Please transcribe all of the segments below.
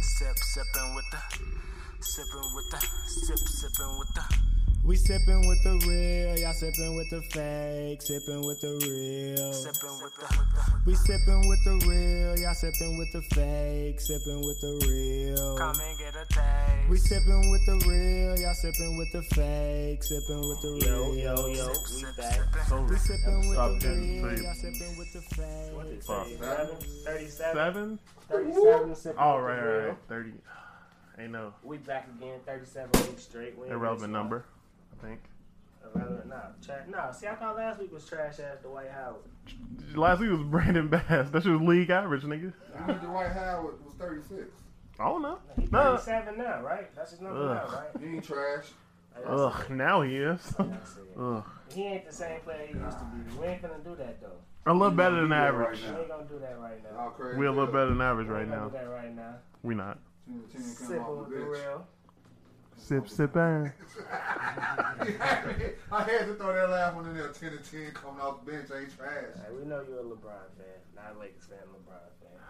sip, sipping with the, sipping with the, sip, sipping with the. We sipping with the real, y'all sipping with the fake, sipping with the real. Sipping with the, We sipping with the real, y'all sipping with the fake, sipping with the real. come and get a taste. We sipping with the real, y'all sipping with the fake, sipping with the real. Yo, yo, yo, we back. So We sipping with the Something real, free. y'all sipping with the What fake. is Fuck. 37? 37? seven. 37 sipping All with right, the all real. right, thirty. Ain't no We back again, 37 weeks straight. We ain't irrelevant missed number. I think. one. Irrelevant, nah. Tra- nah, see, I thought last week was trash ass Dwight Howard. Last week was Brandon Bass. That shit was league average, nigga. You knew Dwight Howard was 36. I don't know. He Nah. 37 now, right? That's his number Ugh. now, right? He ain't trash. Like, that's- Ugh. Now he is. that's it. Ugh. He ain't the same player he used to be. We ain't gonna do that though. A little better than He good average. right We ain't gonna do that right Y'all now. crazy. We're a little better than average We right ain't gonna now. do that right now. We not. Team- team come Sipping off with the the bench. real. Sip, sip, and. I had to throw that last one in there. 10 to 10 coming off the bench. Ain't trash. Hey, we know you're a LeBron fan, not a Lakers fan. LeBron fan.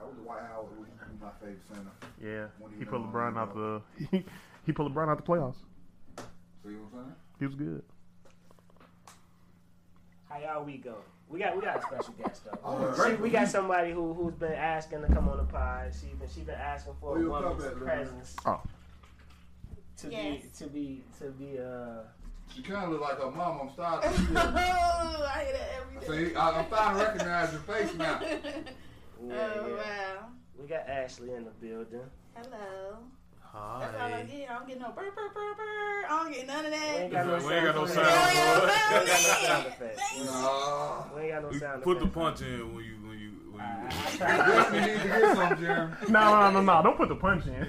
I was Dwight Howard. who used to be my favorite center. Yeah. He put LeBron out the. He, he put LeBron out the playoffs. See what I'm saying? He was good. How y'all we go? We got we got a special guest though. Oh, She, great. we got somebody who who's been asking to come on the pod. She been she been asking for Where a your cup woman's at, Lil? presence. Oh. To be Yes. to be to be uh. She kind of look like her mom. I'm I starting hear to that every day. See, I, I'm starting to recognize your face now. Yeah, Oh yeah. wow. We got Ashley in the building. Hello. That's all I get. I don't get no burr burr burr burr. I don't get none of We that. ain't got no We ain't got no sound sound, effects. We ain't got no sound effects. boy. Thank you. boy. Nah. We ain't got no We sound put the effects. punch in when you when you when Ah, you. Definitely need to get some, Jeremy. No, no, no, no. Don't put the punch in.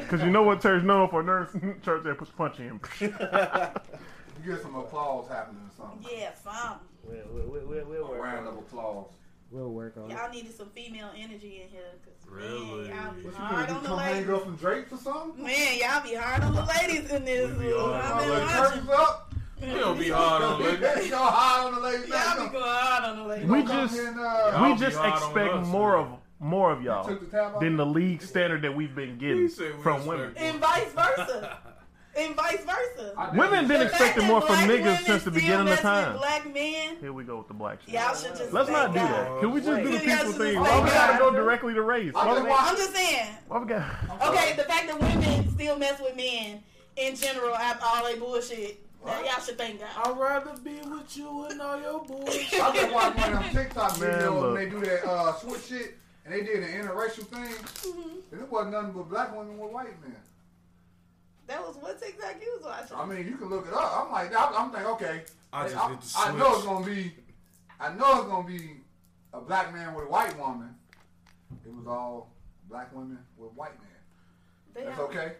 Because you know what church known for? Nurse church that puts punch in. You get some applause happening or something. Yeah, fun. We'll, we'll, we'll, we'll A work round on of it. applause. We'll work on it. Y'all needed some female energy in here, cause Really? man, y'all be What What you hard gonna on do, the come hang girl ladies. from Drake or something? Man, y'all be hard on the ladies in this. We be hard on I've been the ladies. watching. Curtains up. You don't be hard on ladies. Y'all high on the ladies. now. Y'all be going hard on the ladies. We You gonna come just- here and, uh, We Y'all be just hard on expect us, more man. of more of y'all took the tab off? than the league standard that we've been He getting said we from expect women. more. and vice versa. and vice versa. I Women The been fact expecting that more from black niggas women since the still beginning of mess with time. Black men, Here we go with the black shit. y'all should just. Let's not thank do God. that. Can we just do the You guys people should thing? just Why we thank gotta go God. directly to race? Why I just we, watched- I'm just saying. why we got? Okay, the fact that women still mess with men in general after all they bullshit, now y'all should thank God. I'd rather be with you and all your boys. I just watched one of them TikTok Man, videos look. and they do that uh, switch shit and they did an interracial thing. Mm-hmm. And it wasn't nothing but black women with white men. That was what TikTok you was watching. I mean, you can look it up. I'm like, I'm, I'm thinking, okay. I just I, hit the I know it's switch. gonna be, I know it's gonna be a black man with a white woman. It was all black women with white men. They That's all- okay.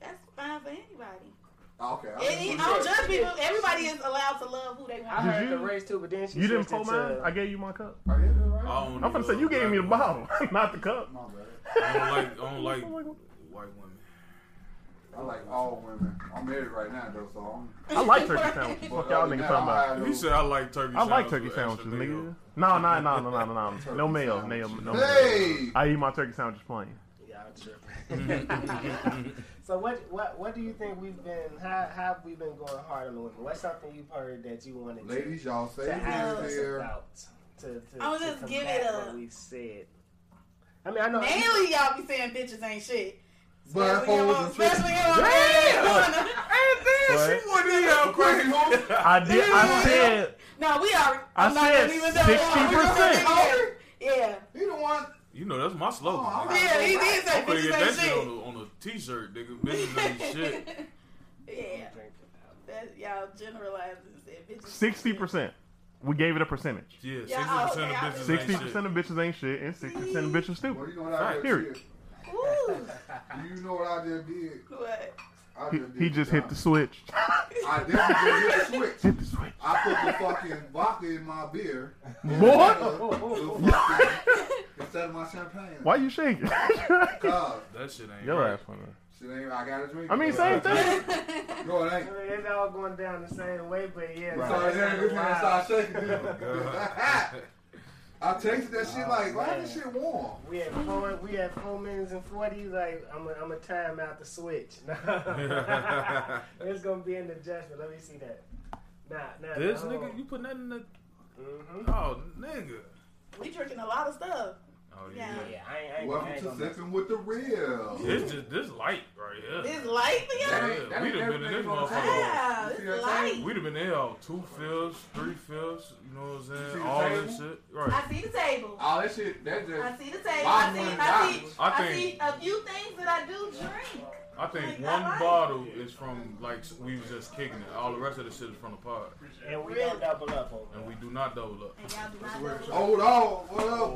That's fine for anybody. Oh, Okay. I just Any, I wanna- don't judge people. Everybody is allowed to love who they I want. heard Did the you- race too, but then she You didn't switched pull it mine. to- I gave you my cup. Are you doing right? I don't I'm gonna even say you gave me the like bottle, not the cup. My bad. women. I don't like I don't like white women. I like all women. I'm married right now though, so I'm. I like turkey sandwiches. Fuck y'all niggas talking about. He said I like turkey. I like sandwiches turkey with extra sandwiches, mayo. nigga. No, no, no, no, no, no, no. No mayo, no, no mayo. Hey, I eat my turkey sandwiches plain. Yeah, I'm tripping. so what what what do you think we've been how how have we been going hard on the women? What's something you've heard that you wanted ladies, y'all say to, to ask it us here. about? To, to, I'ma to just give combat it what up. we said. I mean I know Mainly, y'all be saying bitches ain't shit. But Especially hoes on- and especially on But I'm crazy, homie. I did. I said. No, we are. I I'm not said gonna even know. We're 60%. gonna say Yeah. Yeah. He the one. You know that's my slogan. Oh, nigga. I'm Yeah, he did say I'm gonna get that bitches shit on ain't a, on a t-shirt, nigga. Bitches ain't shit. shit. Yeah. Drink That y'all generalized and said bitches. Sixty percent. We gave it a percentage. Yeah, sixty Yeah, oh, percent of okay, I bitches ain't Sixty shit. percent of bitches ain't shit, and sixty percent of bitches Well, stupid. you know what I just Period. did? Ooh. You know what I just did? What? I He, just did he just hit job. the switch. I definitely just hit the switch. hit the switch. I put the fucking vodka in my beer. Boy, The fucking- Instead of my champagne. why you shaking? God, That shit ain't. Your right. ass funny. shit ain't, I gotta drink. I mean, it. same thing. No, it ain't. I mean, it's all going down the same way, but yeah. Sorry, that's then this man Oh, wild. started shaking. Oh, God. I tasted that shit Oh, like, why man. this shit warm? We had four. We had four minutes and forty. Like I'm. i I'm a time out the switch. it's gonna be in the judgment. Let me see that. Nah, nah. This nah, nigga, you put that in the. hmm Oh, nigga. We drinking a lot of stuff. Oh, yeah. Yeah. Yeah, I ain't. I ain't, I Welcome ain't to gonna. sipping with the real. This just this light right here. This light for y'all? That ain't- that We ain't done been in everything this on the motherfucker. table. Wow, You this see that light. We done been here all two fifths, three fifths. You know what I'm see saying? the All that table? shit. I Right. see the table. All that shit, that I just see the table. I Bottom see. of the I see. box. I I think- see a few things that I do drink. I Like, think one I like- bottle is from like we was just kicking it. All the rest of the shit is from the pod, And we don't double up on and we do not double up. And y'all do not weird. know. Old dog, what up, that.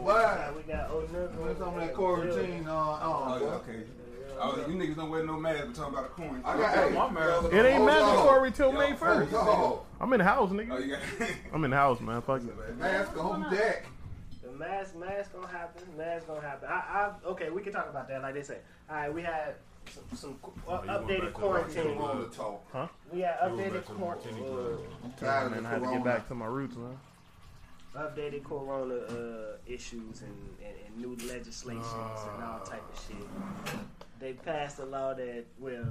boy? We got O'Neill. Put some of that quarantine on. Oh, on, yeah, boy. okay. Oh, you niggas don't wear no mask. We're talking about a coin. I got hey, my man. yo, It ain't old dog, mandatory till Yo, hold May Old 1st. dog, I'm in the house, Oh, nigga. you got. I'm in the house, man. Fuck it. mask on deck. The mask, mask gonna happen. Mask gonna happen. I, I, okay, we can talk about that. Like they say, all right, we had some, some qu- uh, Oh, you going back updated to the right You quarantine. table. want to talk? We had You went updated back to the martini quarantine. I'm tired Man, of I had to get corona. back to my roots, man. uh, updated corona uh, issues and, and, and new legislations and all type of shit. They passed a law that well,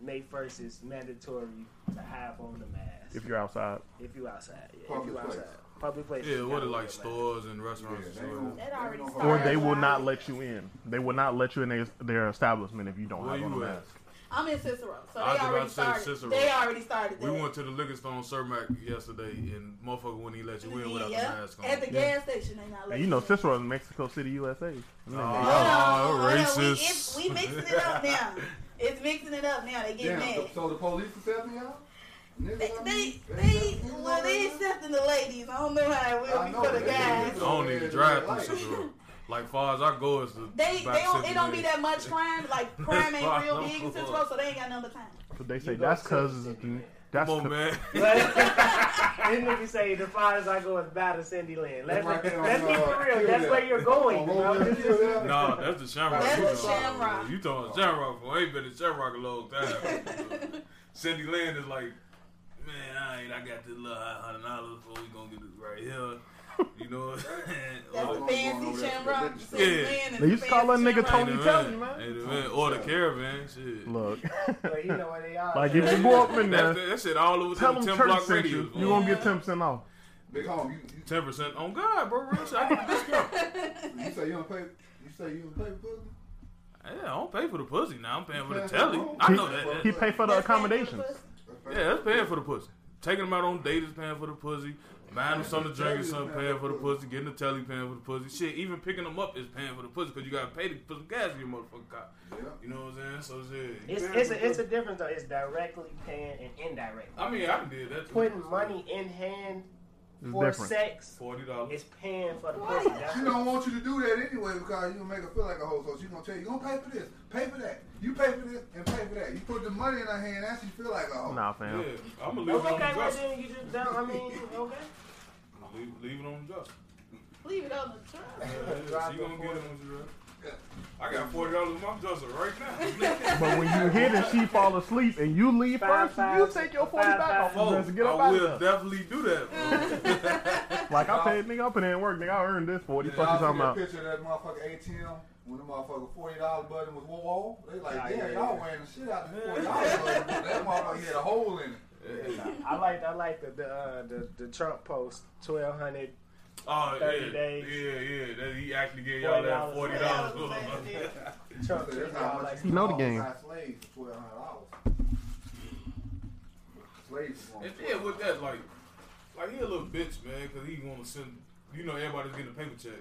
May first is mandatory to have on the mask If you're outside. if you outside. Yeah, if Public you place. outside, public place. Yeah, what are like stores and restaurants? Yeah, and they shit like don't- that. That already Or Or started. they will not let you in. They will not let you in their, their establishment if you don't Where have on a you mask. at? I'm in Cicero, so they I was about already to say started. Cicero. They already started. We that. went to the liquor store on Cermak yesterday, and motherfucker wouldn't even let you in without Yeah, the mask on. At the oh, gas station, they not. And you know, letting Cicero is Mexico City, USA. you in. Hold on, hold on, We, Ah, racist. it's, we mixing it up now. It's mixing it up now. They get Damn, mad. so- so the police accept me, y'all? Niggas, They, I they, mean, they, accept me, well, they y'all? accepting the ladies. I don't know how it will I be know, for the they- guys. I don't need to drive through Cicero. Like far as I go, is the They, they back don't, it section don't be there. that much crime. Like crime ain't real big in Fuck. Central, so they ain't got another time. They say go that's to cause City, it's- man. that's Come on, cause- man. This nigga say the far as I go is bad as Cindy Lynn. Let's, Right there on, let's keep uh, it real. That's where you're going. On Old bro. Hill This is- Hill, yeah. Nah, that's the Shamrock. That's You the talking- Shamrock. You talking Shamrock for ain't been in Shamrock a long time. Cindy Land is like, man, I ain't. I got this little hundred dollars before we gonna get this right here. You know. what I'm saying? That's Or- the Oh, fancy yeah. shamrock. Yeah. Yeah. They used to call that nigga Ain't Tony the Telly, man. man. Ain't the man. Or the caravan. Shit. Look, But you know where they are. like man. if you go up in That, there, that, that shit all over tell the them 10 church block sent you. radios. You gonna get ten percent off. Big home, you, you, Ten percent on God, bro. Real shit. I get the discount. you say you don't pay, you say you don't pay for pussy? Yeah, I don't pay for the pussy now. I'm paying for the telly. I He, know that. he pay for the accommodations. Yeah, that's paying for the pussy. Taking them out on dates is paying for the pussy. Buying them something to drink is something paying for the pussy. Getting the telly paying for the pussy. Shit, even picking them up is paying for the pussy because you gotta pay to put some gas in your motherfucking car. Yeah. You know what I'm saying? So shit. It's, it's, a, it's a difference though. It's directly paying and indirectly. I mean, I did that. too. putting money in hand It's for different. sex Forty dollars. is paying for the Right. pussy. That's She don't want you to do that anyway because you make her feel like a hoe. So she gonna tell you, you gonna pay for this, pay for that. You pay for this and pay for that. You put the money in her hand, now she feel like a hoe. Nah, Yeah, fam. I'm gonna leave it okay, on the well dresser. then you just don't. I mean, okay. Leave, leave it on the dresser. Leave it on the truck. Yeah, yeah, she gonna get it on the dresser. I got forty dollars in my dresser right now. But when you hit and she fall asleep and you leave Five, first, five, you take your forty five, back off five, the Oh, dresser. Get up I out will of there. definitely do that. Bro. Like I paid, nigga. I put in work, nigga. I earned this forty. Did Fuck you y'all talking see that about? picture of that motherfucker ATM when the motherfucker forty dollar button was whoa whoa? They like, Nah, yeah, yeah, y'all yeah. wearing the shit out the forty dollar button. That motherfucker had a hole in it. I like I like the the uh, the, the Trump post twelve hundred. Oh, 30 yeah. days. Yeah, yeah. That, he actually gave y'all that $40. forty dollars. Trump So tweeted that's out like how much He know the game. outside Slaves for twelve hundred dollars. Slaves. and yeah, with that, like, like he a little bitch, man, because he want to send. You know, everybody's getting a paper check.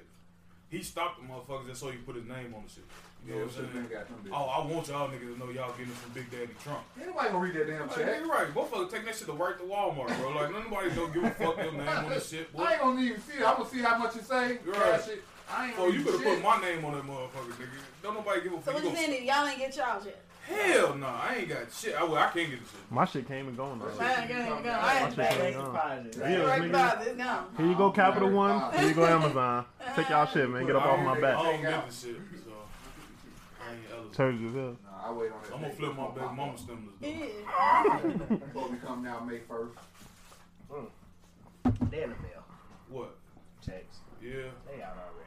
He stopped the motherfuckers just so he put his name on the shit. You know Yeah, what should've I'm saying? been got them bitches. Oh, I want y'all niggas to know y'all getting it from Big Daddy Trump. Ain't nobody gonna read that damn Like, check. you're right. Motherfucker, take that shit to work to Walmart, bro. Like, nobody don't give a fuck your name on this shit. I Boy. ain't gonna even see it. I'm gonna see how much you say. You're cash right. it. I ain't Oh, gonna you even could have shit. put my name on that motherfucker, nigga. Don't nobody give a So fuck. what You you gonna- saying? If y'all ain't get y'all yet? Hell no, I ain't got shit. I, well, I can't get the shit. My shit came and gone. though. Go ahead, go ahead, go. I had to Watch pay. it. make the project. Yeah, Right nigga. about this now. Here you go, Capital One. Here you go, Amazon. Take y'all shit, man. Get up off my I back. don't get the shit, so I ain't eligible. Church is hell. Nah, I wait on that. I'm gonna thing. flip my baby mama stimulus. It Though. is. Supposed to come out May first. They in the mail. What? Checks. Yeah, Yeah. They out already.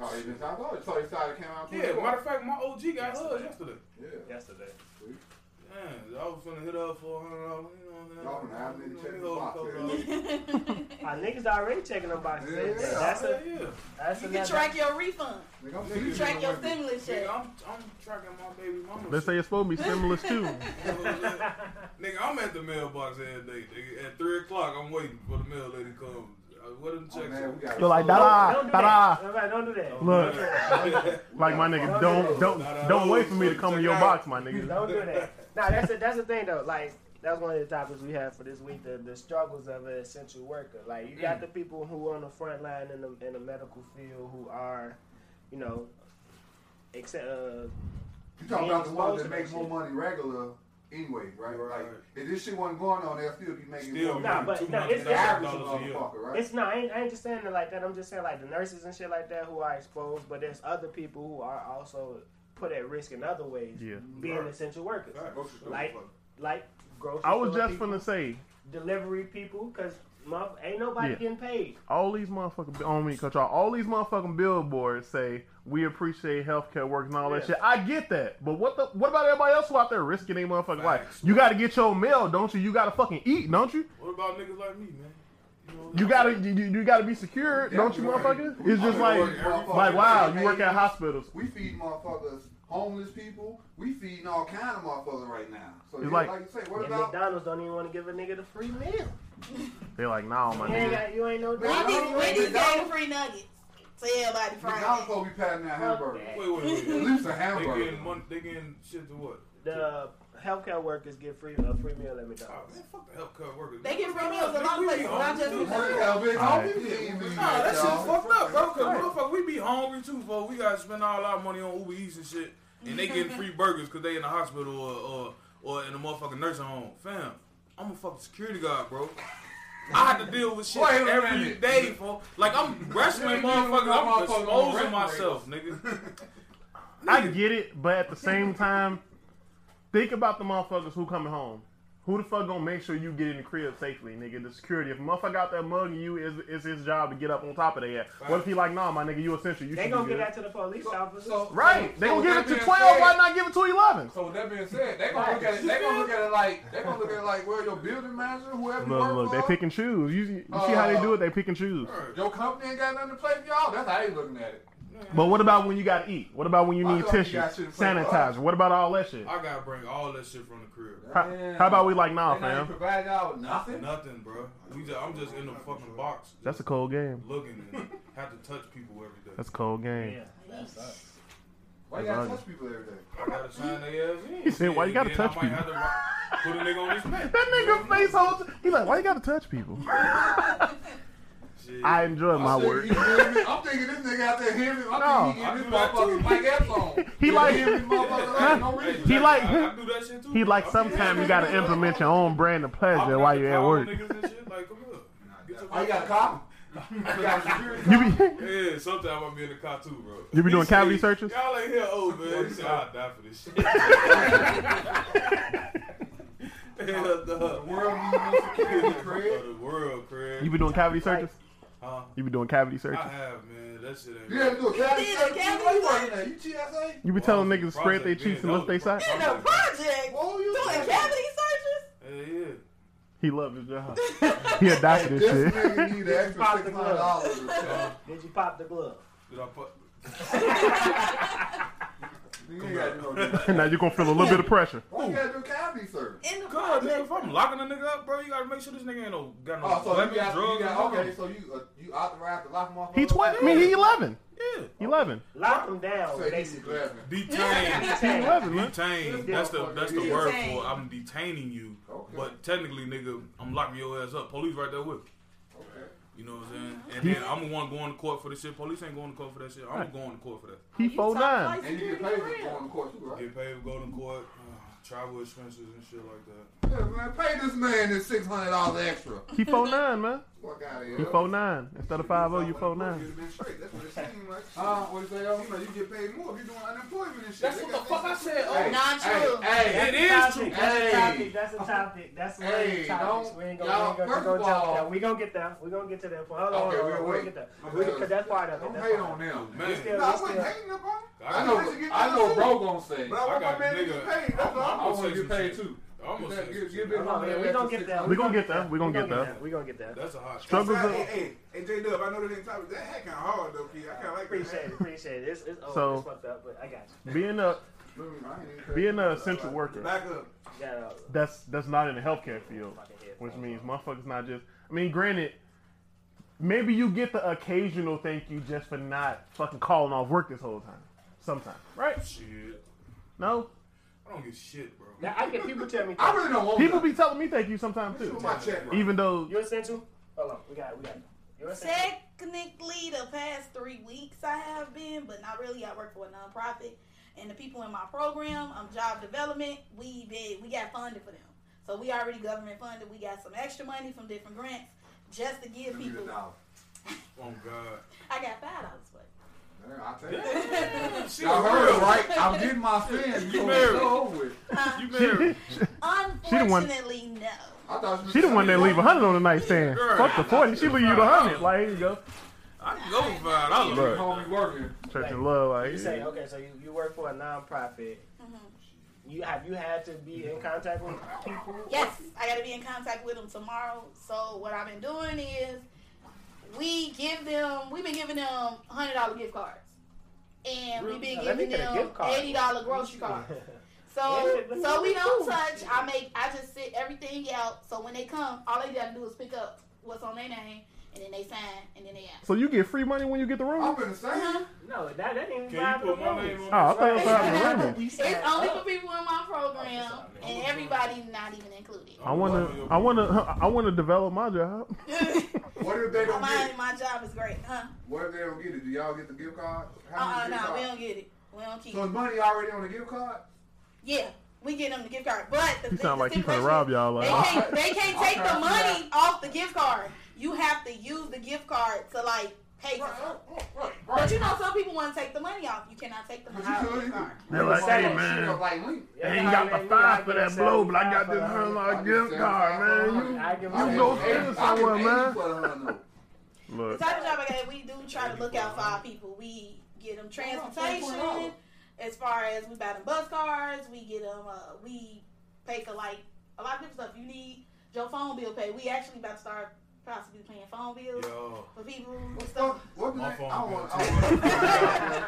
Oh, he been top off. So he started came out. Yeah, matter of fact, my OG got hugs yesterday. Yeah. Yesterday. Man, I was finna hit up for a hundred dollars. You know what I'm saying? Y'all gonna have me You check know, the box, couple yeah. dollars. Our Ah, niggas already checking them boxes. Yeah, yeah. That's Hell a uh, yeah. that's You a can track your refund. Nigga, I'm You serious. Track your stimulus Nigga, check. I'm, I'm tracking my baby mama. Let's say it's supposed to be stimulus too. You know what I'm saying? nigga, I'm at the mailbox every day. Nigga. At 3 o'clock, I'm waiting for the mail lady to come. Uh, What them Oh, checks? man, we got You're like, Don't, da don't do da da that. Everybody, don't do that. Look. Look. Like my nigga, don't don't don't wait for me to come in your box, my nigga. Don't do that. Nah, that's the that's the thing though. Like that's one of the topics we have for this week: the, the struggles of an essential worker. Like you Mm. got the people who are on the front line in the in the medical field who are, you know, except uh, You talking about the ones that Disposable make more shit. money regular anyway, right? Right. Like, if this shit wasn't going on, they'll still be making Still, more Nah, money. but- no, it's- The average $200,000 a year. motherfucker, right? it's not. I ain't, I ain't just saying it like that. I'm just saying like the nurses and shit like that who are exposed, but there's other people who are also put at risk in other ways. Yeah. Being Right. essential workers, Grocery store Like- motherfucker. like grocery I was store just people, finna say, delivery people, because ain't nobody Yeah. getting paid. all these motherfucking on me control. All these motherfucking billboards say we appreciate healthcare workers and all that Yeah. shit. I get that, but what the what about everybody else who out there risking their motherfucking life? Facts. You got to get your mail, don't you? You got to fucking eat, don't you? What about niggas like me, man? know, You gotta you, you you gotta be secure, don't you, Definitely. motherfucker? It's just I'm like working, motherfucker. like wow, you work at hospitals. We feed motherfuckers, homeless people. We feeding all kind of motherfuckers right now. So It's yeah, like- like, you say, what And about? McDonald's don't even want to give a nigga the free meal. They like nah, my You ain't, nigga. got, you ain't no Wait, We Wait, dog. wait, wait, did, we just gave McDonald's- free nuggets to everybody McDonald's Friday. supposed to be patting out hamburgers. that. Wait, wait, At wait. wait. least a they hamburger. getting money. They getting shit to what? The healthcare workers get free a free meal at Oh, McDonald's. man, fuck the healthcare workers. They get free meals a lot of places, not just Hell, McDonald's. bitch, All all right. we feeding is Nah, Ah, that shit's y'all. fucked up, bro. Cause motherfucker, we be hungry too, bro. We gotta spend all our money on Uber Eats and shit, and they getting free burgers cause they in the hospital or or, or in a motherfucking nursing home. Fam, I'm a fucking security guard, bro. I have to deal with shit Wait a every minute. day, bro. Like I'm wrestling, You ain't dealing with motherfuckers. no I'm motherfucker on exposing the myself, nigga. I get it, but at the same time, think about the motherfuckers who coming home. Who the fuck gonna make sure you get in the crib safely, nigga? The security. If a motherfucker out there mugging you, is it's his job to get up on top of their ass. What if he like, nah, my nigga, you essential. You They should gonna be get good. that to the police officers. So- Right. so- they so gonna give that it to being twelve. said- Why not give it to eleven? So with that being said, they gonna look at it. They gonna look at it like they gonna look at it like, well, your building manager, whoever you Look, work look, for, they pick and choose. You, you see how they do it? They pick and choose. your company ain't got nothing to play for y'all. That's how they looking at it. But what about when you gotta eat? What about when you Why need don't you tissue, got shit in front of us? sanitizer? What about all that shit? I gotta bring all that shit from the crib. How, how about we like, nah, They not even fam? provide y'all with nothing. Nothing, bro. We just, I'm just in the fucking box. just That's a cold game. looking and have to touch people every day. That's a cold game. yeah, that sucks. Why you gotta touch people every day? I gotta sign their ass in. He said, "Why you gotta Then touch I might have to put a nigga on his back. That nigga face holds. He like, why you gotta touch people? Shit. I enjoy my I'm work. thinking he hear me. I'm thinking this nigga out there hearing me. No. I'm thinking he getting I his do that motherfucking too. Mike Epps on. He like- hearing his motherfucking like, no reason. He like- I, I do that shit too. He like, I- sometimes you gotta implement your own brand of I pleasure got while to you're at call work. niggas and shit, Like, come here. Get your- Oh, you got a cop? You got a security You cop? be, Yeah, sometimes I'll be in the car too, bro. You be doing He cavity say, searches? Y'all ain't here old, man. He said, I'll die for this shit. Hell The no. world needs more security, Craig. For the world, Craig. you be doing cavity searches. huh? You be doing cavity searches. I have, man. That shit ain't You had to do a did a cavity search? cavity Why you working search? there? You TSA? You be Well, telling I was niggas to spread their project cheeks and then. lift I their was side. In the project, What were you doing doing? cavity searches. Hell yeah. He loves his job. he a doctor and This shit. nigga need an extra Pop the six hundred dollars. Did you pop the glove? Did I put. You ain't gotta do no damn- now you gonna feel a little bit of pressure. Why you gotta do cavity search? In the God, project. nigga, if I'm locking a nigga up, bro, you gotta make sure this nigga ain't no got no Oh, so weapons, you got, drugs, you got nothing. okay. So you uh, you authorized to lock motherfuckers? He twelve. I mean, he eleven. Yeah, Eleven. Lock them down, Say he's basically. grabbing. detain, He Tag. eleven. Man. detain. That's the that's the Detain. word for it. I'm detaining you, Okay. but technically, nigga, I'm locking your ass up. Police right there with. you. Okay. You know what I'm saying? And then I'm the one going to court for this shit. Police ain't going to court for that shit. I'm going to court for that. He You four talk nine. like And you get paid security for for real. going to court too, right? Get paid, go to court. Oh, travel expenses and shit like that. Yeah, man, pay this man this six hundred dollars extra. Keep four nine, man. Fuck out of here. You four nine instead of five zero. You four You'd nine. have been straight. That's what it seemed like. Uh, what you say, yo? You know, you get paid more if you're doing unemployment and shit. That's They what the got fuck I this- said. Oh, Hey, Not hey, true. Hey, That's It a is topic, true. That's a Hey. topic. That's a topic. That's a Hey, hey, topic. don't- We ain't gonna, y'all- we ain't gonna first of go jump all- that. We gonna get there. We gonna get to that point. Hold on, hold on. We Okay, we'll gonna wait. get there. Okay, We can- Cause that's part of it. don't That's hate part on of it. them. Man, still- No, I wasn't Yeah. hating upon him. I I know. should get I know. paid Bro gonna say. But I want my got man to get nigga- paid. That's I all. I want say to get some paid shit. too. I almost Give- said give- some give shit. him Come on, my man. man We back gonna to get six there. hundred. We gonna get there. We gonna get there. We gonna get there. That's a hot Struggle- struggle. Struggles Hey, of- hey, hey, J Dub, I know that ain't topic. That hat kind of hard though, kid. I kind of like Appreciate it. that. Appreciate it. It's, it's old. So- it's fucked up, but I got Being a I ain't even crazy. being an essential worker, Back up. you. Got out. that's that's not in the healthcare field, which means motherfuckers not just. I mean, granted, maybe you get the occasional thank you just for not fucking calling off work this whole time. Sometimes, right? Shit. No, I don't get shit, bro. Now I get people tell me. I really don't want people that. be telling me thank you sometimes too. Put my check right. Even though You essential? Hold on. We got. We got. You essential? Technically, the past three weeks I have been, but not really. I work for a nonprofit, and the people in my program, um, job development, we did, we got funded for them. So we already government funded. We got some extra money from different grants just to give Give me the people. dollar. Oh God. I got five dollars for it. Man, I'll take it. Damn, she Y'all a heard real. right? I'm getting my sin. You married. go over with. Huh? You married. She the one- Unfortunately, no. I thought you she the one that leave a hundred on the nightstand. Girl, Fuck the forty, she leave you the hundred. Like here you go, I can go for five dollars. Bruh. Homie working. church and love. Like You say okay, so you, you work for a nonprofit. Mm-hmm. You have you had to be in contact with people? Yes, I got to be in contact with them tomorrow. So what I've been doing is we give them. We've been giving them hundred dollar gift cards, and we've been Now, let me giving get a them gift card. eighty dollar grocery cards. So Yeah, so we don't cool. touch. I make. I just sit everything out. So when they come, all they got to do is pick up what's on their name, and then they sign, and then they out. So you get free money when you get the room? I'm gonna say. No, that, that ain't even Can you put my name Oh, I on? thought it was having a room. It's It's only for people in my program, Oh, it's not, and everybody not even included. I wanna, I wanna, I wanna develop my job. Oh. What if they don't get my it? my job is great, huh? What if they don't get it? Do y'all get the gift card? Uh uh many gift no, we cards? don't get it. We don't keep. So is money already on the gift card? Yeah, we get them the gift card. But the You thing- sound the like you stipulation finna rob is y'all. They Like can't, they can't take the Okay. money off the gift card. You have to use the gift card to like pay for it. right, But you know, some people want to take the money off. You cannot take the money But you off the could. gift card. they're like, "Hey, Shit, like, we- I ain't got the five for that blow, but I got this hundred dollar gift card, man. I give I You can go pay- spend I can somewhere, pay man. you for the hundred though. You The look, type of job I got, we do try to look out for our people. We get them transportation, as far as we buy them bus cards. We get them. Uh, we pay for like a lot of different stuff. You need your phone bill paid. We actually about to start possibly paying phone bills Yo. for people. What and the stuff. fuck? What the My name? phone I want. bill, I want- I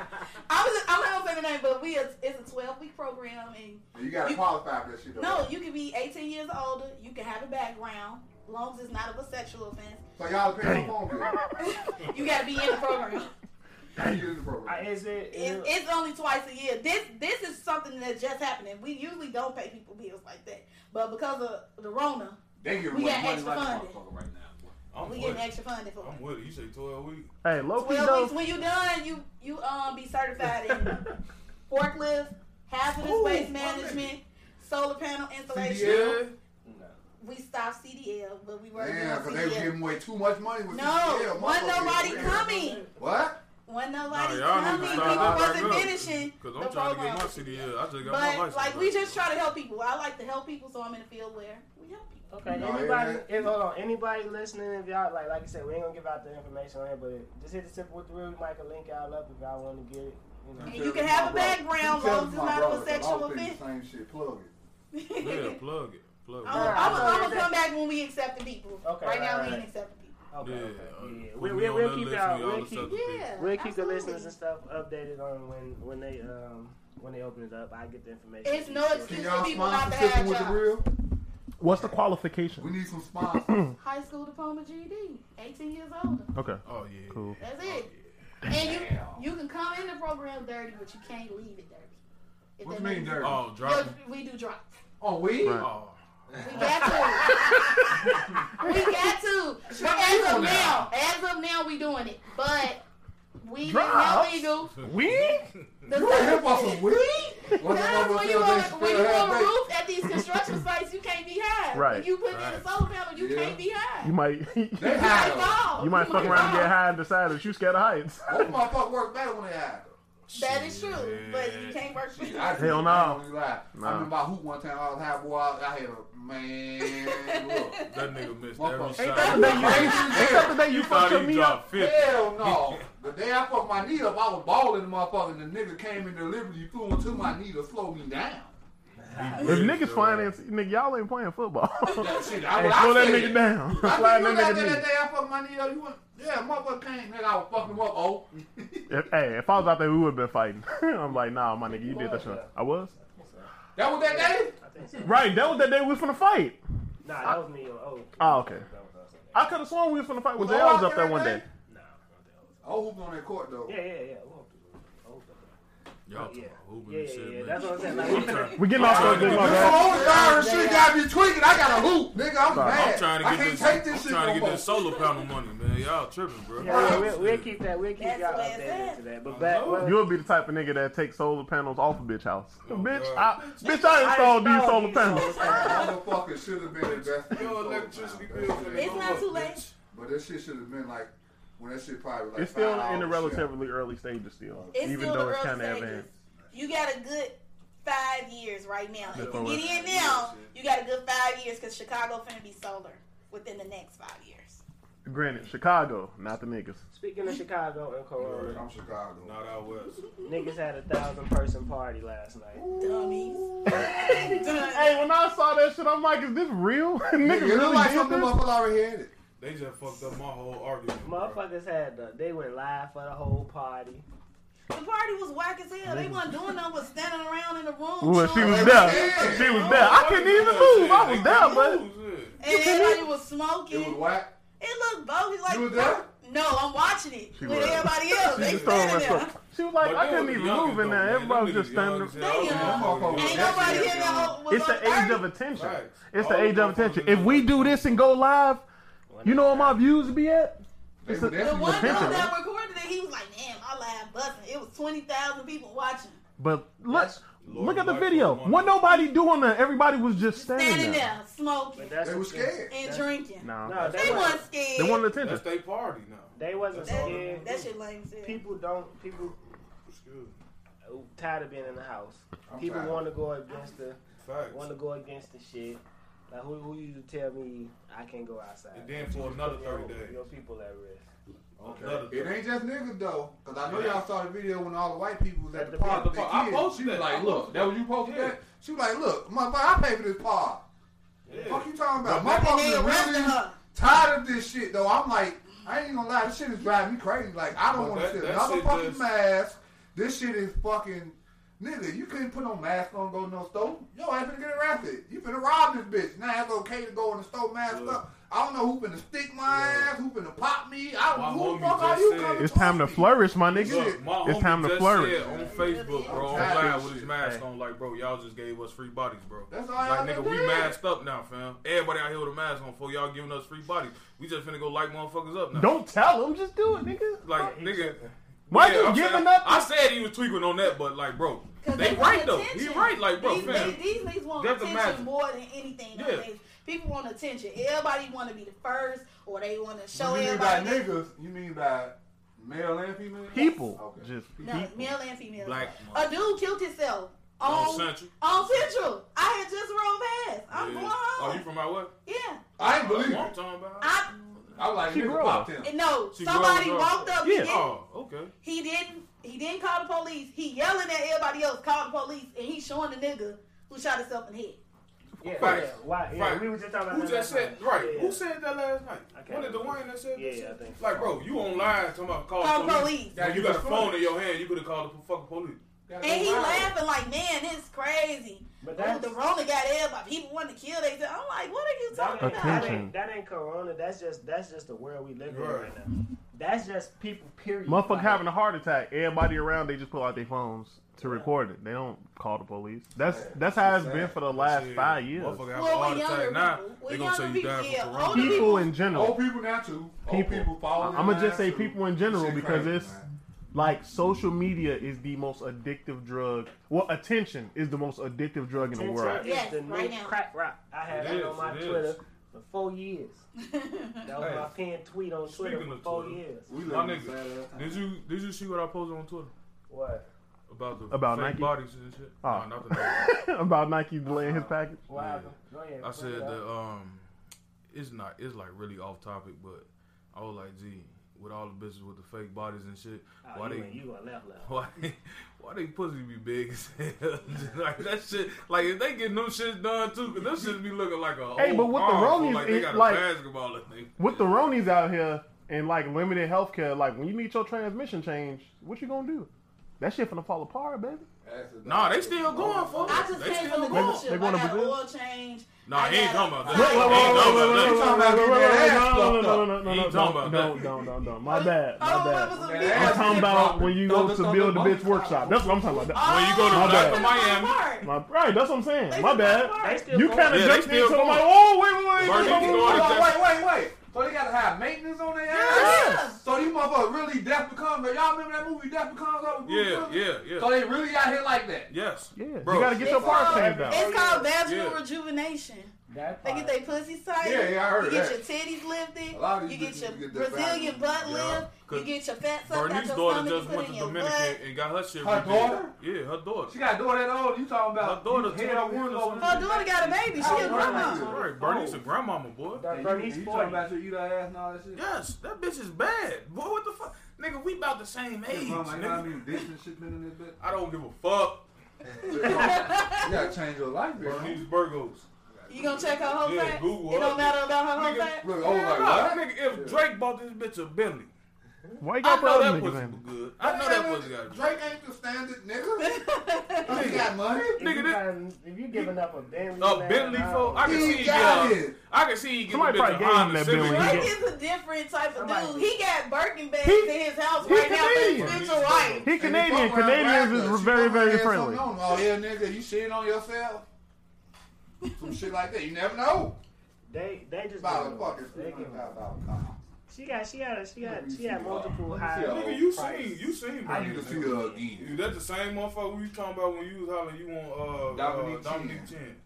was I'm not gonna say the name, but we it's it's a 12 week program, and You gotta You- qualify for that shit though. no, you can be 18 years older, you can have a background, long as it's not of a sexual offense. So y'all pay my phone bill. You gotta be in the program. You get in the I, program. is it? Is It's, it's only twice a year. This this is something that's just happening. We usually don't pay people bills like that, but because of the Rona, They give we away got money extra like a funding. motherfucker right now. I'm we with getting it. extra funding for I'm it. with it. You say twelve weeks. hey, low key Twelve though. weeks when you done, you you um be certified in forklift, hazardous waste management, solar panel installation. CDL? We stopped CDL, but we were Damn, doing because they were CDL. giving away too much money with No, this jail, wasn't motherfucker. nobody Yeah. coming. What? Wasn't nobody Nah, y'all coming. need to People start that back wasn't up. finishing Cause the I'm trying to program. get my CDL. I just got my but license. like we just try to help people. I like to help people, so I'm in a field where we help people. Okay, No, anybody, it- if, hold on, anybody listening, if y'all, like, like I said, we ain't gonna give out the information on here, but just hit the tip with the real, we might can link y'all up if y'all wanna get it, you know. And you can have a background, long as it's not of a sexual I'm offense. Same shit. Plug it. yeah, plug it, plug it. I'm, I'm, I'm gonna come back when we accepting people. Okay, right now right, we ain't right. accepting people. Okay, yeah, okay, uh, yeah. put We, me we, on we'll that keep list y'all, with all we'll the keep, sucker pics. Yeah, we'll keep the absolutely. listeners and stuff updated on when, when they, um, when they open it up, I get the information. It's no excuse. Can These y'all people not sponsor bad system with the jobs. real? What's the We qualification? need some sponsors. High school diploma, GED, 18 years older. Okay, Oh yeah. cool. That's it. Oh, And you you can come in the program dirty, but you can't leave it dirty. If What that you mean makes- dirty? Oh, drop. Well, we do drops. Oh, we? Right. Oh, We got to. we got to. But as of now, as of now, we doing it. But Weed Drugs? is illegal. We? The You ain't hip on some weed? Well, That's that when you motherfucker on, still when you half on a baked. roof at these construction sites, you can't be high. Right. When you put in Right. a solar panel, you Yeah. can't be high. You might They You might high though. fall. you might fuck around and fall. get high and decide that you scared of heights. Those motherfuckers work better when they high. That is true, but you can't work with I it. did. Hell no. I don't really lie. No. I remember I hoop one time. I was high boy. I, I had a man. Look, That nigga missed Motherfucker. every that shot. the He nigga? Except the day you thought fucked your he knee up. dropped 50. Hell no. The day I fucked my knee up, I was balling the motherfucker, and the nigga came in deliberately flew into my knee to slow me down. He If really niggas threw finance, nigga, y'all ain't playing football. That shit, I, Hey, I slow that said nigga it. down. I Slide that think you out there nigga that knee. day I fucked my knee up. You went, yeah, motherfucker came, nigga. I was fucking him up. Oh, If, hey, if I was out there, we would have been fighting. I'm like, nah, my nigga, you did that shit. I was. that was that day. I think so. Right, that was that day we was finna fight. Nah, that was me and O. Oh, okay. That was us. I could have sworn we was finna fight with Was Jay. I I was out up there there one that day. day? Nah, not that was. I was hooping on that court though. Yeah, yeah, yeah. We won't do it. Oh, no. Y'all Yeah. talking about hooping Yeah, and yeah, shit, yeah. man. That's what I'm saying. I'm Like, trying, We getting off I'm subject, trying my You to get- bad. on the fire and Yeah, shit yeah. got me tweaking. I got a hoop, nigga. I'm mad. I'm trying to I get can't this. take this I'm shit trying to no get more. this solar panel money, man. Y'all tripping, bro. yeah, Right. we'll, we'll keep that. We'll keep That's y'all where it's updated at. to that. But back, know. well, You would be the type of nigga that takes solar panels off a bitch house. Oh, bitch, I, God. bitch, I installed these solar panels. Motherfucker should have been invested. Your electricity bill finna It's go not up, too bitch. late. But that shit should have been like when that Oh, shit probably was like. It's still $5 in the a share. relatively early stages still, It's even still though the it's early kind of stages. advanced. You got a good five years right now. If Before you get in now, you got a good five years because Chicago finna be solar within the next five years. Granted, Chicago, not the niggas. speaking of Chicago and Corona, I'm Chicago. Not out west. niggas had a thousand person party last night. Dummies. Hey, when I saw that shit, I'm like, is this real? niggas Nigga, it look really like did something this? motherfucker already had it. They just fucked up my whole argument. bro. Motherfuckers had the, they went live for the whole party. The party was whack as hell. They wasn't doing nothing but standing around in the room. Well, she chilling. was there. She was there. I couldn't even move. I was there, but but And everybody was smoking. It was whack. It looked bogus. Like You was there? no, I'm watching it She with was. everybody else. she They just throwing standing that there. stuff. She was like, I couldn't even move in there. Everybody was just standing. Ain't That's nobody it, in there. y'all. was It's like the age 30. of attention. Facts. It's All the age the of attention. motherfuckers If we know. do this and go live, you know what my views would be at? They It's were a- The definitely one dude picture. that recorded it, he was like, "Damn, my live busting." It was twenty thousand people watching, But look, That's look Lord at the Michael video. Money. What nobody doing that? Everybody was just standing standing there. there smoking But that's They the were shit. scared. and That's- drinking. No, No, they, They wasn't. wasn't scared. they wanted That's attention. they party now. They wasn't That's all scared. that, that shit lame. as hell. People don't. People Excuse me. tired of being in the house. I'm people tired. want to go against the Facts. want to go against the shit. Like who who you to tell me I can't go outside? And then for another 30 days. your people at risk. Another Okay. It ain't just niggas though, cause I know Yeah. y'all saw the video when all the white people was at, At the the park. park. with their I kids. posted she was that. I like, "Look, posted that was you posted Yeah. that." She was like, "Look, motherfucker, I pay for this park. Yeah. Fuck you talking about? But And they Motherfuckers arrested really her. tired of this shit though. I'm like, I ain't gonna lie, this shit is driving me crazy. Like, I don't But want to that- sit that another shit fucking just- mask. This shit is fucking nigga. You couldn't put no mask on, go to no store. Yo, I finna get arrested. You finna rob this bitch. Now it's okay to go in the store mask Look. up. I don't know who finna stick my ass, who finna pop me. I My don't who the homie fuck are just you said- coming It's time to me? flourish, my nigga. Look, my It's homie time to just flourish. said on Facebook, bro, on Tired of live this with his shit. mask Hey. on, like, bro, y'all just gave us free bodies, bro. That's all y'all Like, nigga, niggas we did. masked up now, fam. Everybody out here with a mask on, for y'all giving us free bodies. We just finna go light motherfuckers up now. Don't tell them. Just do it, nigga. Like, nigga. Why yeah, you I'm giving saying- up? I said he was tweaking on that, but like, bro, 'Cause they want right though. He attention. right, like, bro, these, fam. These, these niggas want Just attention imagine. more than anything. Yeah. nowadays. People want attention. Everybody want to be the first, or they want to show you mean by everybody. that- niggas? You mean by male and female? People, Okay. just No, people. male and female. Black A dude killed himself on on Central. on Central. I had just rolled past. I'm Yeah. going Oh, home. you from out west? yeah, I ain't believe I'm it. talking about. I I'm like, She nigga, grown. pop them. no. She somebody grown, walked up. Yeah. He, didn't, Oh, okay. he didn't. He didn't call the police. He yelling at everybody else. Called the police, and he showing the nigga who shot himself in the head. Yeah, Right. yeah, why, yeah, Right. we were just talking about Oh, Who that just last said night. right? Yeah, Who said that last night? I can't Was it remember. Dwayne that said? Yeah, that yeah, shit? I think so. Like, bro, you online talking about call, Call police. police. When you got a phone in your hand, you could have called the fucking police. And he laughing like, man, it's crazy. But Oh, that's the Rona got everybody. People want to kill they I'm like, what are you talking that, that, about? Attention. ain't, that ain't corona. That's just that's just the world we live in Right. right now. That's just people. Period. Motherfucker Like, having a heart attack. Everybody around, they just pull out their phones to record it. They don't call the police. That's that's how it's been for the last Shit, five years. Motherfucker have a Well, heart we younger attack now. people. We They gonna say younger you people, died yeah. from Older corona. People in general. Old people now too. Old People. people I- falling. I'ma just say people in general because it's Like social media is the most addictive drug. Well, attention is the most addictive drug in the TikTok world. is Yes, the new right now. crack rock. I had It that is, on my it is. Twitter for four years. That was Hey, my pinned tweet on Twitter speaking for of four Twitter. years. We My live in nigga. Saturday. Did you did you see what I posted on Twitter What? about the About fake Nike? bodies and shit? Oh. No, not the Nike. About Nike delaying his package. What Yeah. happened? Go ahead. I bring said it up. Oh, that um, it's not it's like really off topic, but I was like, gee, with all the bitches with the fake bodies and shit, Oh, why you, they ain't- you gonna left left. Why, why they pussy be big as hell? like that shit. Like if they getting them shit done too, cause them shit be looking like a. Hey, old but with the arm, Romneys, like they it- got like- a basketball in they- With the Ronies out here and like limited healthcare, like when you need your transmission changed, what you gonna do? That shit finna fall apart, baby. Nah, they still going for I it. just They came from still the going. cruise They ship. I going to got an Brazil? oil change. Nah, he ain't talking about that. Wait, wait, wait, wait, wait, wait, wait, talking wait, about wait, getting wait, wait, their ass no, no, fucked no, no, no, He no, ain't no, talking no, about no, no, no, my bad, my Oh, that bad. was a I'm big I'm That's talking it, about bro. when you Don't go just to throw build the a bitch bump workshop. out. That's what I'm talking about. Oh, When you go to my Black bad. Miami. Part. My, right, that's what I'm saying. My bad. They still You going. kind of Yeah, they jumped still into going. my. Oh, wait, wait, Right, wait. wait, they wait, still wait. going. Hold on, wait, wait, wait. So they gotta have maintenance on their ass? Yeah. So these motherfuckers really Death Becomes, y'all remember that movie Death Becomes? Over Bruce Yeah, Willis? yeah, yeah. So they really out here like that? Yes. Yeah, Bro. you gotta get your It's parts all- changed out. It's called vaginal Yeah. rejuvenation. That They part. get their pussies tight. Yeah, yeah, I heard You get that. your titties lifted. A lot of You these get bitches your get that Brazilian vaginal. butt Yeah, lift. You cause get your fat sucked out Bernice's your daughter stomach. You just put went in to your Dominican butt. and got her shit. Her redid. daughter? Yeah, her daughter. She got a daughter that old. You talking about? My daughter's you hell 21 or over something. Her daughter got a baby. She a Oh, grandma. right. All right, Bernie's a grandmama, boy. That Bro, Bernice he's forty. talking about your eat her ass and all that shit. Yes, that bitch is bad. Boy, what the fuck? Nigga, we about the same age. Shit, bro, like, you know how nigga. many dicks and shit been in this bitch? I don't give a fuck. you gotta change your life, bro. Bernie's Burgos. You gonna check her whole Yeah, fat? Google It up. don't matter about her whole Nigga, fat. Look, old like Nah, what? nigga, if Drake bought this bitch a Bentley, Why you I got know other that niggas pussy in? was good. I know that pussy got Drake ain't the standard nigga. he got money. If Nigga, you this- riding- if you giving up a Bentley, a man, uh, Bentley I for. don't- I can He see you got get. it. I can see you get Somebody the bitch a probably gave him Honda that Civic. Bentley. Drake Yeah. is a different type of Somebody- dude. He got Birkin bags He- in his house he right now Canadian. for his future wife. He And he Canadian. fuck around Canadians Africa. is She very, fuck around very and friendly. something on. Oh yeah, nigga, you shitting on yourself. Some shit like that. You never know. They they just About a fucking they three give hundred up. thousand dollar car. She got she got she got she Let had me see, multiple uh, high. let me Nigga, see, you price. seen you seen I need to Bernie. see her You again. that the same motherfucker we was talking about when you was hollering you want uh Dominique uh, Chin. Dominic Chin.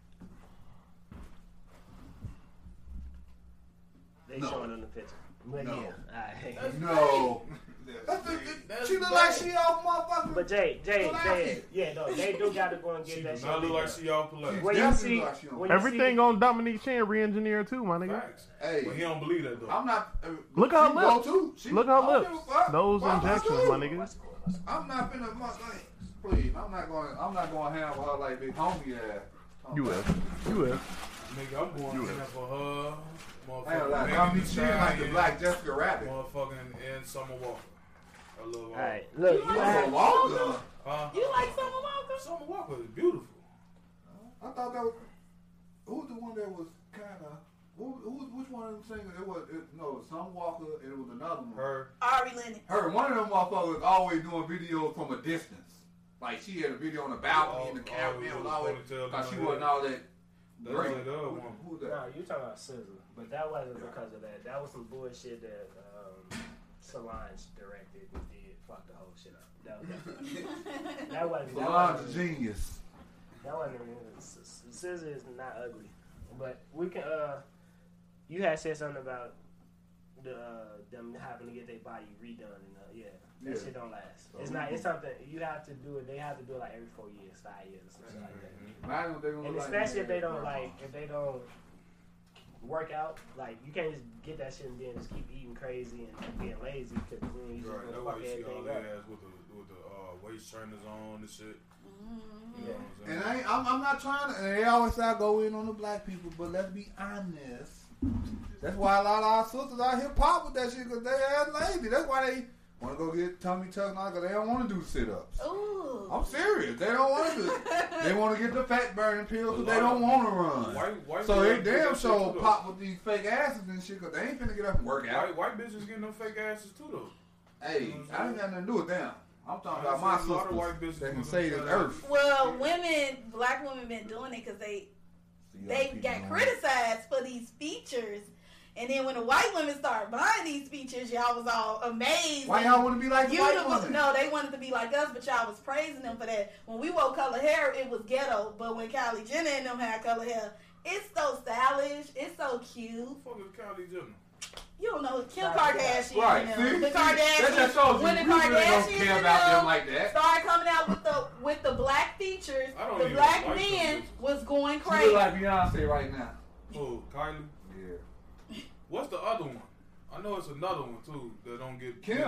They No. showing on the picture. But No. yeah, all right. No. That's the, That's she look bad. like she off motherfucking. But Jay, Jay, Don't laugh Jay, it. yeah, no, they do got to go and get She that does shit. not look like done. she all polite. Wait, When you Definitely see, look like she on when you Everything see, on Dominique Chin re-engineered too, my nigga. Facts. hey, But he don't believe that though. I'm not. uh, Look her she lips. go too. She- Look I her don't lips. give a fuck. Those Why am I injections, too? my nigga. I'm not finna my like, please. I'm not going. I'm not going to handle her like big homie ass. You will. You will. Nigga, I'm going in there for her. I ain't like, Motherfucking I'm cheating like Megan the Stallion, black Jessica Rabbit. Motherfucking and Summer Walker. I love all. all right, look, you You know a how- Walker. Huh? You like Summer Walker? Summer Walker is beautiful. I thought that was who was the one that was kind of who, who was which one of them singers? It was it, no, some Walker and it was another one. Her. Her. Ari Lennox. one of them motherfuckers always doing videos from a distance. Like she had a video on the balcony and the Al- cameraman was always always with a ponytail like she down wasn't all that That's great. like the other Who- one. Who No, that? you talking about SZA, but that wasn't because of that. That was some bullshit that um, Solange directed and did. Fuck the whole shit up. That, that, that wasn't. That Solange wasn't. genius. That wasn't. SZA is not ugly, but we can. Uh, you had said something about the uh, them having to get their body redone and uh, yeah, that Yeah. shit don't last. It's not. It's something you have to do it. They have to do it like every four years, five years, or something like that. I don't think And especially if they don't like, if they don't work out, like you can't just get that shit and then just keep eating crazy and being lazy because then you just Right. gonna That's why fuck you see all everything that up. ass with the with the uh, waist trainers on and shit. Mm-hmm. You know what I'm saying? And I, ain't- I'm, I'm not trying to. And they always say I go in on the black people, but let's be honest. That's why a lot of our sisters out here pop with that shit because they ass lazy. That's why they want to go get tummy tucks and all because they don't want to do sit ups. Ooh. I'm serious. They don't want to do it. They want to get the fat burning pill because they don't want to run. White- white uh, so girls they do damn that shit sure too, though. pop with these fake asses and shit because they ain't finna get up and work out. White, white bitches getting them fake asses too though. Hey, I ain't got nothing to do with them. I'm talking about I see a lot of my white sisters bitches that can with say this them fat earth. Well, women, black women, been doing it because they they got criticized for these features And then when the white women started buying these features, y'all was all amazed. Why y'all want to be like the You white the- woman? no, they wanted to be like us, but y'all was praising them for that. When we wore color hair, it was ghetto. But when Kylie Jenner and them had color hair, it's so stylish. It's so cute. Who the fuck is Kylie Jenner? You don't know Kim Kardashian. Right. and See, them. see, the that just Kardashians. shows you When the we really Kardashians don't care about and them them like that. started coming out with the with the black features, I don't the even black like them men bitches. was going She crazy. look like Beyonce right now. Oh, Kylie. Yeah. What's the other one? I know it's another one too that don't get Kim.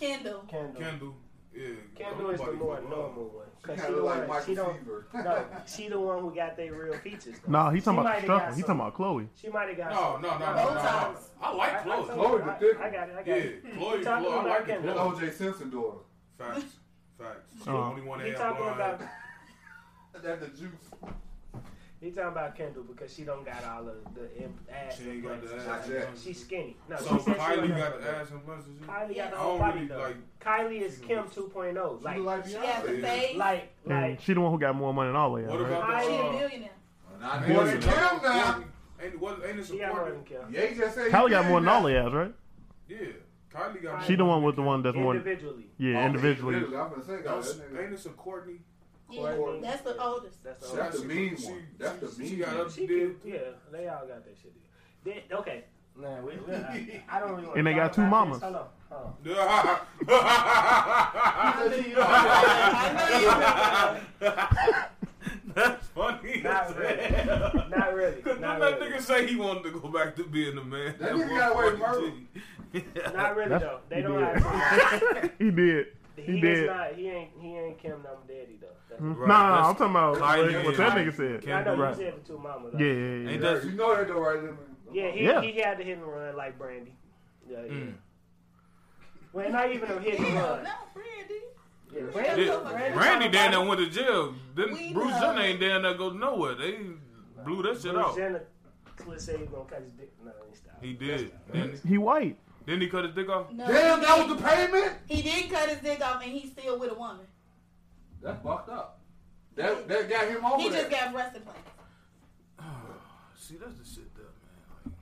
Kendall. Kendall. Kendall. Yeah. Kendall is the Nobody more fuck her up. normal one. She Cause kind she, of the look one, like she Michael don't. Fever. No, she the one who got their real features. though. No, he She talking about might the have struggle. got He some. talking about Chloe. She might have got. No, some. no, no, no, no, no. Botox. I like Chloe. I, Chloe. I, the thick I, I got it. I got Yeah, it. Chloe He is talking Chloe. I about like the Kendall. That's Chloe. OJ Simpson daughter. Facts. Facts. She the Uh-huh. only one that He had talking blonde hair. about. That's the juice. He talking about Kendall because she don't got all of the im- ass. She ain't and got buns. the Not ass. yet. and She's skinny. No, So she said she don't Kylie have got no the butt. ass and blessings. Kylie got Yeah. the I whole don't body really though. like- Kylie is Kim She 2.0. Like, look like She has Beyonce. a Yeah. face. like, And like. she the one who got more money than all of y'all. What right? about she the, a uh, millionaire. Not more than Kim now. Ain't, what, ain't it She got more than supporting? Kim. Yeah, he just said. he Kylie got did more than that. all of y'all's, right? Yeah. Kylie got She the more one with the one that's more. Individually. Yeah, Oh, individually. individually, I'm gonna say, than- God, That's- that nigga- Ain't it a Courtney? Yeah, that's the oldest. That's That's all. the mean one. That's the She mean got one. up She there. could, yeah, they all got that shit. They, okay. Nah, we, we, I, I don't really wanna And they got talk two about mamas. this. Hold on, hold on. I That's funny. Not really. Not really. Cause Not that really. nigga say he wanted to go back to being a man. That nigga got away with murder. Not really That's- though. They he don't did. have. He did. He, He is did. not. He ain't. He ain't Kim Num Daddy though. That's No, what- no, no, I'm talking about Kylie what- what that and- nigga said. Yeah, I know right. you said the two mamas. Though. Yeah, yeah, yeah. Ain't that- You know that though, right? Lemon? Yeah, he, Yeah. he had to hit and run like Brandy. Yeah, yeah. Mm. Well, not even a hit don't and know. run. No, Brandy. Yeah, Brandy, Yeah, Brandy, Randy talking down there about- went to jail. Then We Bruce know. Jenner ain't down there go nowhere. They blew that shit Bruce out. Jenner would say he gonna cut his dick. No, he stopped. He did. Then, He white. then he cut his dick off. No, Damn, he that was didn't. the payment. He did cut his dick off, and he's still with a woman. That's fucked up. That that got him over He there. just got breast implants. See, that's the shit, that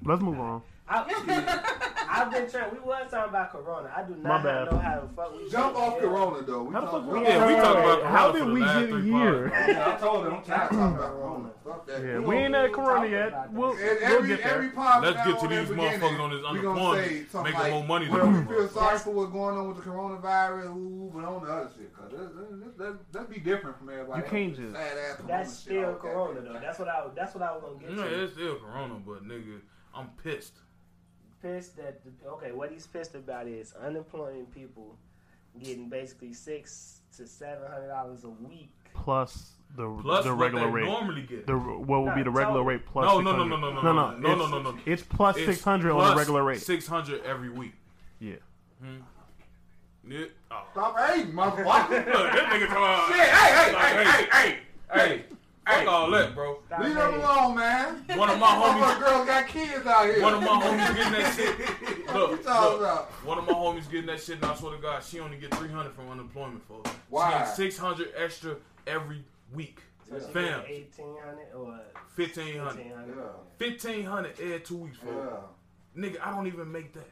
Let's move on. I, I've been trying. We was talking about Corona. I do My not bad. know how to fuck. We Jump off Yeah. Corona though. We How the fuck talked we about- man. Yeah, we talk about How Corona did for the we last get three here? Yeah, I told him I'm tired of talking about Corona. Fuck that. Yeah, And we ain't at Corona Talk yet. about We'll, that. we'll every get every there. podcast Let's get to on that these beginning, motherfuckers on this we gonna unemployment, say something making more money Well, than we we feel want. sorry for what's going on with the coronavirus, ooh, but on the other shit, cause that that, that, that be different from everybody. You can't else. just- Sad ass corona That's shit, still all that. Corona though. That's what I. That's what I was gonna get man. Yeah, to. it's still Corona, but nigga, I'm pissed. Pissed that. Okay, what he's pissed about is unemployed people getting basically six to seven hundred dollars a week. Plus the Plus the what regular they rate. normally get. the what would be the No, regular total. rate plus No, no, no, no, 600. no, no, no, no, it's, no, no, no. It's plus It's six hundred on the plus regular rate. 600 every week. Yeah. Yeah. Oh. Stop hating, motherfucker. Look, that nigga come out. Shit, hey, hey, Like, hey, hey, hey. hey, hey. Fuck all that, bro. Stop Leave them hating. alone, man. One of my Motherfucker, homies, girls got kids out here. one of my homies getting that shit. You Look, talking look, about? one of my homies getting that shit, and I swear to God, she only get 300 from unemployment for. Why? She get 600 extra every week. So she Fam, get 1800 or 1500. 1500 Yeah, 1500 every two weeks, for. yeah. Nigga, I don't even make that.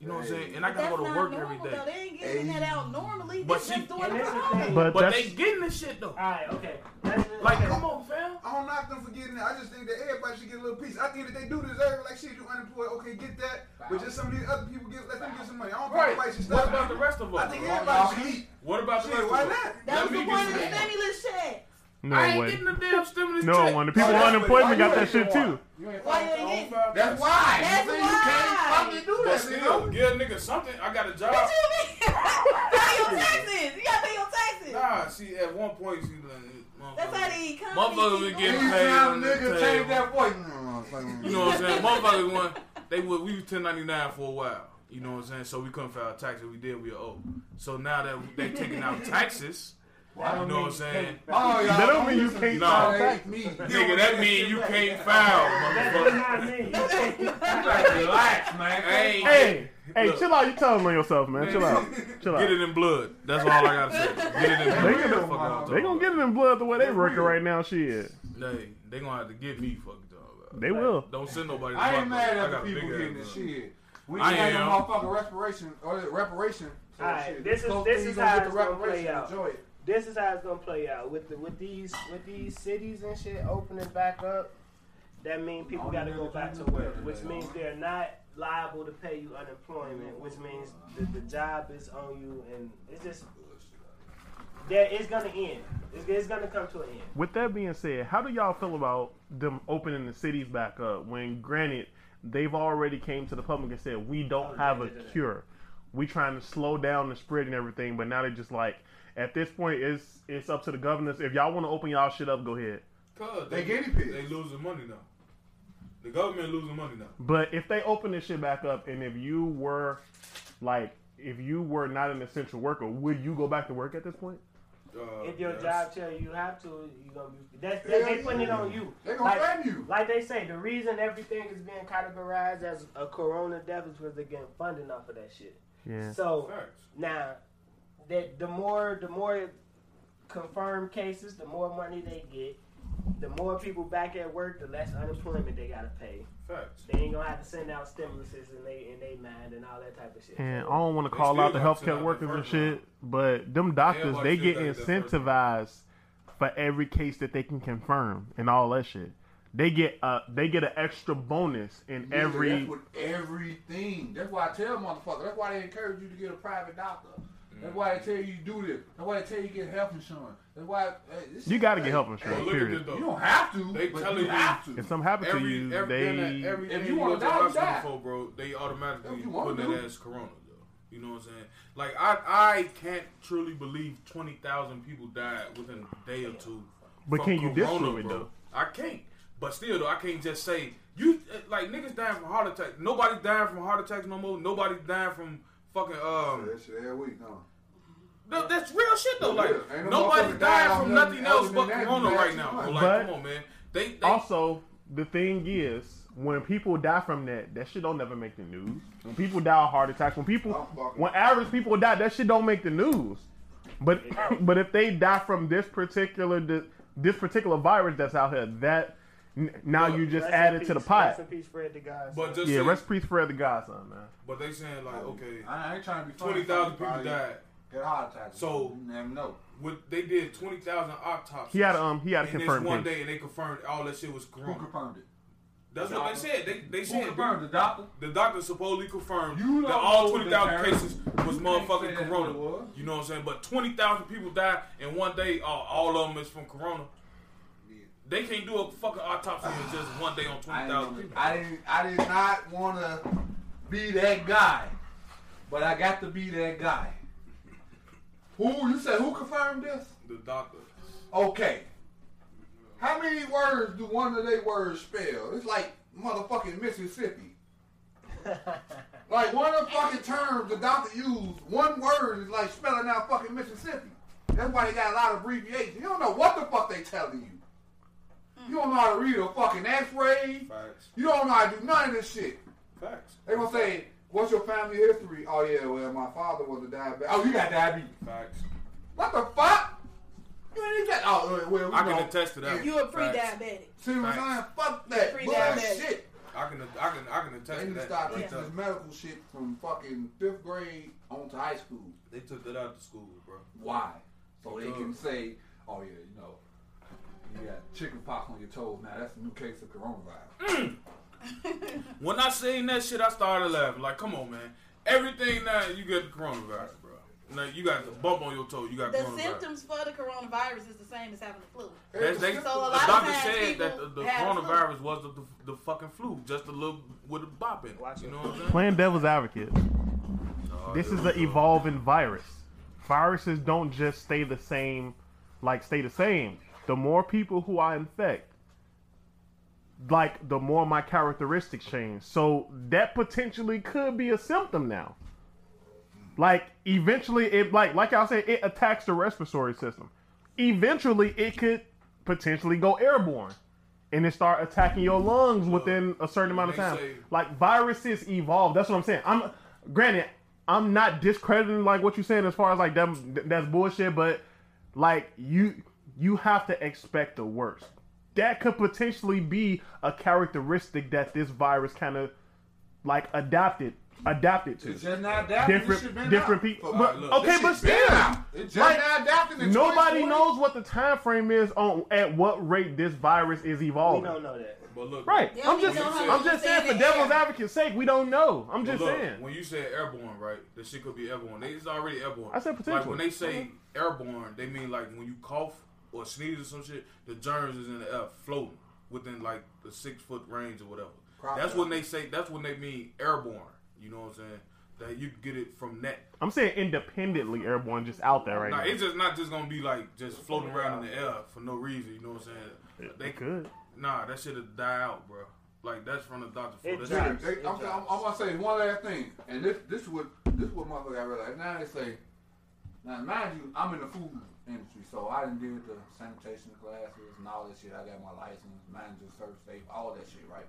You know what I'm Hey. saying? And I That's gotta go to not work every normal, day. Though. They ain't getting that out normally. But But she- just doing And it this for is the thing. home. But, But that's they getting this shit though. Alright, okay. That's just, Like, come on, fam. I don't knock them for getting it. I just think that everybody should get a little piece. I think that they do deserve it. Like, shit, you unemployed. Okay, get that. But just some of these other people, get, let them get some money. I don't think everybody should What stop. about the rest of I us? think Y'all everybody should keep- eat. What about the Shit, rest why of us? not? That was Let the me point of get the some- stimulus check. no I ain't way. getting the damn stimulus No check. one. The people Oh, on that's unemployment what- got why you that shit ain't too. You ain't Why you fucking- ain't getting? That's why. That's you why. can't fucking do But that, nigga. still, give a nigga something. I got a job. What you mean? pay your taxes. You gotta pay your taxes. Nah, see, at one point she like, That's how the Motherfucker economy. been Any getting keep going. paid time on nigga change the table. that voice, mm, fucking- You know what I'm saying? Motherfuckers won. They were we was 1099 for a while. You know what I'm saying? So we couldn't file taxes. We did. We were owed. So now that they taking out taxes, you know what I'm saying? Oh, y'all That don't mean you listen can't to file y'all. taxes. Me. Nigga, that mean you can't file, That's motherfucker. not me. Relax, man. Hey, Hey, hey, Look. chill out. You telling on yourself, man. Chill out. Chill Get out. it in blood. That's all I gotta say. Get it in They blood. gonna- Fuck all I'm They gonna talking get it in blood the way they working real. right now. Shit. about. They they gonna have to get me fucked up. They will. Don't send nobody. To I ain't Barclays. mad I got at the a people big getting the ass gun. shit. We I ain't had no am. motherfucking reparation or the reparation. So Alright, shit, this is- Coach this T's is gonna how get it's the gonna reparation. play out. Enjoy it. this is how it's gonna play out with the with these with these cities and shit opening back up. That means people got to go back to work, which means they're not liable to pay you unemployment, which means the, the job is on you, and it's just that it's gonna end. It's, it's gonna come to an end. With that being said, how do y'all feel about them opening the cities back up when granted they've already came to the public and said we don't have a cure. We trying to slow down the spread and everything, but now they just like at this point it's it's up to the governors. If y'all want to open y'all shit up, go ahead. Cause They guinea pigs. They losing money now. The government losing money now. But if they open this shit back up and if you were like if you were not an essential worker, would you go back to work at this point? Oh, Uh, If your yes. job tell you you have to, you gonna be. That's they, they putting it on you. They gonna Like- blame you. Like they say, the reason everything is being categorized as a corona death is because they're getting funding off of that shit. Yeah. So Facts. now that the more the more confirmed cases, the more money they get, the more people back at work, the less unemployment they gotta pay. Facts. They ain't gonna have to send out stimuluses and they in they mind and all that type of shit. And I So, don't want to They call still out the got to healthcare have workers the and first round. shit, but them doctors Everybody they still get got that first round. incentivized for every case that they can confirm and all that shit. They get a they get an extra bonus in Nigga, every that's with everything. That's why I tell motherfuckers. That's why they encourage you to get a private doctor. That's why they tell you to do this. That's why they tell you to get health insurance. That's why hey, this you shit- got to get health Well, insurance. look at this Period. though. You don't have to. They but telling you you have to. If something happens to Every, you, every, they every, If if you you wanna want to die, you hospital die. for, bro, they automatically If you wanna putting that do. as corona, though. You know what I'm saying? Like I, I can't truly believe twenty thousand people died within a day or two. But from can you disprove corona, it, bro. though? I can't. But still, though, I can't just say you uh, like niggas dying from heart attacks. Nobody's dying from heart attacks no more. Nobody's dying from fucking um. That shit every week, no. No, that's real shit though. Like Yeah, ain't no nobody's motherfucker dying died from on nothing nothing else other but than that. corona That's right too now. much. Like, But- come on, man. They, they Also, the thing is, when people die from that, that shit don't never make the news. When people die of heart attacks, when people, I'm fucking- when average people die, that shit don't make the news. But but if they die from this particular di- this particular virus that's out here, that n- now you just rest in added to the peace- Rest pot. in peace, Fred the God. but just Yeah, say- rest peace for the godson, man. but they saying like okay, Oh, I ain't trying to be funny. twenty thousand people Somebody died. Get heart attack. So- you never know. What they did twenty thousand autopsies. He had a, um he had a in this confirmed one case. day, and they confirmed all that shit was Who corona. confirmed it? That's what they said. They they Who said confirmed the doctor? the doctor supposedly confirmed You that don't all know twenty the thousand term. cases was You can't say motherfucking that's corona. what it was. You know what I'm saying? But twenty thousand people died in one day. Uh, all of them is from corona. They can't do a fucking autopsy in just one day on I twenty thousand didn't, people. I didn't. I did not want to be that guy, but I got to be that guy. Who you said? Who confirmed this? The doctor. Okay. How many words do one of their words spell? It's like motherfucking Mississippi. like one of the fucking terms the doctor used, one word is like spelling out fucking Mississippi. That's why they got a lot of abbreviations. You don't know what the fuck they telling you. You don't know how to read a fucking X-ray. Facts. You don't know how to do none of this shit. Facts. They gonna say, "What's your family history?" Oh yeah, well my father was a diabetic. Oh, you got diabetes. Facts. What the fuck? You ain't even got. Oh, well, we I can know. attest to that. You a Facts. pre-diabetic. See what I'm saying? Thanks. Fuck that Pre-diabetic. bullshit. I can I can I can attest They to need to that. start They teaching took- this medical shit from fucking fifth grade on to high school. They took that out of school, bro. Why? So they can say, "Oh yeah, you know, you got chicken pox on your toes. Now that's a new case of coronavirus." When I seen that shit, I started laughing. Like, come on, man. Everything now you got the coronavirus, bro. Now you got the bump on your toe. You got The coronavirus. symptoms for the coronavirus is the same as having the flu. That's- they- So a the lot of doctor times said people that the, the have flu. coronavirus was the, the, the fucking flu, just a little with a bop in it. Watch you it. know what I'm saying? Oh, Playing devil's advocate, this is an evolving virus. Viruses don't just stay the same, like stay the same. The more people who I infect, like the more my characteristics change. So that potentially could be a symptom now. Like eventually, it like like I said, it attacks the respiratory system. Eventually, it could potentially go airborne, and it start attacking your lungs within a certain amount of they time. say- like viruses evolve. That's what I'm saying. I'm granted, I'm not discrediting like what you're saying as far as like them that's bullshit, but like you you have to expect the worst. that could potentially be a characteristic that this virus kind of like adopted adapted to. It's just not adapting. This shit been Different different out. people. All But, right, look, okay, this but shit been still, out. It's just like, not adapting to nobody 2020. knows what the time frame is on at what rate this virus is We evolving. don't know that. But look, Right. They I'm don't just even know how I'm to just saying stay for in the devil's air. advocate's sake, we don't know. I'm just Well, look, saying. When you say airborne, right? This shit could be airborne. They, it's already airborne. I said Uh-huh. Like potentially. when they say airborne, they mean like when you cough or sneeze or some shit, the germs is in the air floating within like the six foot range or whatever. Crop that's dust. when they say. That's when they mean airborne. You know what I'm saying? That you can get it from that. I'm saying independently airborne just out there right Now, now. it's just not just gonna be like just floating around in the air for no reason. You know what I'm saying? It- it could. Nah, that shit'll die out, bro. Like that's from the doctor. It That's dies. not- Right. They- I'm, I'm, I'm gonna say one last thing, and this this what this what motherfucker I realized. Now they say, now mind you, I'm in the food industry, so I didn't did the sanitation classes and all that shit. I got my license, manager, serve safe, all that shit, right?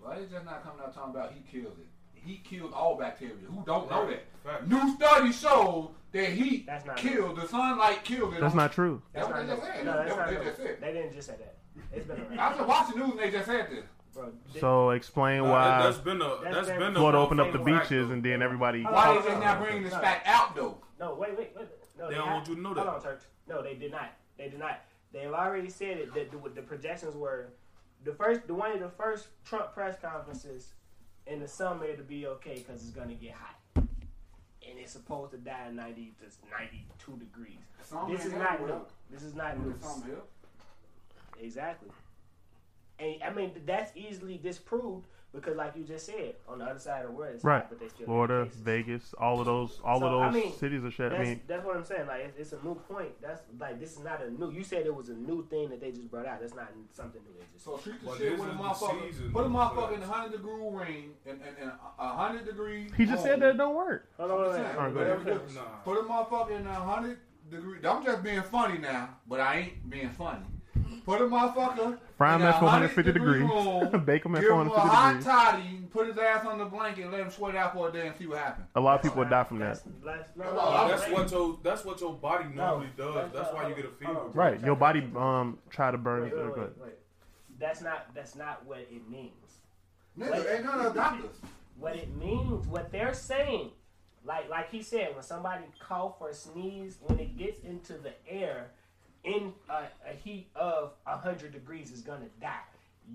Why they just not coming out talking about he killed it? He killed all bacteria. Who don't know that? Fact. Uh, New study showed that heat That's not- killed the sunlight killed it. That's not true. That's not what they no, just said. no, That's that's what not they no. just said. They didn't just say that. It's been I around. was watching news and they just said this. Bro, they- So explain Nah, why that- that's been a that's been- been a Florida opened up the motherfucking fact, beaches though. and then everybody. Why they just not bringing this fact out though? No, wait, wait, wait. No, They don't ha- want you to know that. Hold on, Turk. No, they did not. They did not. They've already said it. That the, the projections were the first, the one of the first Trump press conferences in the summer. It'll be okay because it's gonna get hot, and it's supposed to die at ninety to ninety-two degrees. Some This in is not April. new. This is not new. Some here. Exactly. And I mean that's easily disproved because, like you just said, on the other side of the world, it's Right. hot, but they still have Florida, cases. Vegas, all of those, all So, I of those mean, cities are shut. I That's, mean, that's what I'm saying. Like it's, it's a new point. That's like this is not a new. You said it was a new thing that they just brought out. That's not something new. It just So treat the Well, shit this with a is the motherfucker. season, Put a motherfucker but- in a hundred degree ring and and, and a- a hundred degree. he just said that it don't work. hold on, wait, Saying, wait, Alright, go wait. whatever ahead. difference. Nah. Put a motherfucker in a hundred degree. I'm just being funny now, but I ain't being funny. Put a motherfucker. Fry him in a at 450 100 degree degrees. room, Bake him at give him 450 a degrees. hot toddy. and Put his ass on the blanket. and Let him sweat out for a day and see what happens. A lot of people would die from that. That's- that's- no, no, Well, no, That's that's- what your that's what your body normally No, does. that's That's not- why you get a hold fever. on. Right, your body um try to burn. wait, it. wait, Go wait, ahead. wait. That's not that's not what it means. Like- Nigga, ain't none of the doctors. What it means, what they're saying, like like he said, when somebody cough or sneeze, when it gets into the air, in a, a heat of hundred degrees, is gonna die.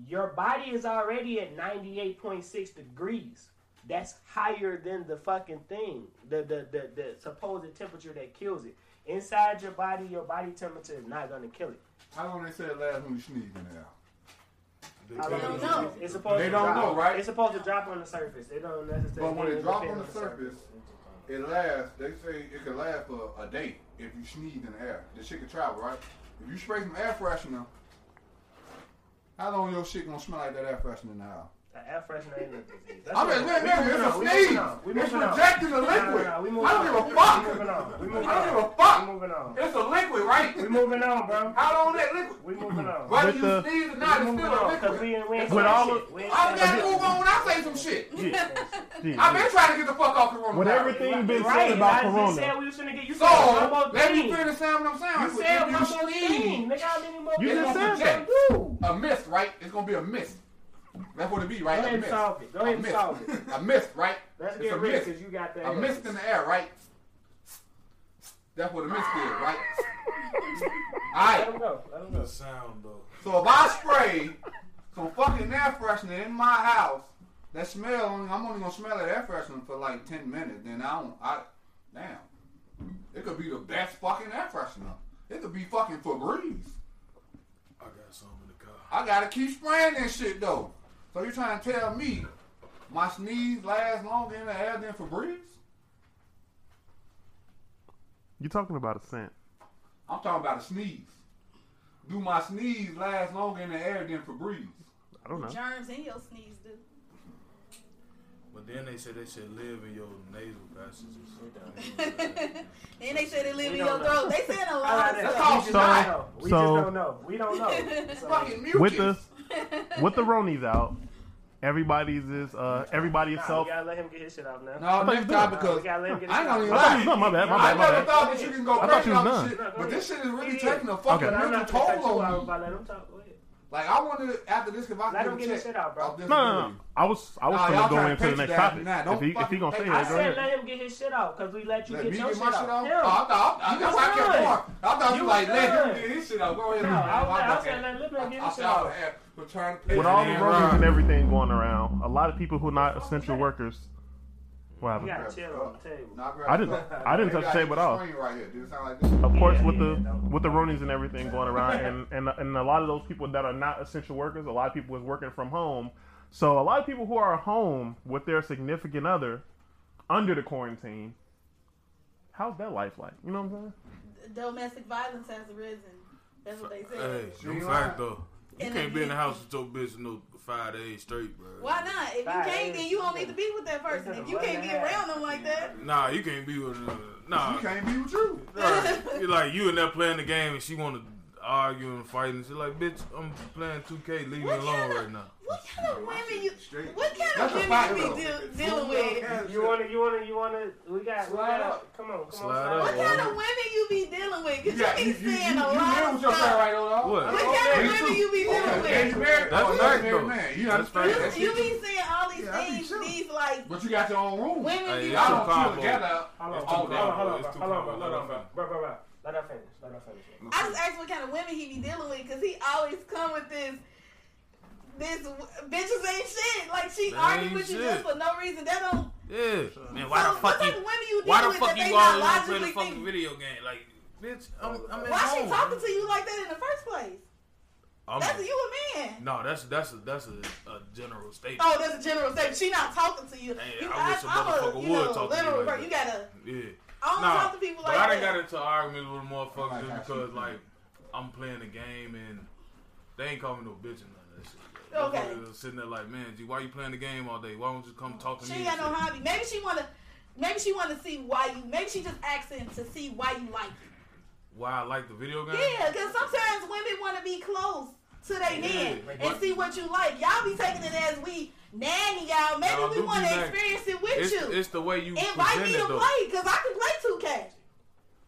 Your body is already at ninety eight point six degrees. That's higher than the fucking thing, the the, the the supposed temperature that kills it. Inside your body, your body temperature is not gonna kill it. How long they said last when you sneezed in there? They I don't tell you know. it's- It's supposed They to don't drop. know, right? It's supposed to drop on the surface. They don't necessarily. But when it drop depends on the surface, It lasts. They say it could last for a day if you sneeze in the air. The shit can travel, right? If you spray some air freshener, how long your shit gonna smell like that air freshener now? An air freshener ain't a disease. I'm just letting them. It's a sneeze. It's rejecting the liquid. No, no, I we don't moving on. give We a moving fuck. on. We I moving don't give on. a We fuck. moving on. It's a liquid, We right? moving on, bro. How long that liquid? We moving on. Whether With you the- sneeze or not, We it's moving still a on because liquid. we ain't we ain't With all saying of- shit. We ain't saying I'm just shit. move on when I say some shit. Yeah, I've yeah. been trying to get the fuck off coronavirus. With everything been Right, said about and I just Corona, said we was gonna get you. said one So more let me thing. finish saying what I'm saying. You said one If more sneeze, thing. Nigga, how many more You things just we can said that. do? a mist, right? It's gonna be a mist. That's what it be, right? Go ahead a and mist. solve it. Go ahead a and mist. solve it. a mist, right? Let's it's a get rid mist. because you got that. A mist in the air, right? That's what a mist is, right? Let Alright. him go. Let him the go. sound though. So if I spray some fucking air freshener in my house, that smell only- I'm only gonna smell that air freshener for like ten minutes, then I don't I damn. It could be the best fucking air freshener. It could be fucking Febreze. I got some in the car. I gotta keep spraying that shit though. So you trying to tell me my sneeze lasts longer in the air than Febreze? you're talking about a scent. I'm talking about a sneeze. Do my sneeze last longer in the air than Febreze? I don't know. Germs in your sneeze, dude. But then they said they should live in your nasal passages. Then they said it live We in your don't know. throat. They said a All lot right, of that's stuff. all all. We just don't tonight. know. We So- just don't know. We don't know. So, Fucking mucus. With the with the Ronies out, Everybody's is uh, everybody Nah, itself. we gotta let him get his shit off now. No, next do time Nah, it. because Oh, we gotta let him get his shit I ain't gonna off. even I thought you- lie. no, my bad, my I bad, my never bad. thought that you can go I thought crazy you was off done. this shit, go but this shit is really Yeah. taking a fucking But I'm mental not gonna cut toll you on out, me. but let him talk. Go ahead. Like I wonder after this if I Let can him get get a his check shit out, bro. of this No, no, ability. no. I was I was Nah, y'all gonna go trying to into the pitch next that. topic. Nah, don't if he if he gonna say fucking it, pitch go I that. said ahead. let him get his shit out because we let you Let get me your get shit my shit out. off. Him. Oh, I thought I, I, You that's why I was kept good. going. I thought you You like was let him good. get his shit out. Go ahead. No, and I was, I was okay. saying let Lipman get his I shit said I out. was at- we're trying to pitch With all the that. rumors Right. and everything going around, a lot of people who are not essential workers. What You happened? gotta chill on the table. Nah, grab I this didn't up. I didn't Maybe touch the I table at hit all. the screen right here. Did it sound like this? Of course, Yeah, with yeah, the no. with the Ronies and everything going around, and, and and a lot of those people that are not essential workers, a lot of people is working from home. So a lot of people who are home with their significant other under the quarantine, how's that life like? You know what I'm saying? Domestic violence has arisen. That's what they Hey, said. no fact though. You And can't be in the then- house with your bitch no five days straight, bro. Why not? If you Right. can't, then you don't need to be with that person. If you can't be around them like that, Nah, you can't be with her. Nah. Uh, You can't be with you. Right. You like you in there playing the game and she want to argue and fight and she like, bitch, I'm playing 2K. Leave me What alone kind of- right now. what kind of women you? Straight. What kind That's of a fact, women you though. be deal, dealing with? You wanna, you wanna, you wanna. We got, we Slide got. up. Come on, come on. Slide up. What Slide kind of women you be dealing with? Cause Yeah, you you, keep you, you, you saying a live lot of with your friend stuff. right now. What? What Okay, kind of you women you be Okay, dealing yeah, with? you married. That's oh, you're fact, a married though. man. You That's understand fact. that You shit. be saying all these Yeah, I be things, chilling. these like But you got your own room. women Hey, you it's Y'all too don't chill powerful. together. Hold on, It's too hold on, hold on, hold powerful. on, It's too hold on, bro, powerful. hold on, bro, bro, bro, bro. Let her finish. Let her finish. bro. I just asked what kind of women he be dealing with because he always come with this. This w- bitches ain't shit. Like she They arguing ain't with you shit. just for no reason. That don't. Yeah. Man, why so the fuck Oh, what you? type of women you Why dealing the fuck with that you they not always wanna play the logically fucking thinking? video game? Like, bitch, I'm, I'm at Why home. she talking to you like that in the first place? I'm, That's you a man. No, that's that's a, that's a, a general statement. Oh, that's a general statement. She not talking to you. Hey, you I wish a motherfucker you would know, talk to me literal like person. that. You gotta. Yeah. I don't Nah, talk to people like but I done that. got into arguments with motherfuckers Oh my just gosh, because you- like I'm playing a game and they ain't calling no bitch and none of that shit. bro. Okay. Motherfuckers was Sitting there like, man, G, why you playing the game all day? Why don't you come talk to she me? ain't got and no shit?" hobby. Maybe she wanna. Maybe she wanna see why you. Maybe she just asking to see why you like it. Why I like the video game? Yeah, because sometimes women want to be close to their men Yeah, and but- see what you like. Y'all be taking it as we nanny y'all. Maybe Y'all do we be want to nagging. experience it with It's, you. it's the way you Invite me present to it though. play because I can play 2K.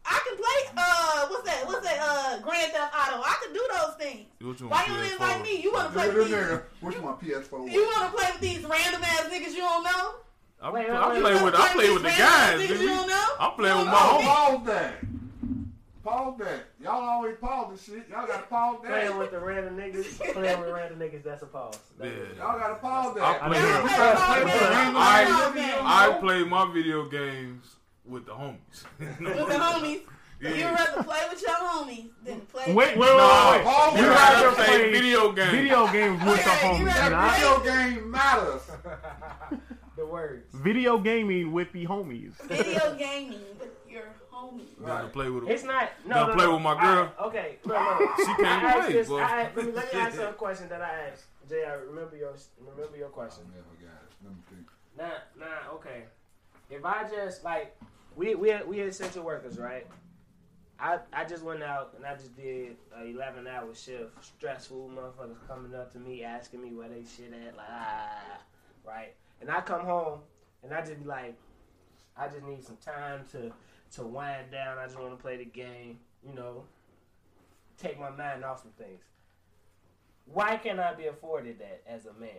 I can play uh what's that? What's that? Uh Grand Theft Auto. I can do those things. What you Why want you to don't play invite for? me? You want to play Look with at this nigga. these? Which one? PS4. You want to play with these random ass niggas you don't know? I'm, Wait, play- wait, I'm wait. playing with I play with the Random ass guys. niggas you don't nigga. know? I'm playing You don't with my know homie. me. Pause that. Pause that. Y'all always pause this shit. Y'all gotta pause that. Playing with the random niggas. Playing with random niggas. That's a pause. That's Yeah. it. Y'all gotta pause that. I We play- gotta play I with the play- random I- niggas you don't I know. play my video games with the homies. With the homies. Yeah. You'd rather play with your homies than play. Wait, wait, with wait, wait. wait. Pause You that. have gotta to play play video games. Video games with the Okay, homies, you better not play- That video game matters. The words. Mm. video gaming with the homies. video gaming with your homies. Gotta play with It's not. No, Gotta no, play no. with my All girl. right, okay. No, no. She I can't asked wait, this. boy. I, let, me, let me ask you a question that I asked. Jay, I remember your remember your question. Nah, nah, okay. If I just like, we we we essential workers, right? I I just went out and I just did a eleven hour shift. Stressful motherfuckers coming up to me asking me where they shit at, like ah, right. And I come home and I just be like, I just need some time to to wind down. I just want to play the game, you know. Take my mind off some things. Why can't I be afforded that as a man?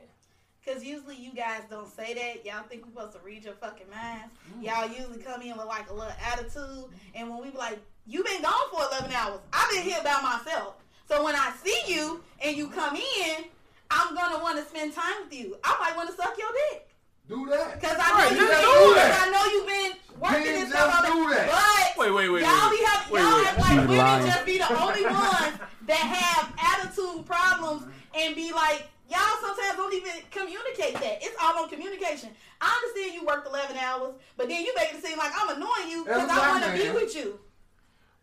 Cause usually you guys don't say that. Y'all think we supposed to read your fucking minds. Mm. Y'all usually come in with like a little attitude, and when we be like, "You been gone for eleven hours. I've been here by myself." So when I see you and you come in, I'm gonna want to spend time with you. I might want to suck your dick Do that. because I Right, know just you've been, do because that. I know you've been working Then and stuff. just all do that. But Wait, wait, wait, y'all wait. be having Wait, y'all wait. act like women lying. just be the only ones that have attitude problems and be like y'all sometimes don't even communicate that. It's all on communication. I understand you worked eleven hours, but then you make it seem like I'm annoying you because That's I my want to be man. with you.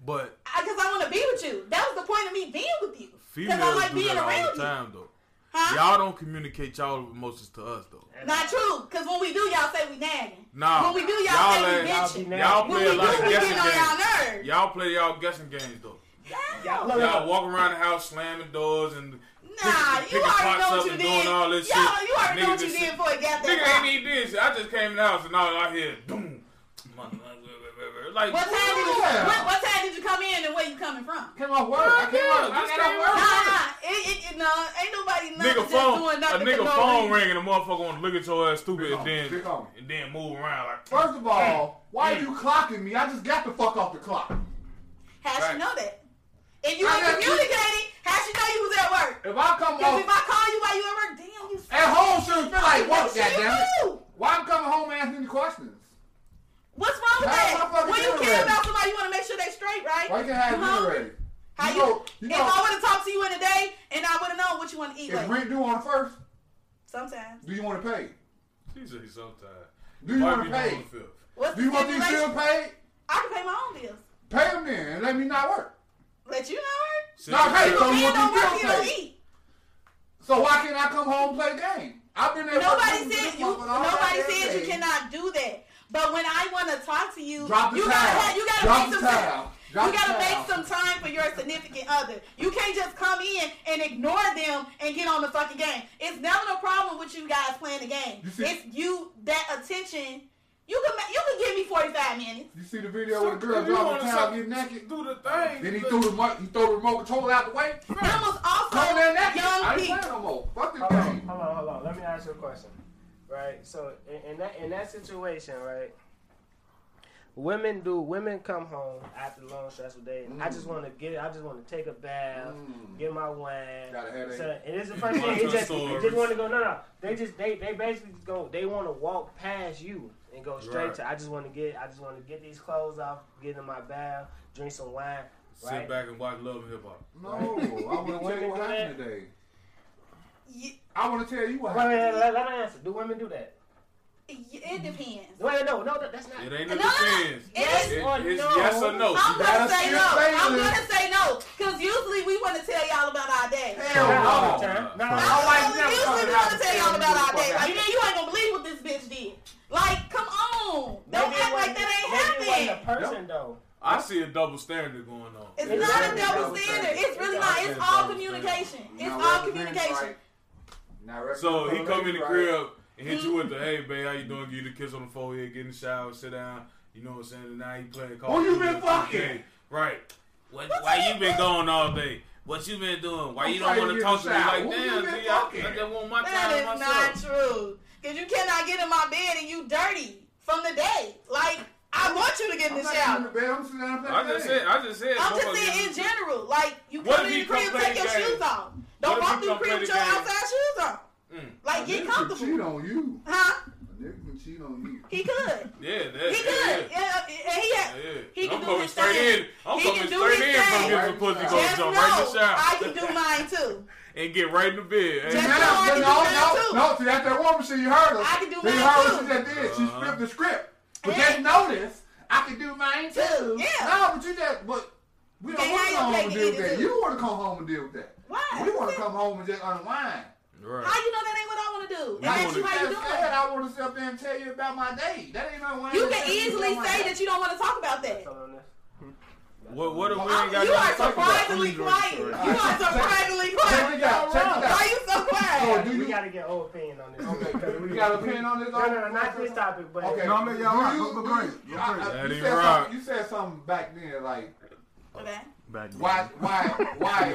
But Because I, want to be with you. That was the point of me being with you. Because I females like do being that all around the you. time though. Huh? Y'all don't communicate y'all emotions to us though. Not true. Because when we do, y'all say we nagging. Nah. When we do, y'all, say we ain't- be bitching. nagging. Y'all When we play a do, lot of we guessing get on y'all games. nerves. Y'all play y'all guessing games though. Hell. Y'all walk around the house slamming doors and Nah, you picking already pots know up what you and doing did. all this Yo, shit. you already know Nigga what you just- did before it got Nigga ain't there. even did shit. I just came in the house and all I hear doom. Like What time did you Yeah. what, what time did you come in and where you coming from? Came off work. I came Yeah, off. I just got off came work. Nah, off. nah, it, it, it, no, ain't nobody nothing just nigga phone, doing a nothing. for nigga no phone reason. ring and the motherfucker want to look at your ass stupid Big and on, then big on. and then move around like. First of all, why are Mm. you clocking me? I just got the fuck off the clock. How she Right. know that? If you I ain't got- communicating, how she know you was at work? If I come Because if off I call you while you at work, damn, you. at home, shouldn't feel like work. What you Goddamn it. do? Why I'm coming home asking the questions? What's wrong with How that? am I fucking When you doing care that? about somebody, you want to make sure they straight, right? Why you can't have Huh? dinner ready? How You you? know- you know- if I would have talked to you in the day, and I would have known what you want to eat If later. rent due on the first, Sometimes. do you want to pay? She say sometimes. Do you Why want be to pay? doing the fifth? What's Do you the want these stipulation? bills paid? I can pay my own bills. Pay them then and let me not work. Let you know her. Since Nah, you hey, said- so You you man don't want these work, you bills don't paid? eat. So why can't I come home and play game? I've been there. Nobody said you. Nobody said you cannot do that. But when I want to talk to you, Drop the you towel. gotta have, you gotta Drop make the some time. towel. Drop you the gotta towel. make some time for your significant other. You can't just come in and ignore them and get on the fucking game. It's never a problem with you guys playing the game. You see- it's you that attention. You can ma- you can give me forty five minutes. You see the video where the girl If you dropped wanna the towel, suck- get naked. Do the thing. Then he threw the remote- he threw the remote control out the way. Them was Come also there naked. I young ain't people. playing no more. Fuck this Hold on, game. hold on, hold on. Let me ask you a question, right? So in, in that in that situation, right? Women do. Women come home after a long stressful day. and I Mm. just want to get. I just want to take a bath, Mm. get my wine. Got a headache. So, and it's the first Go thing. to It the just, store. they just want to go. No, no. They just they they basically just go. They want to walk past you and go straight Right. to. I just want to get. I just want to get these clothes off, get in my bath, drink some wine. Sit Right. back and watch Love and Hip Hop. No, I want to tell you what do that? happened today. Y- I want to tell you what Wait, wait, happened. wait, let, let me answer. Do women do that? y- it depends. Wait, no, no, that- that's not. It ain't No, a no, no. defense. It is It- or it's no. yes or I'm gonna no. You gotta say skip no. I'm Baylor. gonna say no because usually we want to tell y'all about our day. Hell Not all no. the time. Not all the time. I don't like usually never usually we coming out and want to tell saying y'all you about the our fuck day. out. Like then you ain't gonna believe what this bitch did. Like, come on, don't Maybe it act like wasn't- that maybe ain't it happening. wasn't a person though. I see a double standard going on. It's It not wasn't a a double double standard. standard. It's really not. It's wasn't a all double communication. standard. It's Now, all represent communication. right. Now, represent So he right. come in the Right. crib and hit you with the hey babe, how you doing? Give you the kiss on the forehead, get in the shower, sit down. You know what I'm saying? And now you playing call. Who of you Duty been with your fucking? kid. Right. What, What's why up? you been gone all day? What you been doing? Why I'm you don't trying to want get to talk in the to me? Like, shower. Who you damn, been see, I, fucking? I just want my That time is to not myself. true. Cause you cannot get in my bed and you dirty from the day. Like, I want you to get I'm in the not coming shower. to bed. I'm sitting down and playing I just games. said, I just said. I'm motherfucker, just saying in general, like you What come if in he the crib, come take your play the shoes game? off. Don't What if walk he through the come play crib with the your game? outside shoes on. Mm. Like A get nigga can cheat comfortable, on you. huh? A nigga can cheat on you. He could. yeah, that, He could. yeah, Yeah, and he yeah, had. yeah. He can I'm do coming his straight thing. in. I'm He coming can do straight his in from thing. getting some pussy. Gonna Just know jump right in the shower I can do mine too. and get right in the bed. Just No, Hey, know I no, can do mine too. no, no. See, that's that woman shit. You heard her. I can do Then you mine heard too. what she just did. She Uh-huh. flipped the script. But Yeah. that notice, I can do mine too. Yeah. No, but you just, but we don't Can't want to have come your home and cake deal with and eat it that. too. You want to come home and deal with that. Why? We want to come home and just unwind. How right. you know that ain't what I want to do? And You that's wanna- you how you Just said doing. I want to sit up there and tell you about my day. That ain't unwind. You That's can just easily about my say day. that you don't want to talk about that. Something on this. What, what if we I'm- ain't I'm- got You nothing are to talk about? surprisingly quiet. You are surprisingly Check quiet. it out. Check it Why out. you so So quiet? do we you gotta get old opinion on this. Okay, we got a pin on this? No, no, no, not this topic, but Okay. No, I'm letting y'all Do rock. you- Go- go do crazy. you- Go I- I- crazy. That you ain't said rock. something- You said something back then, like Okay. Back why, why, why,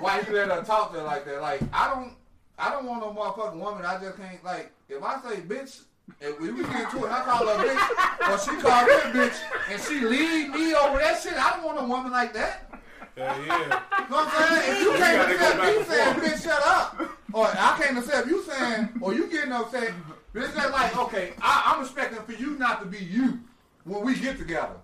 why you let her talk to her like that? Like I don't, I don't want no motherfucking woman. I just can't. Like if I say bitch, if we we get to it, and I call her bitch, or she call me a bitch, and she leave me over that shit. I don't want a woman like that. Yeah, yeah. You know what I'm saying? If you You can't gotta go accept back you and saying, forth. bitch, shut up. Or I can't accept you saying, or you getting upset. Bitch, that's like, okay, I, I'm expecting for you not to be you when we get together.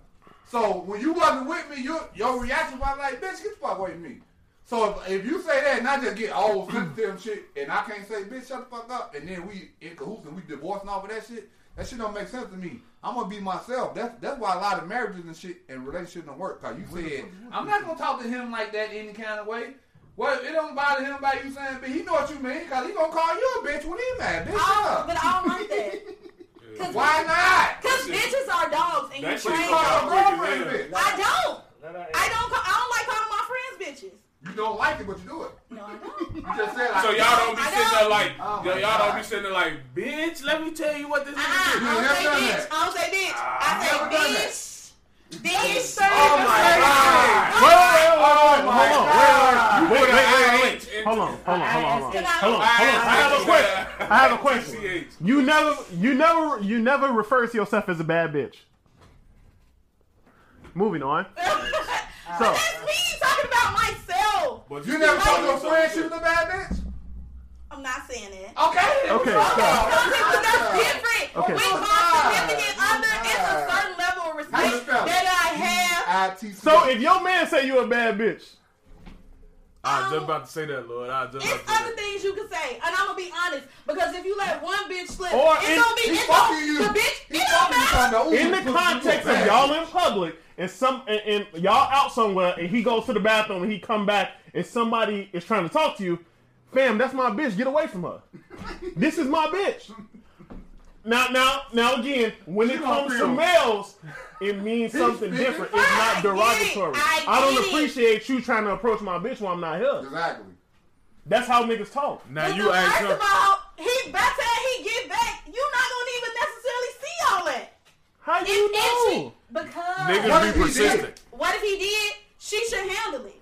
So when you wasn't with me, your your reaction was like, bitch, get the fuck away from me. So if, if you say that and I just get all sensitive and shit, and I can't say, bitch, shut the fuck up, and then we in cahoots and we divorcing off of that shit, that shit don't make sense to me. I'm gonna be myself. That's that's why a lot of marriages and shit and relationships don't work. Cause you said I'm not gonna talk to him like that any kind of way. Well, it don't bother him by you saying, but he know what you mean, cause he gonna call you a bitch when he mad. Bitch, I don't, shut Oh, but up. I don't like that. yeah. Cause Why not? Cause bitches are dogs, and you That shit train Call fucked a dogs. Quick as girlfriend hell. bitch. I don't. No, no, I don't. Call, I don't like calling my friends bitches. You don't like it, but you do it. No, I don't. You just said like, So y'all don't be I sitting there like Oh, y'all, my y'all don't God. be sitting there like, bitch. Let me tell you what this nigga Uh-uh, did. You I never don't say done bitch. that. I don't say bitch. I've never done I that. say bitch. Bitch. Oh my Wait, wait, wait, wait, wait, hold on, wait, God. wait, wait, wait, wait, You wait, put hold on, an hold on, hold on, hold on, Can I- hold on, hold on. I have a question. I have a question. TCH. You never, you never, you never refer to yourself as a bad bitch. Moving on. So, That's me talking about myself. But You never told your yourself friend she shit. was a bad bitch? I'm not saying that. Okay. then. Okay, Fuck so- off. Something but that's different. Okay. With my significant other, it's a certain level of Oh How you respect spell it? that I have. I-T-C-H. so if your man say you a bad bitch, I was just about to say that, Lord. I was just It's about to other say that. things you can say, and I'm gonna be honest because if you let one bitch slip, Or it's it- gonna be He it's fucking gonna, you. the bitch. He it fucking don't you matter. talking in the about, ooh, context you a of bad y'all in public and some and, and y'all out somewhere and he goes to the bathroom and he come back and somebody is trying to talk to you, fam, that's my bitch. Get away from her. this is my bitch. Now, now, now again, when it gonna comes to feel- males, it means something different. It's I not get it. derogatory. I I don't get it. appreciate you trying to approach my bitch when I'm not here. Exactly. That's how niggas talk. Now But you the ask first her. of all, he better he get back. You're not gonna even necessarily see all that. How If, you if she- know? because What Niggas if be he did? persistent. what if he did? She should handle it.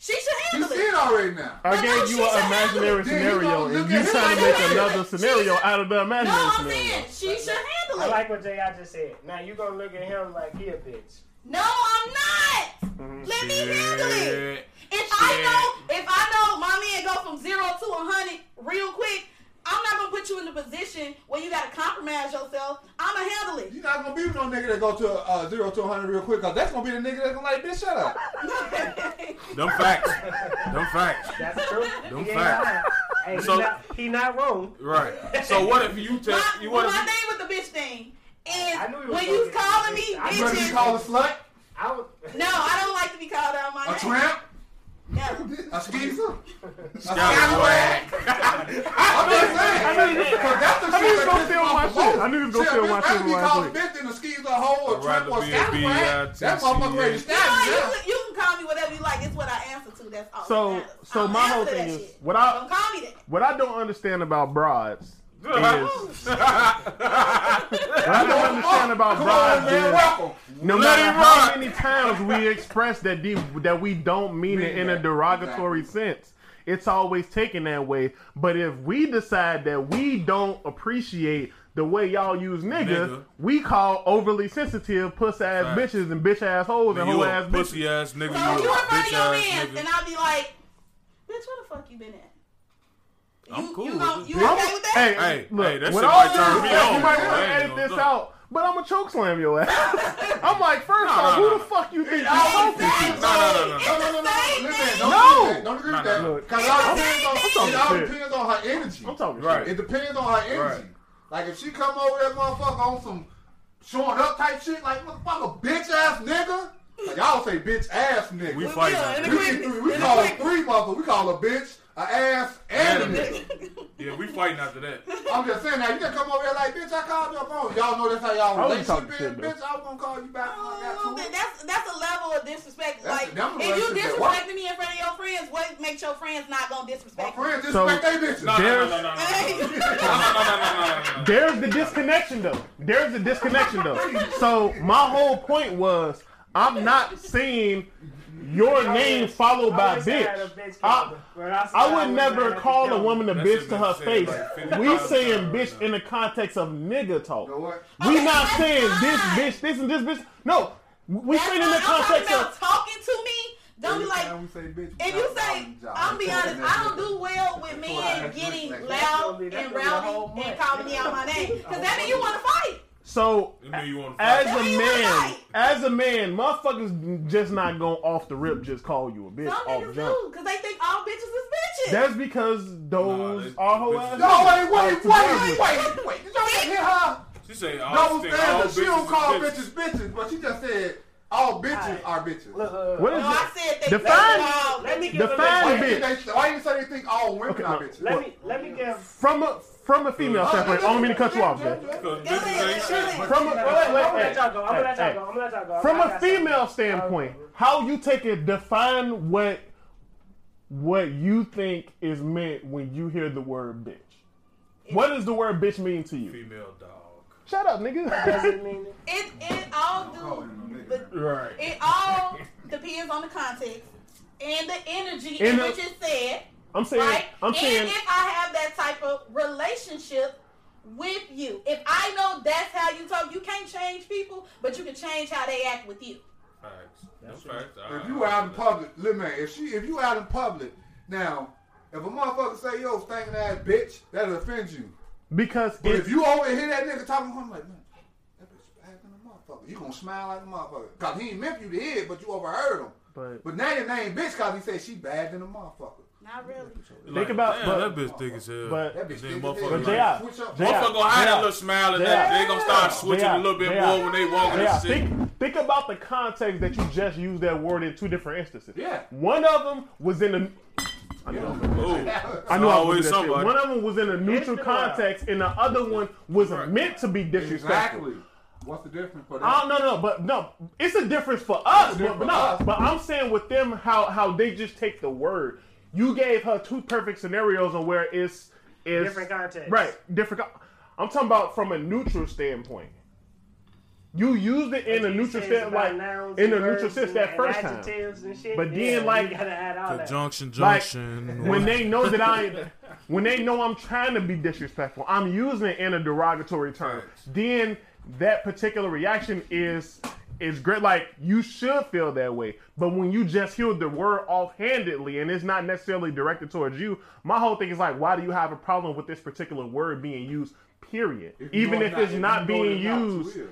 She should You handle see it. it already now. I But no, gave she you said- an imaginary Then you scenario, gonna look and you at trying her to make like- another scenario She said- out of the No, imaginary I'm scenario. saying she should handle I it. like what J.I. just said. Now you gonna look at him like he a bitch. no, I'm not. Let me handle it. Shit. If I know, if I know my man go from zero to a hundred real quick, I'm not gonna put you in the position where you gotta compromise yourself. I'ma handle it. You're not gonna be with no nigga that go to uh, zero to 100 real quick, cause that's gonna be the nigga that's gonna like, bitch, shut up. Them facts. Them facts. That's true. Them he ain't facts. lying. Hey, So- he, not, he not wrong. Right. So what if you tell my, you what my if thing with the bitch thing I knew is you was when gonna you get calling this. me I You ready to be bitches. called a slut? I would. No, I don't like to be called out my A name. tramp? No. A skeezer? A Scallywag. scallywag? I'm just saying. I knew you was- Cause that's the I knew you was shit gonna that steal my pisses me off shit. I knew you was gonna Shit, steal my bitch, rather shit be when I called a quit. bitch than a skeezer, a hoe, I'd or tramp, rather or a be a scallywag. That B.I.T.C.H. motherfucker ready to You, stab know, you. you, can- you can call me whatever you like. It's what I answer to. That's all. So, that matters. so I'll my whole answer that thing is shit. what I Don't call me that. what I don't understand about broads. you What I don't understand about Come on, broads man, is welcome. no Let matter it how rock. many times we express that de- that we don't mean it in a derogatory sense, it's always taken that way. But if we decide that we don't appreciate the way y'all use nigga, Nigga. we call overly sensitive puss ass Facts. bitches and bitch assholes and hoe a ass bitches. pussy ass nigga. So if you You a in front bitch of your man, ass and nigga. I'll be like, bitch, where the fuck you been at? You, I'm cool You, with gon- it. you okay with that? Hey, Hey, look, hey, that with shit all might due turn me respect, on, You might bro. want to I ain't edit gonna this lie. out, but I'm gonna choke slam your ass. I'm like, first Nah, off, nah, who nah, the nah. fuck you think you're talking Exactly. to? No, no, no, no. It's No, no, no, no, the no. same Listen, thing. No. Don't agree with that. Don't agree with that. No, no, no. Cause it all I'm- depends on- I'm talking it all shit. depends on her energy. I'm talking Right. shit. It depends on her energy. Right. Like if she come over that motherfucker on some showing up type shit, like motherfucker bitch ass nigga. Like y'all say bitch ass nigga. We We, fight. yeah, and we, it- Yeah, get three. We and call a it three motherfuckers. We call a bitch, a ass, and a nigga. yeah, we fighting after that. I'm just saying now you can come over here like bitch. I called your phone. Y'all know that's how I y'all wouldn't relationship is. talk shit, Bitch, I was gonna call you back. when I got to Oh, it. that- That's that's a level of disrespect. That's- like that's a if you relationship. What? disrespecting me in front of your friends, what makes your friends not gonna My disrespect? friends So- disrespect they bitches. No, no, no, no, no, no, no, no, you? no, no, no, no. There's the disconnection though. There's the disconnection though. So my whole point was, I'm not seeing your name followed by I wish I had a bitch. bitch I, counter, but I, I swear would never not call have a to woman a That bitch shit to been her said face. like 50,000 We saying bitch times right now. in the context of nigga talk. You know what? We not that's saying this fine. bitch, this and this bitch. No, we That's saying in why the I'm talking context about of talking to me. Don't be Every like, time we say bitch, we if you got say, a job. I'm be honest, I don't do well with men getting loud and rowdy and calling me out my name, because that means you want to fight. so. You know you want to As fight. Tell me a what I man, like. as a man, motherfuckers just not gonna off the rip just call you a bitch Some off niggas jump. do, because they think all bitches is bitches. That's because those they- are hoe bitches- ass. No, wait, Like, wait, wait, wait, to wait, wait. Did y'all hear her? She say all Double things. All standard. She don't call bitches. is bitches bitches, but she just said all bitches Alright. are bitches. Look, uh, What no, is I it? said they Define- think all let me give The a fan why, little, bit- did they, why you say they think all women Okay, are no. bitches? Let me let me give. From a from a female standpoint, I don't mean to cut you off, Jay. Because Go ahead, bitches ain't go ahead. shit. From a Wait, wait, I'm gonna wait, let y'all go. I'm gonna wait, let y'all go. I'm gonna let y'all go. from I a got female something. standpoint, how you take it, define what what you think is meant when you hear the word bitch. What does the word bitch mean to you? Female dog. Shut up, nigga. mean it. It it all do the, right. it all depends on the context and the energy in And the- which it's said. I'm saying. right? I'm and saying. if I have that type of relationship with you, if I know that's how you talk, you can't change people, but you can change how they act with you. Facts. No That's facts. If I- you I- out in public, look man, if she if you out in public, now, if a motherfucker say yo stinking ass bitch, that'll offend you. Because But it's- if you over hear that nigga talking to him like, man, that bitch acting a motherfucker. You gonna smile like a motherfucker. Cause he ain't meant you to hear it, but you overheard him. But But now your name bitch cause he said she bad than a motherfucker. Not really. Like, Think about- damn, but- that bitch thick as hell. but- That bitch Then thick as motherfucker hell. But like- switch up. J.I. Motherfucker gonna hide Yeah. that little smile and Yeah. that. They gonna start switching Yeah. a little bit Yeah. more when they walking yeah, and shit. think think about the context that you just used that word in two different instances. Yeah. One of them was in the Ooh. I know I Always always somebody. somebody. One of them was in a neutral been a while. context, and the other one was Right. meant to be disrespectful. Exactly. What's the difference for I that? don't Uh, no no, but no, it's a difference for us. It's a But, but difference for no, us. but I'm saying with them how how they just take the word. You gave her two perfect scenarios on where it's it's Different context. right? Different. co- I'm talking about from a neutral standpoint. You used it in a You neutral said sense, about like nouns in and a neutral verbs sense and- that and first time. adjectives and shit. But then, Yeah, you like- gotta add all that. Junction, Like junction. when they know that I, when they know I'm trying to be disrespectful, I'm using it in a derogatory term. Then that particular reaction is is great. Like you should feel that way, but when you just hear the word offhandedly and it's not necessarily directed towards you, my whole thing is like, why do you have a problem with this particular word being used? Period. Even you if are it's not, you know being it's not, you used. will.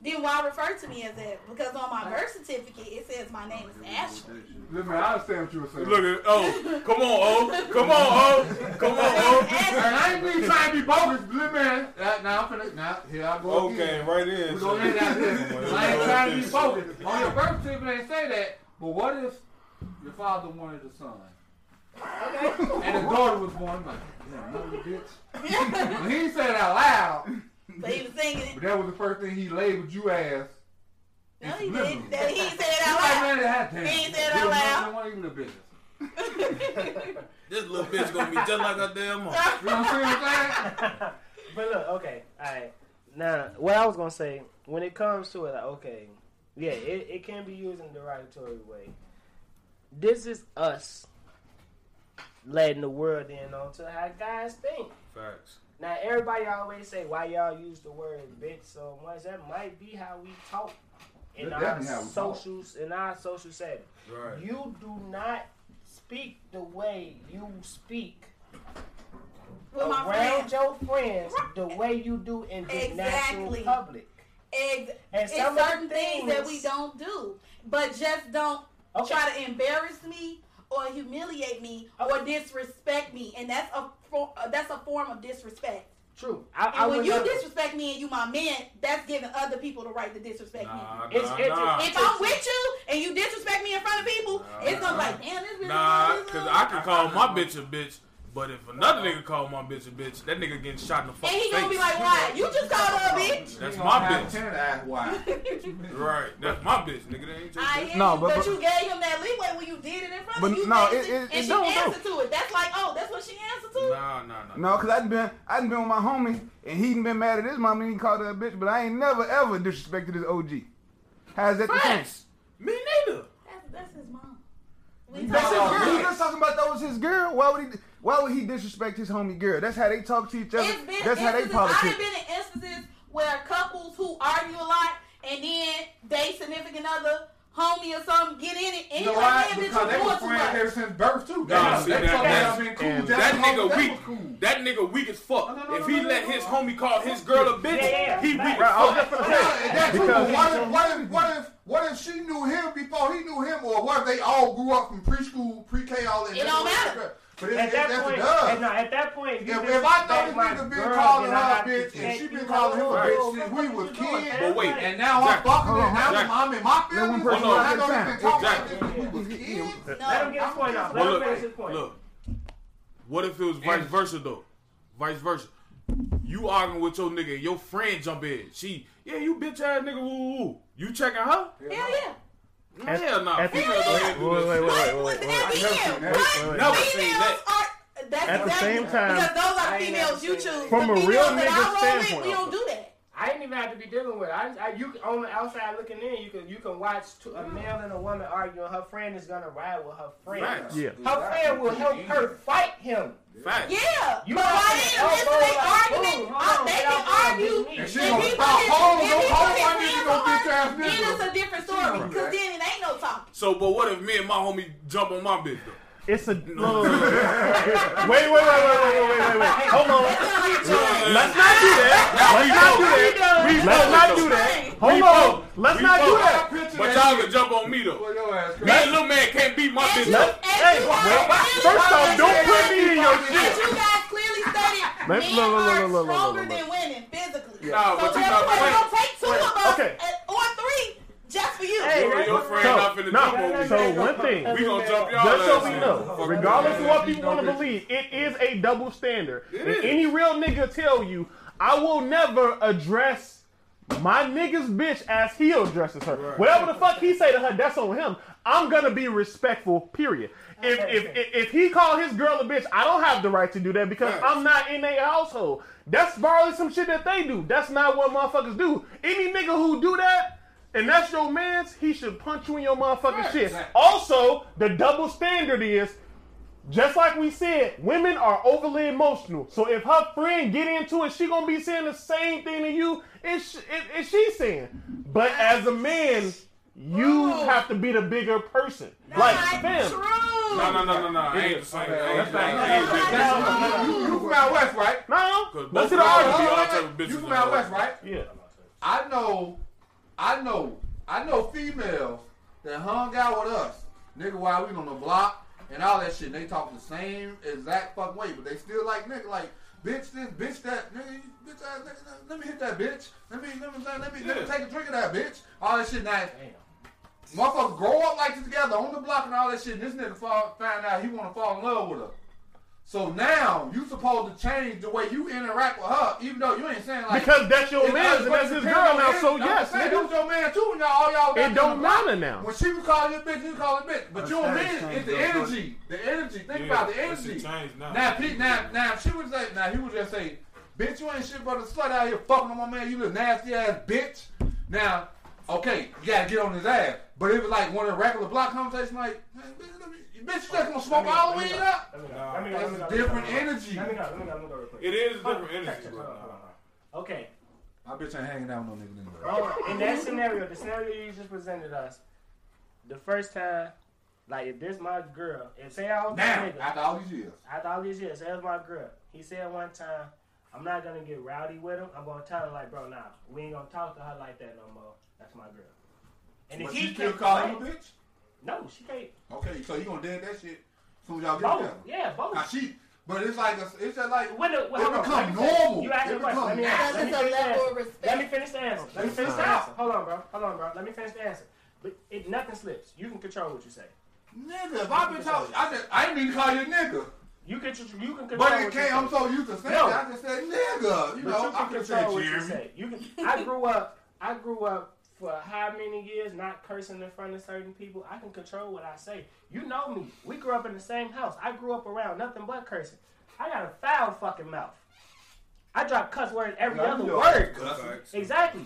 Then why refer to me as that? Because on my birth certificate it says my name is Ashley. Look, man, I understand what you were saying. Look at oh, come on oh, come on oh, come on oh. And Ashley. I ain't been trying to be bogus, but look, man. That, now I'm finna. Now here I go oh. Okay, again. right We in. gonna end out this. Come on, I ain't yeah. trying to be bogus. On your birth certificate, they say that. But what if your father wanted a son? And his daughter was born like, damn, mother bitch. When he said it out loud, But he was singing it. but that was the first thing he labeled you as. No, he Listen. didn't. That he said it You out like, loud. man, that damn. He said it out bitch, loud. I don't want to even a business. This little bitch gonna be just like her damn mom. You know what I'm saying? But look, okay, all right. Now, what I was gonna say when it comes to it, like, okay, yeah, it, it can be used in a derogatory way. This is us letting the world in on to how guys think. Facts. Now, everybody always say why y'all use the word bitch so much. That might be how we talk in That our definitely how we talk. socials, in our social setting. Right. You do not speak the way you speak With my around friends. your friends the way you do in the natural Exactly. public. Ex- And it's some of the certain things, that we things- don't do, but just don't Okay. try to embarrass me or humiliate me or disrespect me, and that's a for, uh, that's a form of disrespect. True. I, And I when would you never- disrespect me and you my man, that's giving other people the right to disrespect Nah, me. nah, It's- it's- nah. If I'm with you and you disrespect me in front of people, it's gonna be like, damn, this bitch. Nah, this cause little- I can call my bitch a bitch, but if another nigga call my bitch a bitch, that nigga getting shot in the And fucking he face. gonna be like, why? You just called her a bitch. That's You my don't have bitch. to ask why. right, that's my bitch, nigga. That ain't your I bitch. hear No, you, but- but, but- you gave him that leeway when you did it in front But of you. no, baby, it- it- it and she don't, answered to it. That's like, oh, that's what she answered to. Nah, nah, nah. No, cause I'd been I'd been with my homie and he'd been mad at his mama and he called her a bitch, but I ain't never ever disrespected his OG. How's that the same? Facts. Me neither. That's, that's his mom. We That's his talk- girl. You just talking about that was his girl. Why would he? Why would he disrespect his homie girl? That's how they talk to each other. It's been That's how they instances. I've politic. been in instances where couples who argue a lot and then they significant other homie or something get in it and You you know why? like, man, Because bitch, they you were doing too friends ever much. since birth too. Nah, see, They- they that- told me that's- I've been cool. and That's That the nigga most- weak. was cool. That nigga weak as fuck. no, no, if no, he no, let no, his no. homie call his girl a bitch, Yeah, yeah, he facts. weak Right, as I was just fuck. gonna Yeah, say, that's true. because- But What if, what if, what if, what if she knew him before he knew him, or what if they all grew up from preschool, pre-K, all that? It don't matter. But if, At if that that's point, a dub. and no, at that point, if, if, if I know this nigga been calling her a bitch and she been calling him a Right. bitch since we was kids, But wait, and now I'm Exactly. fucking it, now Exactly. I'm in my feelings, person and I at know he's a time. been talking about Exactly. this since we was kids. Let him No, get his point out. Well, Let him look, finish his point. look. What if it was vice And- versa though? Vice versa. You arguing with your nigga, and your friend jump in. She, yeah, you bitch ass nigga. Woo, woo, woo. You checking her? hell yeah. At- Hell no. at the- Females don't even do wait, that wait, wait, shit. wait, What wait, the wait. hell I've never is seen you? wait. that. Never seen Females that. are. That's At the exactly- same time- because those are I the ain't females never you seen choose. that. From The a real females that nigga I roll with, standpoint, we don't though. do that. I didn't even have to be dealing with it. I, I, you can- on the outside looking in, you can you can watch two, a male and a woman arguing. Her friend is gonna ride with her friend. Facts. Yeah. Her friend will help her fight him. Facts. Yeah, You but know, why it's didn't listen to elbow, their like, argument? boom, Uh, They get can out there, argue. bitch, me. If And she he put gonna his, if he put his pop home, hands no home, my on nigga gonna beat your her, ass then nigga. it's a different story. Because then it ain't no talking. So, but what if me and my homie jump on my bitch though? It's a no, no, no, no. wait, wait, wait, wait, wait, wait, wait, wait, wait. Hold on. Let's not do that. Let's not do that. We- Let's not do that. Hold on. Let's not do that. But y'all can jump on me though. Your ass crazy. Me and little man can't beat my As bitch you, up. Hey, as you well, guys first off, clearly- don't put me in your shit. As you guys clearly stated, Let's- look, men look, are look, look, look, look, stronger look. than women physically. Nah, so but you not therefore, it playing. don't take two of us Okay. uh, or three just for you. Hey, You and your friend not So, finna jump on no, me. so one thing. we gonna jump y'all Just ass so we in. know, Fuck regardless that. of what people want to believe, it is a double standard. And is. any real nigga tell you, I will never address my nigga's bitch as he addresses her. Whatever the fuck he say to her, that's on him. I'm gonna be respectful. Period. If if, if if he call his girl a bitch, I don't have the right to do that because Facts. I'm not in their household. That's probably some shit that they do. That's not what motherfuckers do. Any nigga who do that. And that's your man's, he should punch you in your motherfucking shit. Also, the double standard is just like we said, women are overly emotional. So if her friend get into it, she gonna be saying the same thing to you as, sh- as- as she's saying. But as a man, you Ooh. have to be the bigger person. like, Not fam. true. No, no, no, no, no. I ain't the same. I ain't the same. I ain't That's bitch. not- You you from out west, right? No, Cause let's both hit of the y'all argument. be Hold all on, type of wait, bitches. You from out west, right? Yeah. I know, I know, I know females that hung out with us, nigga, while we on the block and all that shit. They talk the same exact fuck way, but they still like nigga, like bitch this, bitch that, nigga, you- bitch ass nigga. Let- Let me hit that bitch. Let me, let me, let me, let me Yeah. take a drink of that bitch. All that shit. Now, motherfuckers grow up like this together on the block and all that shit. And this nigga fall, find out he want to fall in love with her. So now you supposed to change the way you interact with her, even though you ain't saying like Because that's your it's man's us, and but that's you his can't girl go now, in. so I'm yes, just saying, It nigga. was your man too, and y'all, all y'all. It got don't them block. matter now. When she was calling you bitch, you calling bitch. But you a man, it's the energy, the energy. Think about the that shit energy. changed now. Now, Pete, now, now, if she was like, now he would just say, bitch, you ain't shit but a slut out here fucking on my man. You little nasty ass bitch. Now, okay, you gotta get on his ass. But it was like one of the regular block conversations, like, man, bitch, let me- you bitch, you just gonna smoke all the weed up? Let me go. Nah. Let me go. Let That's me a go. different energy. Let me go. Let me go. Let me go real quick. It is a different energy. Hold on, hold on, hold on. Okay. My bitch ain't hanging out with no nigga. nigga. Hold on. In that scenario, the scenario you just presented us, the first time, like if this my girl, if say I was a Now, nigga, after all these years. after all these years, that was my girl. He said one time, I'm not gonna get rowdy with him. I'm gonna tell him like, bro, nah, we ain't gonna talk to her like that no more. That's my girl. And if But he you still can't call call him a bitch? no, she can't. Okay, so you gonna dead that shit soon as y'all get Both, together. yeah, both. Now she, but it's like, a, it's just like, When the, It hold on, become let me finish. normal. You asked It the question. Let me, become ask- That's let me just a finish the level answer. Let of me respect. finish the answer. Let me finish the answer. Hold on, bro. Hold on, bro. Let me finish the answer. But it, nothing slips. You can control what you say. nigga, if I been talking, I just, I ain't mean to call you nigga. You can tr- you can control But what it you can't, say. I'm so used to saying No. that, I just said nigga. You But know, you I can could say control what you Jeremy. say. You can. I grew up. I grew up for how many years not cursing in front of certain people. I can control what I say. You know me. We grew up in the same house. I grew up around nothing but cursing. I got a foul fucking mouth. I drop cuss words every Love other your word. cussing. Exactly.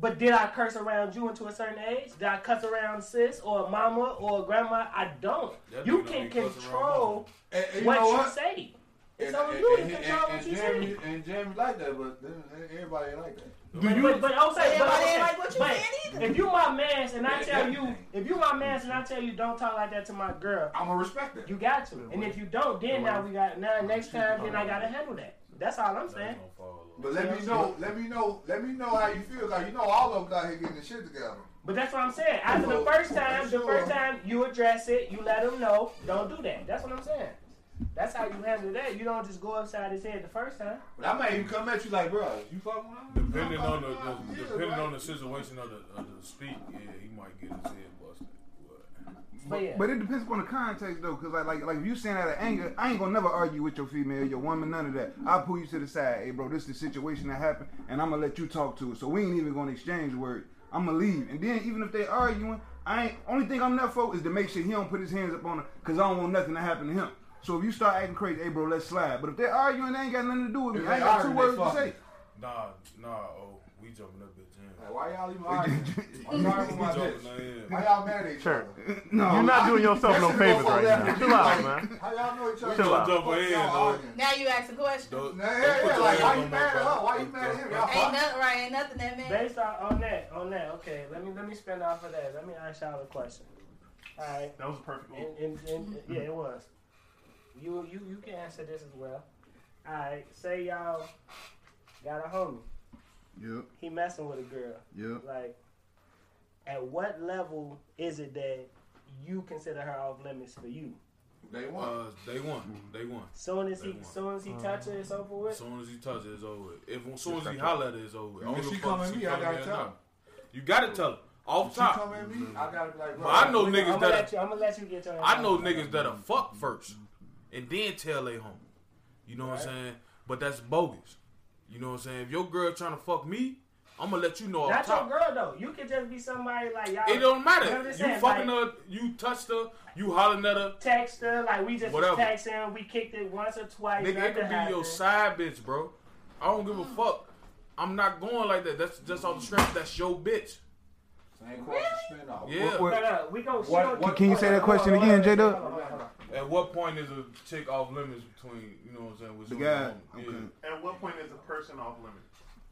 But did I curse around you into a certain age? Did I cuss around sis or mama or grandma? I don't. That you nigga don't can be cussing control And, and you what know you what? say. It's And- on and- you to and- and- control what and you Jeremy- say. And Jeremy like that, but then everybody ain't like that. But, but, but I'm saying, but, Everybody I'm ain't saying- like what you but said either. if you my man's and I Yeah, tell that you, thing. if you my man's and I tell you don't talk like that to my girl, I'm gonna respect that. you got to. And if you don't, then now we got now next time then I gotta handle that. That's all I'm saying. But let me know, let me know, let me know how you feel. Cause you know all of us out here getting the shit together. But that's what I'm saying. After the first time, the first time you address it, you let him know. Don't do that. That's what I'm saying. That's how you handle that. You don't just go upside his head the first time. But I might even come at you like, bro, you fucking with him? Depending on the, the Yeah, depending right. on the situation of the, of the speak, yeah, he might get his head busted. But But yeah. But it depends upon the context though, cause like like like if you saying out of anger, I ain't gonna never argue with your female, your woman, none of that. I'll pull you to the side, hey bro, this is the situation that happened, and I'm gonna let you talk to it. So we ain't even gonna exchange words. I'm gonna leave, and then even if they arguing, I ain't only thing I'm there for is to make sure he don't put his hands up on her because I don't want nothing to happen to him. So if you start acting crazy, hey bro, let's slide. But if they're arguing, they ain't got nothing to do with me. If I ain't they got two arguing, words they to fucking. say. Nah, nah, oh, we jumping that bitch in. Like, why y'all even arguing? I'm arguing with We my jumping bitch. that in. Why y'all mad at each Sure. other? No, You're not doing yourself no That shit favors go right left now. and Chill right. out, man. How y'all know each other? Chill out. Jump her in, Y'all though. arguing. Now you asking questions. Don't- Nah, yeah, yeah, like, why you mad at her? Why you mad at him? Y'all Ain't fuck. nothing right, ain't nothing that man. Based on, on that, on that, okay, let me let me spin off of that. Let me ask y'all a question. All right, That was a perfect one. and, and, and yeah, it was. You you you can answer this as well. All right, say y'all got a homie. Yep, He messing with a girl. yep. Like, at what level is it that you consider her off limits for you? They won. Uh, they won. They won. Soon as he, They won't. soon as he touch her, it's over As with. soon as he touches, it's over. If as soon as he holler at it, it's over. If she come at me, I gotta tell her. You gotta tell her off If she top. come at me, I gotta be like, bro. But I know I'm niggas gonna that let you. I'm gonna let you get your. I know niggas that'll fuck Mm-hmm. first and then tell they home. You know what I'm saying? But that's bogus. You know what I'm saying? If your girl trying to fuck me, I'm gonna let you know off Not your top. girl though. You could just be somebody like y'all. It don't matter. You know what I'm You saying? fucking Like, her, you touched her, you hollering at her. Text her like we just Whatever. was texting. We kicked it once or twice. Nigga, it nothing could be your happened. side bitch, bro. I don't give a Hmm. fuck. I'm not going like that. That's just off the strength. That's your bitch. Same question, spin off. Yeah. What- No, no, uh, we gonna. she What- gonna- what- Can you say that question Hold on, again, J hold on, hold Dub? on, hold on. At what point is a chick off limits between you know what I'm saying? With The you guy. and a woman? Okay. Yeah. At what point is a person off limit?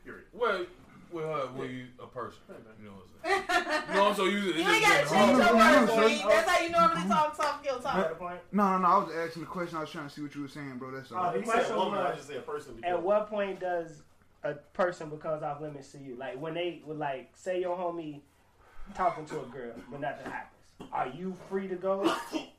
Period. Well, with her, with you a person. You know what I'm saying? you know what I'm saying? You, You ain't gotta change your words, Reed. That's how you normally talk soft skill Got a talk. point? No, no, no. I was asking the question. I was trying to see what you were saying, bro. That's all. Oh, he You said said woman, woman. I just said person. At because- what point does a person becomes off limits to you? Like when they would like say your homie talking to a girl, but nothing happens. Are you free to go,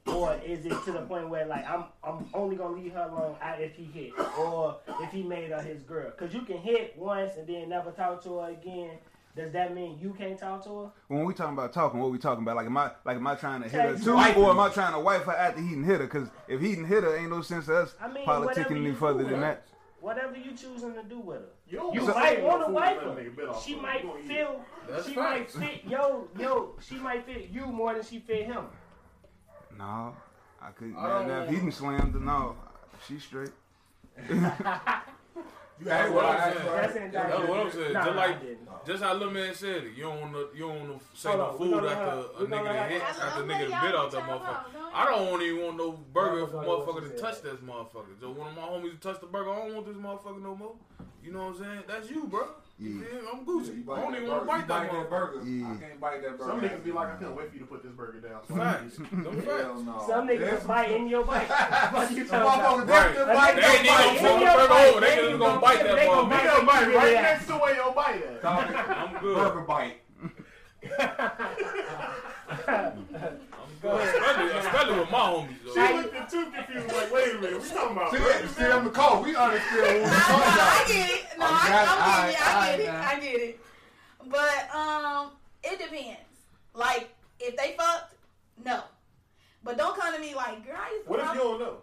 or is it to the point where like I'm I'm only gonna leave her alone I- if he hit or if he made her his girl? Cause you can hit once and then never talk to her again. Does that mean you can't talk to her? When we talking about talking, what we talking about? Like, am I like am I trying to hit her Text too, wifing. or am I trying to wife her after he done hit her? Because if he done hit her, ain't no sense to us I mean, whatever politicking you any further do, than right? that. Whatever you choosing to do with her. You, don't You say might no want to fool wife let a her. nigga bit off She of. might You gonna eat it. feel. That's she facts. might fit. Yo, yo. She might fit you more than she fit him. No, I couldn't. I man, don't now, if know. he done slammed her, no, she straight. You asked what I asked That's her. in That's what I'm saying. Nah, just nah, I like, didn't. just how little man said it. You don't want to, you don't want to say Hold no on, we food gonna let after her- a we gonna nigga let that her- hit, I'm- after a nigga that bit out that motherfucker. I don't even want no burger if a motherfucker to touch that motherfucker. So one of my homies to touch the burger, I don't want this motherfucker no more. You know what I'm saying? That's you, bro. You Yeah. feel me? I'm Yeah, you Gucci. I bite don't that burger. You even want to bite that bite that motherfucker. burger. Yeah. I can't bite that burger. Some niggas be like, I couldn't wait for you to put this burger down. So I Facts. Them facts. Hell no. Some niggas That's- bite in your bite. What you Some talking about? motherfuckers Right. definitely That's bite it. They ain't that even gonna burger. pull the burger over. They just gonna bite that They gonna You motherfucker. bite. gotta bite right Yeah. next to where your bite at. Dog, I'm good. Burger bite. I'm good. Especially, especially with my homies, though. She looked at too confused, like, wait a minute, we talking about See, burgers see, now? I'm the call. We understand what we're I, talking I, about. get it. No, I'm I, glad- I'm getting it. I alright, get it. alright, I get it. But um, it depends. Like if they fucked, no. But don't come to me like, girl, I used to What if fuck- you don't know?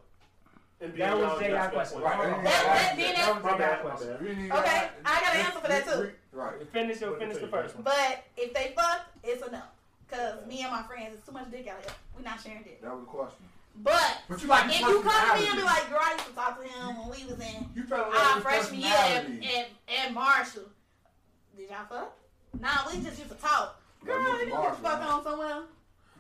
And be That was around J.I. that question. point. Right. That- that- then that- My bad, my question. bad. You ain't even Okay, gotta- I got an answer for that, We- too. we- Right. Finish your finish the first one. But if they fucked, it's enough. Cause me and my friends, it's too much dick out here. We're not sharing dick. That was the question. But But you like if you come to me and be like, girl, I used to talk to him when we was in you fell in love our with freshman year at, at, at Marshall. Did y'all fuck? Nah, we just used to talk. Girl, Well, you let me Marshall, get the fuck huh? on somewhere.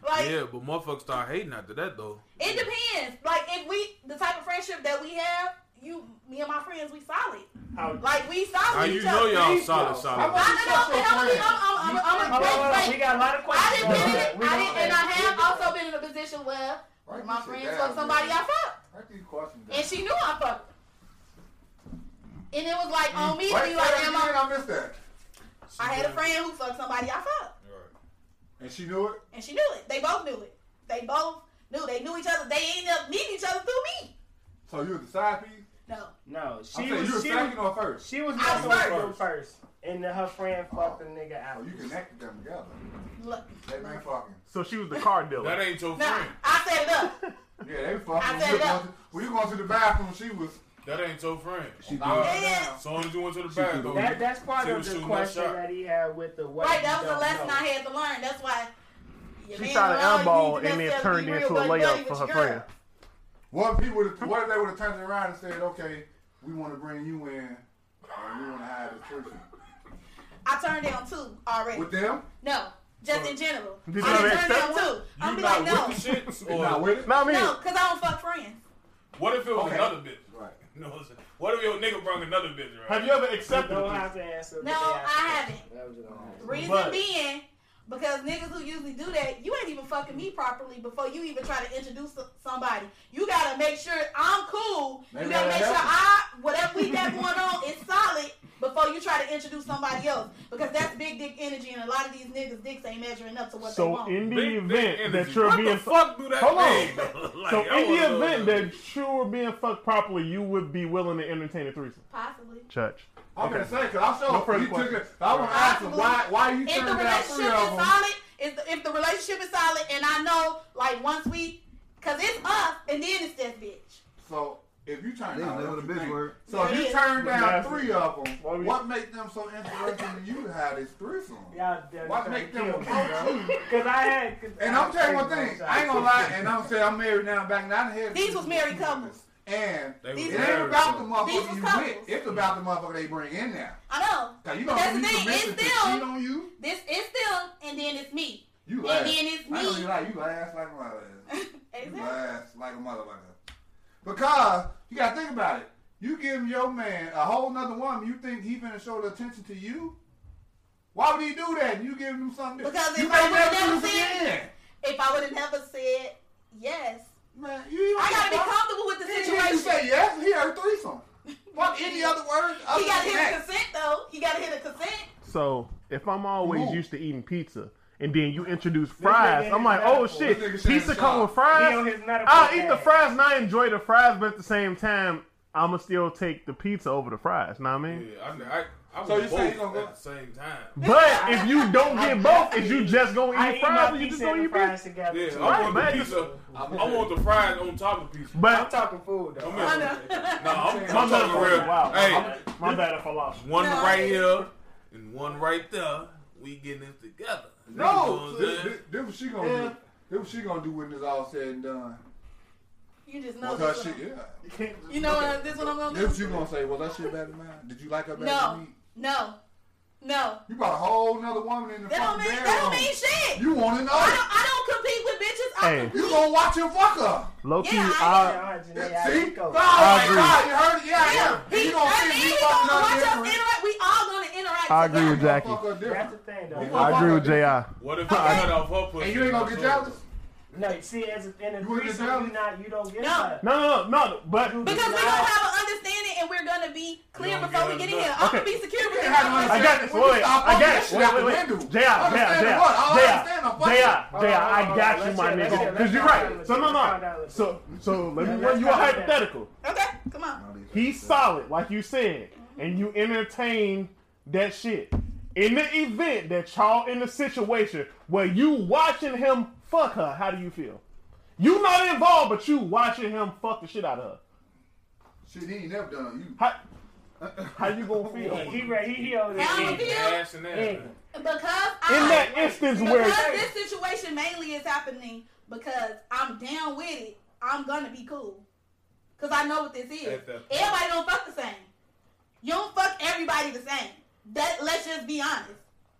Like Yeah, but motherfuckers start hating after that, though. it depends. Like if we the type of friendship that we have, you me and my friends, we solid. How- Like we solid. Now with you each know other. y'all solid, solid. I know, and I'm gonna be- I'm- I'm- I'm- I'm- Hold on, hold on. wait, We wait. got a lot of I questions. didn't been in it. We I gonna- didn't, and I have also been in a position where Write my this shit friends down, fucked somebody man. I fucked, Write these questions down. and she knew I fucked. her. And it was like on me to Wait, be like, say am that I? again, I missed that. I had a friend who fucked somebody I fucked, And she knew it? and she knew it. They both knew it. They both knew. They knew each other. They ended up meeting each other through me. So you was the side piece? No, No, I'm she saying you was was she was second or first? she was I was messing with first. him first, and then her friend fucked the nigga Oh, out. you connected them together. look, They been fucking. So she was the car That dealer. ain't your no, friend. I set it up. Yeah, they I fucking. When set you it up. going to- When you going to the bathroom, she was. That ain't your friend. She Nah, did. It nah. is. Soon as you went to the bathroom, That that's part She of was the shooting that question shot. that he had with the what. Right, you that was a don't lesson know. I had to learn. That's why Your She man shot around an you, air ball you and messed then up, turned be it real into a buddy, buddy layup for with her your girl. friend. What people? Would've, what if they would have turned it around and said, "Okay, we want to bring you in, and we want to hide this person I turned down two already. with them"? no, just in general. I Did done you ever turned down accept two. I'm You be not like, no, with the shits? They not Or with it. Not me. no, because I don't fuck friends. what if it was Okay. another bitch? Right. You know what I'm saying? What if your nigga brought another bitch, right? Have you ever accepted? a Don't bitch? have to answer. No, I Reason being, because niggas who usually do that, you ain't even fucking me properly before you even try to introduce s- somebody. You gotta make sure I'm cool. They you gotta gotta make sure help I whatever we got going on is solid before you try to introduce somebody else. Because that's big dick energy, and a lot of these niggas dicks ain't measuring up to what they So want. in the Big dick event energy. that you're what being the fuck do that Hold on. mean? Like, so I in wanna the know event that you were being fucked properly, you would be willing to entertain a threesome. Possibly. Church. I'm gonna say because I No saw further you took questions. it. I want to ask him why. Why you if the turned down relationship three is of them? solid, if the, if the relationship is solid, and I know, like once we, cause it's us, and then it's that bitch. So if you turn They down, live what with a you bitch think? word. So if you Yeah. turn down Nasty. three of them, Why we- what make them so interesting to you to have this threesome? Y'all Why make them approach you? Because I had. Cause And I'm telling you one thing, I ain't gonna lie, and I'm saying I'm married now back now. I done had These was married couples. And They These it was ain't married, about the so- These motherfucker was you couples. with. It's about the motherfucker they bring in now. I know. Cause you But gonna that's the be thing. It's committed to still cheat on you. this is them, and then it's me. You And laugh. then it's I know me. you lie. You laugh like a motherfucker. You Exactly. laugh like a motherfucker. Because you gotta think about it. You give your man a whole nother woman. You think he finna show the attention to you? Why would he do that? You giving him something? Because you if I may would've never do never this seen- again. If I would have never said yes, Man, you I gotta be comfortable with the He didn't even situation. say yes. He heard threesome. Fuck any other word other He gotta than hit a that. consent though. He gotta hit a consent. So if I'm always Move. used to eating pizza and then you introduce fries, nigga I'm like, is oh metaphor. shit, This nigga pizza saying come with shot. He on fries. his metaphor I'll eat the ass. fries and I enjoy the fries, but at the same time, I'ma still take the pizza over the fries. Know what I mean? Yeah, I, I, I was So you both say you gonna go- at the same time. But if you don't get both, is you just I gonna eat eat fries my or you just pizza and gonna the eat pizza? fries together. Yeah, too. I want Right. the pizza. I want the fries on top of pizza. I'm But talking food though. Come I here. know. No, I'm, I'm my bad, talking real. wow. Hey, my bad if I lost. you. one No. right here and one right there. We getting it together. No, You know what I'm this, saying? this, this what she gonna Yeah. do. This what she gonna do when this all said and done. You just know Was this. her shit? one. Yeah. You know what? This one I'm gonna This what do. you gonna say? Was that shit better than mine? Did you like her better No. than me? No, no. You brought a whole nother woman in the That don't fucking mean bedroom. that don't mean shit. You want to I know? don't. I don't compete with bitches. I Hey. compete. You gonna watch him fuck her? Low key, Yeah, I I, Yeah, Yeah, yeah, see? Rico. Oh my agree. God, you heard it? Yeah, yeah. Yeah, And he, You gonna and see he me gonna fucking watch us her different? interact. We all gonna interact. I agree together. with Jackie. Fuck her That's the different. thing though. You gonna I fuck agree her with different. Ji. What if Okay. I cut off her pussy? And you ain't gonna get jealous. No, see, as a- in a You wanna get threesome, down? you not, you don't get No. that. No, no, no, no. But Because we're gonna have an understanding and we're gonna be clear You don't before we get get in here. us I'm gonna Okay. be secure You with this. had to I motherfucker. got this. Wait, wait, I got it. Wait, wait, wait. Jr. Jr. Jr. Jr. Jr. I got you, my nigga. Because you're right. So no, no. So so let me run you a hypothetical. Okay, come on. He's solid, like you said, and you entertain that shit. In the event that y'all in a situation where you watching him fuck her, how do you feel? You not involved, but you watching him fuck the shit out of her. Shit, he ain't never done on you. How, how you gonna feel? He right, he, he over How there. I'm gonna feel Ass and Yeah. ass. because In I that instance where because this situation mainly is happening because I'm down with it. I'm gonna be cool because I know what this is. At that point. Everybody don't fuck the same. You don't fuck everybody the same. That let's just be honest.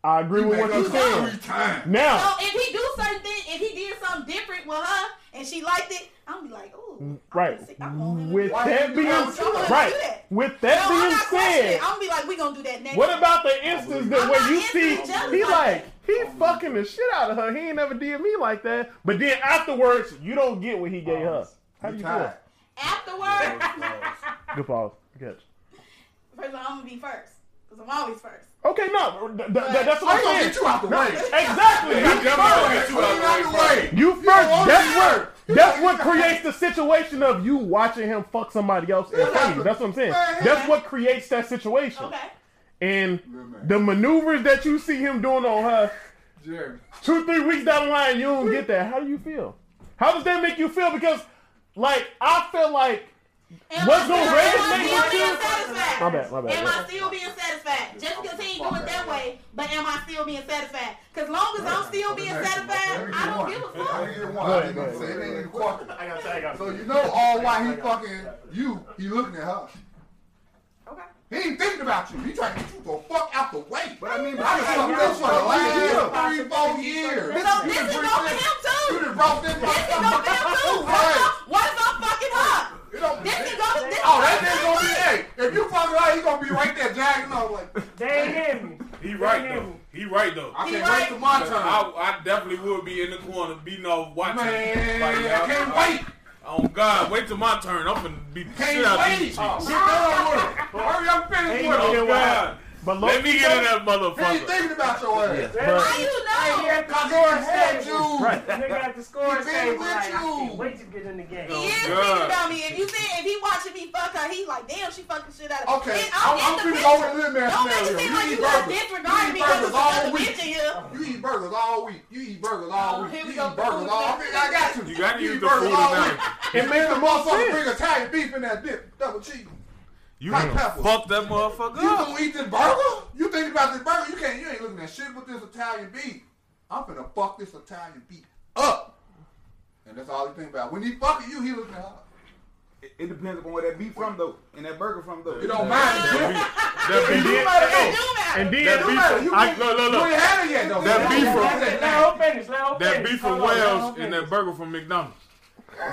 I agree with what you Every said. time. Now, So if he do certain things, if he did something different with her and she liked it, I'm be like, ooh, I Right. wanna see- I want him to With do that. that being I'm gonna do right. that. With No, that I'm being not questioning said, it. I'm gonna be like, we gonna do that next. what time. about the instance that I'm where not you instantly see jealous he like like that. he fucking the shit out of her. He ain't never did me like that. But then afterwards, you don't get what he gave her. How do You you tired. feel? afterward? Good pause. Good catch. First of all, I'm gonna be first because I'm always first. Okay, no, th- th- th- that's I what ain't gonna I'm get saying. you out the way. Exactly. Yeah, You I'm gonna get first. you out the way first. You first. want That's to what. That's what creates the situation of you watching him fuck somebody else in front of you. That's what I'm saying. That's what creates that situation. Okay. And man. the maneuvers that you see him doing on her, Jeremy. two, three weeks down the line, you don't get that. How do you feel? How does that make you feel? Because, like, I feel like Am What's I gonna still- raise am I me still to- being satisfied? My bad, my bad, Am my I still being satisfied? Just because he ain't do it that way, but am I still being satisfied? Because long as I'm still being satisfied, I don't give a I fuck. didn't get one. Go I ahead, didn't go say it ain't even quarter. I got I got So you know all why he fucking you, he looking at her. Okay. He ain't thinking about you. He trying to get you the fuck out the way. But I mean, but I done fucked this for the last three, four years. So this is going for him You too. done brought this This is going for him too. motherfucker What right. if- What if I'm fucking her? It don't- This is going. This Oh, that nigga gonna be, hey, if you fuck her, he gonna be right there jagging on like, They ain't hear me. He right though. He right though. I He can't right. wait till my turn. I, I definitely would be in the corner beating off watching. Man, Like, I can't wait. Oh God, wait till my turn. I'm gonna be the shit Can't out of wait. these chicks. Get done with it. Hurry up, finish with it. Oh God. But low, Let me get in that He ain't motherfucker. thinking about your ass. How you know? Nigga Cause your had you. Right. got the score He been table. with Like, I you. can't wait to get in the game. He is God. thinking about me. If you see, if he watching me fuck her, he like, damn, she fucking shit out of me. Okay, It- I'm, I'm in the finna go picture. with this man Don't make scenario. it seem like you you eat just burgers. You disregarding eat me because burgers there's all another week. bitch in here. You eat burgers all week. You eat burgers all Oh, week. You here we eat go with the burgers food all week. analogy. I got you. You gotta You use eat the burgers food all analogy. week. It made the motherfucker bring Italian beef in that dip. Double cheese. You Hot pepper. fuck that motherfucker You up. gonna eat this burger? You thinking about this burger? You can't. You ain't looking at shit with this Italian beef. I'm finna fuck this Italian beef up. And that's all he think about. When he fucking you, he looking at her. It, it depends upon where that beef from though, and that burger from though. It don't matter. That It beef, do that matter. It do matter. and then beef, It do matter. from, You I, ain't- look, look, you ain't look. had it yet though. That beef from- Let let her finish. Let her that finish. beef from Hold on, let her Wales and finish. that burger from McDonald's.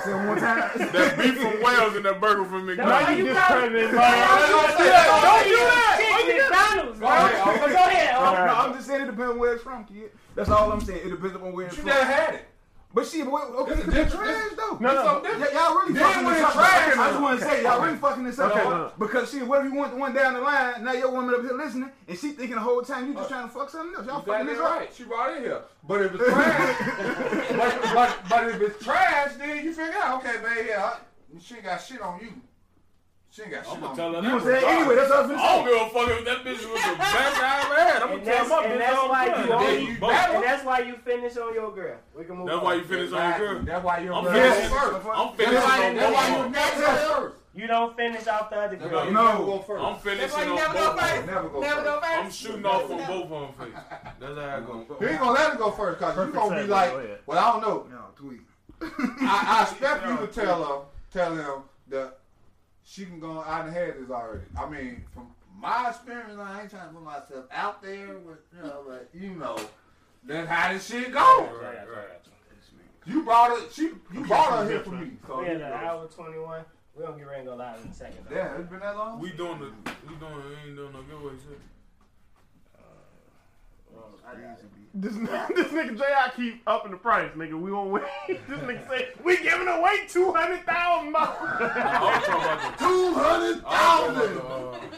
Say it one time. That beef from Wales and that burger from now McDonald's. you you discrediting Don't my. do that. Don't do that. Chick McDonald's, bro. ahead, But Go ahead. No, All right. I'm just saying it depends on where it's from, kid. That's all I'm saying. It depends upon where it's You from. never had it. But shit, boy, okay, This it's is trash different. though. No, no, Y- y'all really Then fucking when this it's up. I trash- just want to say y'all really fucking this up Okay, though. no, no. because shit, what if you went one down the line? Now your woman up here listening, and she thinking the whole time you just trying to fuck something else. Y'all fucking Exactly this up. right. She brought it here. But if it's trash, but, but, but if it's trash, then you figure out, okay, baby, yeah, I- she ain't got shit on you. She ain't got shit I'm gonna on tell you. her You know that. what I'm saying? Anyway, that's all I'm I don't saying. give a fuck if that bitch was the best I ever had. I'm gonna And tell that's- my and bitch that's all why the time. you That only- you bad. And that's why you finish on your girl. We can move That's on. why you finish on your girl. That's why you're I'm right. finishing. That's why- I'm finishing on That's why you one. never go first. You don't finish off the other That's why girl. you No. never go first. I'm That's finishing why you never on go both. of first. them. Never go Never first. go first. I'm shooting off on both of them face. That's how I go. You ain't gonna let her go first because you Perfect gonna be segue, go ahead. like, well, I don't know. No, tweet. I, I expect you to tell her, tell him that she can go out and have this already. I mean, from my experience, I ain't trying to put myself out there, with, you know, but you know, that's how this shit goes. Right, right. You brought her, she, you brought her here for me. So, We you at an know. hour 21. We don't get ready to go live in a second. though. yeah, it's been that long. We doing the, we doing, we ain't doing no giveaway shit. This, this nigga J.I. keep upping the price, nigga. We won't win. this nigga say, we giving away $200,000. I was talking about the, Two hundred I was talking thousand. about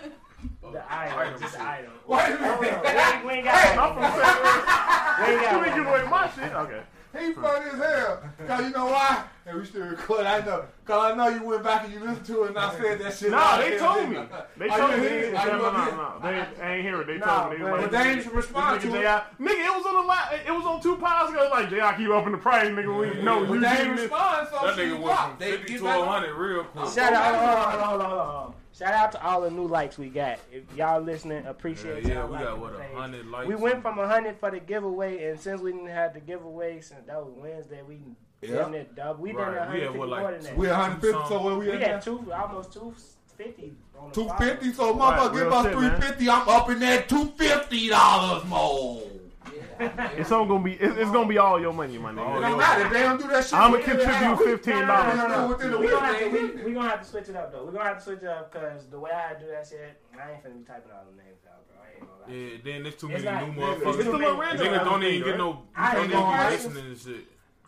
the, uh, The idol. Item Just shit. idol. Wait a minute, We ain't got I'm from St. Louis. We ain't You ain't got giving away my shit? Okay. he funny as hell. Cause you know why? And we still record. I know. Cause I know you went back and you listened to it, and I said that shit. Nah, out they there. told me. They Are told me. you they- here? No, Are you no, up here? no, no. They they ain't hear it. They Nah, told me. They but was But like, they this ain't respond to nigga it. J.I. Nigga, it was on the line. It was on two pods ago. It was like, J.I. keep upping the price, nigga. We know But you they ain't getting this. respond, so that she nigga went from dropped. They 50 get to back on. 100 real quick. Shout out, hold on, hold on, hold on, hold on, hold on. Shout out to all the new likes we got. If y'all listening, Yeah, appreciate yeah, y'all we liking got what the a page. hundred likes. We went from 100 for the giveaway, and since we didn't have the giveaway since that was Wednesday, we Yeah. damn near double. We done Right, we had, 150 what, more like, than that. We're 150, so where we We at had now? two, almost 250 on the 250, follow. so Right, motherfucker, give real us shit, man. 350. I'm up in that $250 Oh, more. It's all gonna be. It's, it's gonna be all your money, my It nigga. don't matter. If they don't do that shit, I'ma we get it contribute out. fifteen No, no, dollars. no, within the We week, gonna, have to, they we, ain't- we gonna have to switch it up though. We're gonna have to switch it up because the way I do that shit, I ain't finna be typing all the names out, bro. I ain't gonna lie. Yeah, then there's too It's many not- new it's motherfuckers. It's the too little many- random. Niggas don't even get right? no. I Don't ain't even get gonna- listening and shit.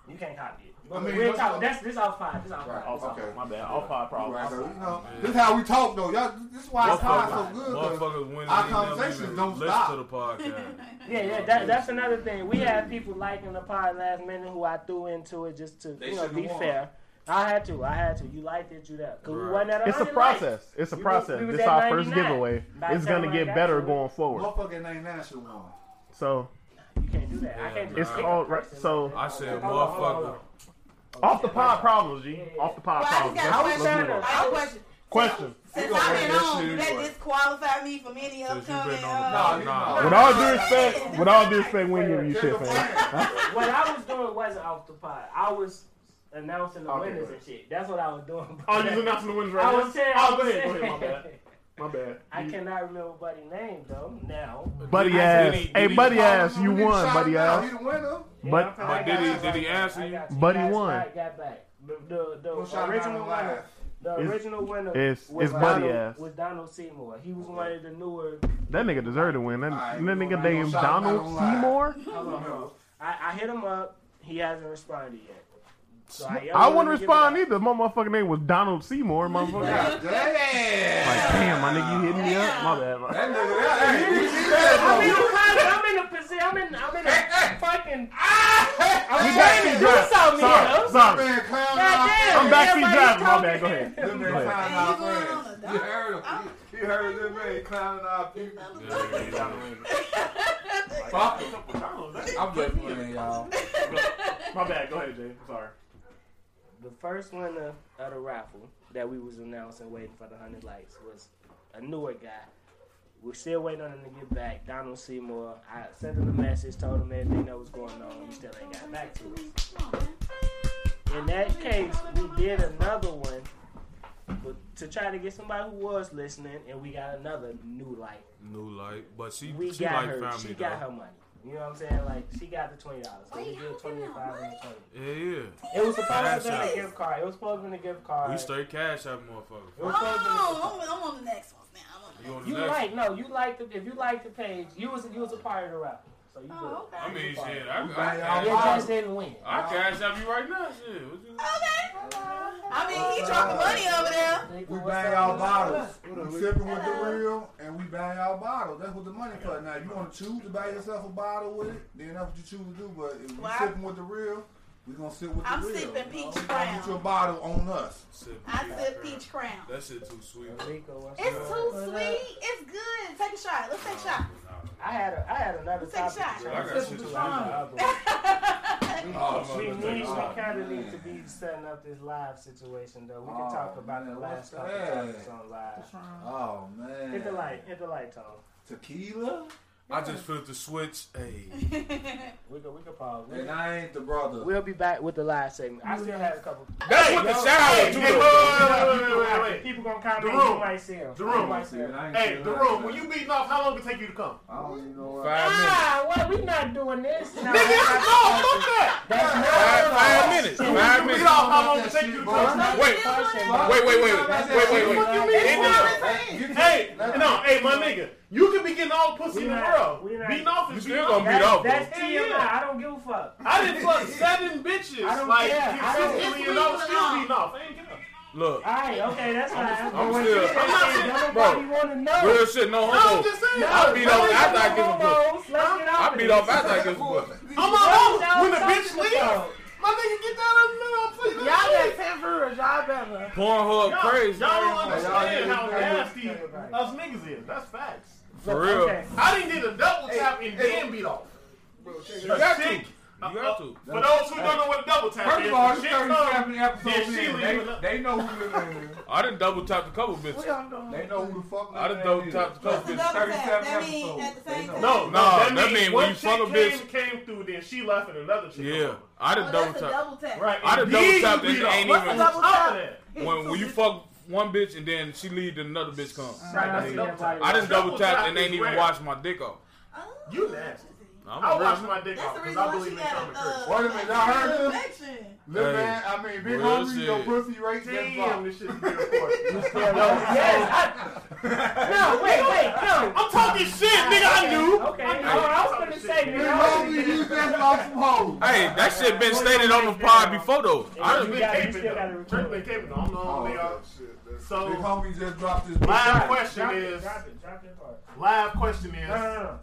You can't copy it. But I mean, real what's talk, up? that's this off five. This off Right, five. This off okay. five. My bad. All five Right, so, problems. you know, this is how we talk, though. Y'all, this is why it's so good. though. Motherfuckers win. Our conversations don't stop. Listen to the podcast. Yeah, yeah, that, that's another thing. We had people liking the pod last minute who I threw into it just to They you know shouldn't be have won. fair. I had to, I had to. You liked it, you that. Cause we Right. wasn't at It's a 100 likes. process. It's a We was- process. we was This at our first 99. giveaway. By the It's time gonna I get got better to it. going forward. Motherfucking ain't national one. So You can't do that. I can't just it's pick a all right. person. So I said, Hold on, hold on, hold motherfucker. on. Off the pod problems, G. yeah. Off the pod Well, I just problems. Let's- got a let's question. move on. I have a question. Question. Since You I've gonna been ask on, you you this that one. disqualify me from any Since you've upcoming. been on the Nah, Uh, pod, you- nah. With all due respect, with all due respect, we ain't giving you shit, fam. What I was doing wasn't off the pot. I was announcing the Okay, winners right. and shit. That's what I was doing. Oh, you was announcing the wins right I now? was saying. I Oh, was go ahead, saying. go ahead. My bad. My bad. I cannot remember buddy's name though. Now. Buddy Diddy- ass. Diddy- Hey, Diddy- buddy ass, We you need to won, shout buddy him out. ass. He the winner. But- I'm- I But got did he- you, did he I answer got you? But he Last won. night, got back. The, the, the We'll shout him out original on live. winner. The It's- original winner it's- was, it's Buddy Donald, ass. was Donald Seymour. He was one of the newer. That nigga deserved to win. That, Alright, that nigga alright, named shout him out Donald on live. Seymour. Hold on, hold on. um, I, I hit him up. He hasn't responded yet. So I, I wouldn't respond either. My motherfucking name was Donald Seymour, motherfucker. God damn. Like, damn, my nigga, you hit me up. My bad. my- That nigga, that- hey, he- he- I'm in a position. I'm in a position. I'm in. I'm in a fucking. Ah, We trying backseat to do drive. something, Sorry, yo. that sorry. man clown God damn, I'm backseat everybody driving. My told bad. me. Go ahead. Them man Go ahead. clowning our Hey, you going friends. on a You heard him. You heard him. That man clowning our people. Fuck it. I'm just playing, y'all. My bad. Go ahead, Jay. I'm sorry. The first winner of the raffle that we was announcing, waiting for the hundred likes, was a newer guy. We're still waiting on him to get back. Donald Seymour. I sent him a message, told him everything that was going on. He still ain't got back to us. In that case, we did another one but to try to get somebody who was listening, and we got another new like. New light, but she We she got like her. family She though. got her money. You know what I'm saying? Like she got the twenty dollars. So we give twenty five and twenty. Yeah, yeah. It was supposed to Cash be a out. gift card. It was supposed to be a gift card. We straight cash out, motherfucker. It was supposed to be- Oh, I'm, I'm on the next one now. I'm on the next You one. on the You next? like no, you like the if you like the page, you was you was a part of the raffle, so you Oh, good. okay. I mean, shit. I, Right, I, You y'all. I, just didn't win. I cash out you right now, shit. What you, Oh, Okay. I mean, he dropping money over there. We bang our bottles. We sipping with the real, and we bang our bottles. That's what the money for. Now, you want to choose to buy yourself a bottle with it, then that's what you choose to do. But if you Well, sipping with the real, we gonna sip with the I'm real. you sipping know? peach You gonna Get crown. your bottle on us. Sip I peach said crown. peach crown. That shit too sweet. It's too sweet. It's good. Take a shot. Let's take shots. I had a I had another Let's topic. take shots. to I got change shit to to do. our other one. Oh, We Let's need take we shots. kind of need to be setting up this live situation though. We can Oh, talk about the man, last what's couple that? topics on live. oh man. Hit Uh-huh. the light, hit the light, Tom. Tequila? I just flipped the switch. Hey, We could we could pause. We And could- I ain't the brother. We'll be back with the live segment. I still have a couple. that's what the shower do. though. Wait, wait, wait, wait. People gonna comment. The you room. might see 'em. The You room. might see 'em. Hey, the room. When you beating off, how long it take you to come? I don't even know what. Five minutes. Ah, what? We not doing this. No, Nigga, that's it's long. Fuck that. Five, five minutes. When you Five beat minutes. off, how long it take you to come? Wait. Wait, wait, wait, wait, wait, wait. What you mean? Hey, nigga, Hey, no, hey, my nigga, you can be getting all pussy in the We world. not- we not- Beating off You is still beating gonna off. beat off, bro. That's TMI. I don't give a fuck. I didn't fuck seven bitches. I don't like, care. I don't- consistently, It's and I was legal still law. beating off. I ain't give a- Look, Alright, okay, that's fine. I'm But still- when you say not I'm saying- that, bro. Nobody wanna know. real shit, no No, homo. I'm just saying. I beat off after I give a fuck. Let's get off I beat off after I give a fuck. I'm all over. When the bitch leaves, my nigga get down in the middle. I'm putting Y'all got temper or y'all better. Pornhub crazy. Y'all don't y'all understand ain't how playing nasty with everybody. us niggas is. That's facts. For real. Okay. I didn't get a double tap and then beat off. You got to. Chick- You got to. For those who don't know what a double tap First is, of all, the this chick come, 37 episodes then she in. leave They, with a- they know who the man is. I didn't double tap the couple bitches. They know who the fuck I done the double man is. tapped the What's couple the bitches. double tap? That 37 mean at the episodes. same They time. know. No, no, Nah, that, that mean means when one you chick fuck a came, bitch- came through, then she left and another chick. Yeah, come. I didn't Oh, double that's a tap. double tap. right. I done and double then tapped you and beat off. ain't What's even- the double tap? That. When when you fuck one bitch and then she leave then another bitch come. Right, that's a Yeah. double tap. I didn't double Triple tap and is ain't even rare. wash my dick off. Oh. You nasty. I'm I a wash real, my dick That's off the because reason I why she believe in got common a courage. uh, Wait a minute, y'all heard this? election. Little Hey. man, I mean, big Real homie, your shit. pussy rate just Damn, dropped. this shit's being recorded. Yes, I, no, wait, wait, no. I'm talking shit, nigga. I knew. Okay, I knew. no, I was gonna say, Big nigga, I was- homie, you just lost some hoes. Hey, that shit been stated on the pod before though. I I've done been You gotta- you caping still gotta though. record. Drake been caping though. I'm the Oh, only nigga. shit, that's- So- Big homie just dropped his pussy. Live question Drop it, is. drop it, drop it hard. Live question No, no, is. no,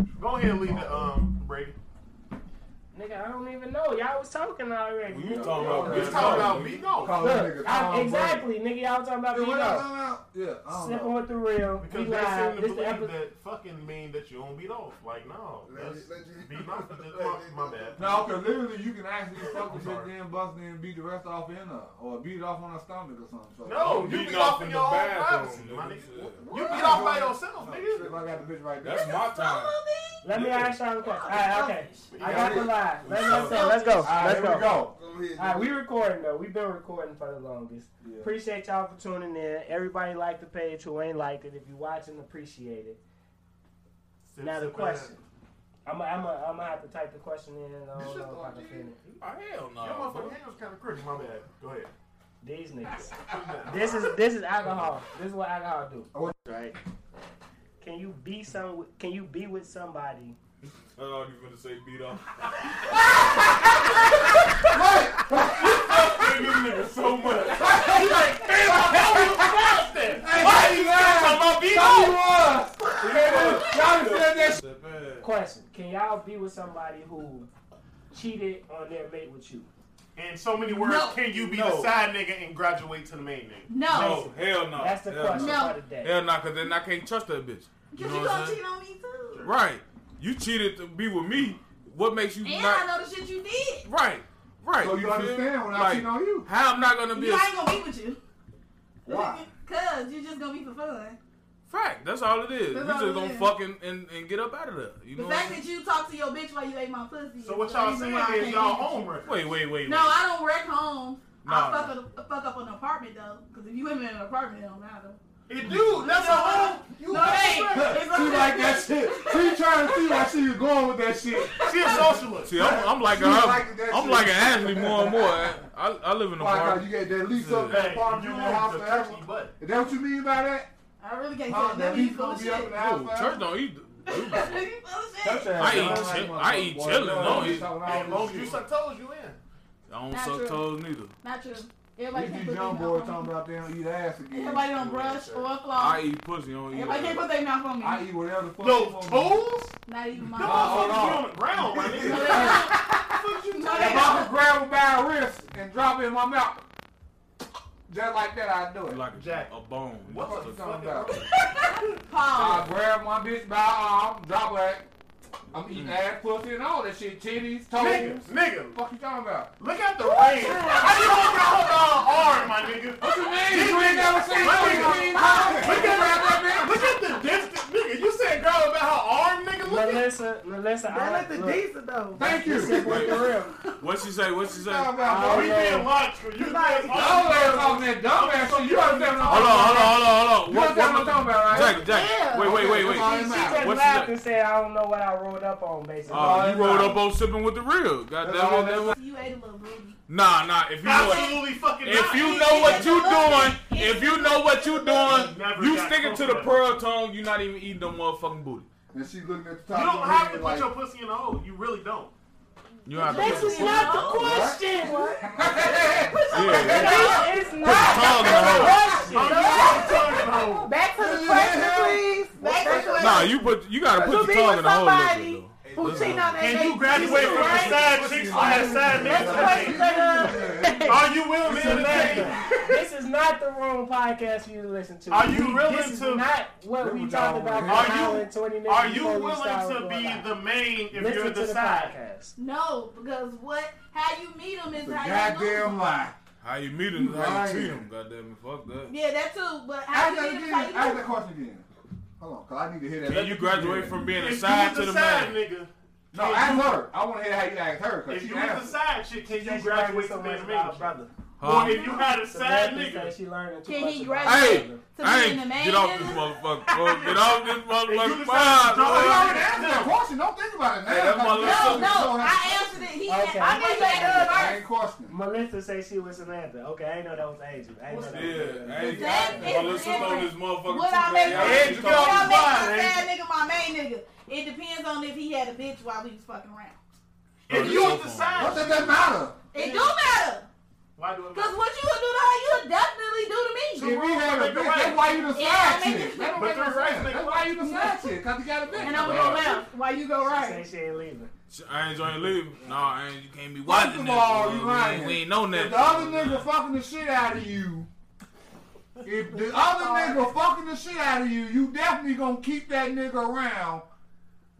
no. Go ahead and leave the um Brady. Nigga, I don't even know. Y'all was talking already. You talking about You talking about me? No. Call that Look, nigga I, Tom exactly, nigga. Y'all talking about What me? I'm though. talking about? Yeah, I don't Slipping know. with the real. Because we they seem live. to This the believe episode. that fucking mean that you don't beat off. Like, no. Brady. That's, Let you- beat off is just my, my bad. No, because literally you can actually fuck with your sorry. damn bus and then beat the rest off in her. Or beat it off on her stomach or something. So, No, you Beating beat off off in in your the own privacy, bathroom, my nigga. nigga. Yeah. You beat off by yourself, nigga. Oh, Shit, I got the bitch right there. That's my time. Ah, Let me Yeah. ask y'all a question. All right, okay. I got the lie. Let's, Yeah. let's go. Let's go. All right, Let's here go. we go. Go ahead. All right, we recording though. We've been recording for the longest. Yeah. Appreciate y'all for tuning in. Everybody like the page who ain't liked it. If you watching, appreciate it. Sip, now the sip, question. I'm gonna I'm I'm have to type the question in. I This don't shit know if I can the idea. fit it. Oh, hell no. Your motherfucking bro. hand was kind of crooked. My bad. Go ahead. These niggas. this is this is alcohol. This is what alcohol do. Right. Can you be some? Can you be with somebody? I thought you were going to say beat off. Fuck this nigga so much. He's like, damn, how you lost it? Why you talking about beat off? Step in. Question: Can y'all be with somebody who cheated on their mate with you? In so many words, No. can you be No. the side nigga and graduate to the main nigga? No. No, hell no. That's the hell question No. for No. today. Hell no, because then I can't trust that bitch. You Because know you what I'm gonna saying? cheat on me too. Right. You cheated to be with me. What makes you And I not? know the shit you did. Right. Right. So you feel me? understand when I Like, cheat on you? How I'm not gonna be You a I ain't gonna be with you. Why? Cause you're just gonna be for fun. fact. That's all it is. That's we all just it gonna is. fuck and, and, and get up out of there. You The know. What fact I'm saying? that you talked to your bitch while you ate my pussy. So is what the y'all reason saying why I is can't y'all be with you. homewrecker. Wait, wait, wait. No, wait. I don't wreck home. I Nah, fuck, a, fuck up an apartment though, because if you women in an apartment, it don't matter. It do. That's a No, whole. no, hey, she like that shit. She trying to see where she was going with that shit. She a socialist. See, I'm, I'm like a, You I'm, like that I'm shit. like an athlete more and more. I, I, I live in a Why God, apartment. you get that lease up Hey, that farm you you in the want house the forever? turkey butt? Is that what you mean by that? I really can't Huh? tell That that lease you full gonna of be shit. up in the You house Dude, forever? church don't eat. full of shit. I eat chi- I eat chillin', don't eat. As long as you suck toes, you in. I don't Not suck true. toes neither. Not true. Everybody These can't these put their young boys mouth talking on me. about they don't eat ass again. Everybody don't brush or I floss. eat pussy. I don't eat. Everybody can't ass. put their mouth on me. I eat whatever the fuck. Yo, you want. toes? Not even my Them Oh, motherfuckers no. be on the ground, my nigga. No, they don't. No, they If I don't. could grab him by a wrist and drop it in my mouth, just like that, I'd do it. like a, Jack. a bone. What What the you fuck? is- talking about? Pause. I grab my bitch by her arm, drop her. I'm Mm-hmm. eating ass, pussy, and all that shit. Titties, toes. Nigga, nigga, Fuck you talking about? look at the rain. I just want y'all on arm, my nigga. What you mean? This You ain't nigga- never seen my pussy nigga- clean out. Look You grab at, that bitch. look at the distance, nigga. You said girl about her arm, nigga. Look at Melissa, Melissa, I like the look, diesel though. Thank you. Sip with the real. What she say? What she say? Talking Hold on, about, We bro. being logical. You being Y'all ass logical. on that dumb ass shit. You understand what hold I'm on, talking about? hold on, hold on. You What, understand what I'm what, talking about, right? Jack, Jack. Yeah. Wait, wait, wait, Okay, wait. come on, She come What's just out. his laughed name? and said, "I don't know what I rolled up on." Basically, Oh, Oh, you rolled yeah. up on sipping with the real. God That's damn all it, that that- was- You ate a little booty. Nah, nah. If you know, Absolutely fucking if not. you know what you doing, if you know what you doing, Never you got sticking to close the to that. pearl tongue. You're not even eating no motherfucking booty. And she looking at the You top don't of her have to head put like, your pussy in a hole. You really don't. You have to. this is not the question. Yeah. This is not Tongue in the hole. the I'm question. not talking in a hole. Back to the question, please. Back to the Nah, you put you gotta To put be your tongue with in the hole. a little somebody bit, who Listen. cheating on their And you mate, graduate from the right? side chicks on that side That's nigga. uh, question. thing. Are you willing to entertain? This is not the wrong podcast for you to listen to. Are you We- willing This is to- not what we Remember, talked y'all about. were- for Are an you- hour and 20 minutes Are you before we willing started to going be live. the main if Listen you're to the side? podcast. No, because what? How you meet them is the how you lose. goddamn lie. How you meet him? How you Right. treat him? Goddamn it, fuck that. Yeah, that too. But how Ask you that meet again. them is how you Ask lose. that question again. Hold on, cause I need to hear that. Let Can you the graduate people from hear If being a you side was to the the side man? nigga, it. No, ask her. I want to hear how you ask her. Cause if she you was the asked. side chick, can you graduate from being a Our man? brother. Or Huh? if you had a side Samantha nigga, said she learning too Can much he about her. graduate? Hey, To hey, being the main get off this nigga? motherfucker! bro. Get off this you motherfucker! decide to draw it out- You Bye, bro. already answered that question. Don't think about it now. Hey, that's my 'cause you little asked it, No, sister. so no, I answered it. He, Okay. I think he I answered ain't questioning. Melissa say she was Samantha. Okay, I ain't know that was Angel. I ain't know that was Angel. Yeah, I ain't That got is it. Melissa on different. this motherfucker. first. Would I make my, Yeah, Angel, I ain't would get off the I talking. line, make my sad nigga my main nigga? It depends on if he had a bitch while we was fucking around. if you was the side What does that matter? It do matter. Why do it Because matter? what you would do to her, you would definitely do to me. If we had a make it bitch, right. that's why you the Yeah, side make it- chick. That don't But make no three rights sense. make That's it why you the side chick. Cause you got a bitch. And I'm going to go left while you go Say right. she ain't leaving. Sh- I ain't joining leaving. No, I ain't, you can't be First watching of that. all, you bro. We ain't- lying. We ain't know If that. the other nigga fucking the shit out of you, if the other nigga fucking the shit out of you, you definitely gonna keep that nigga around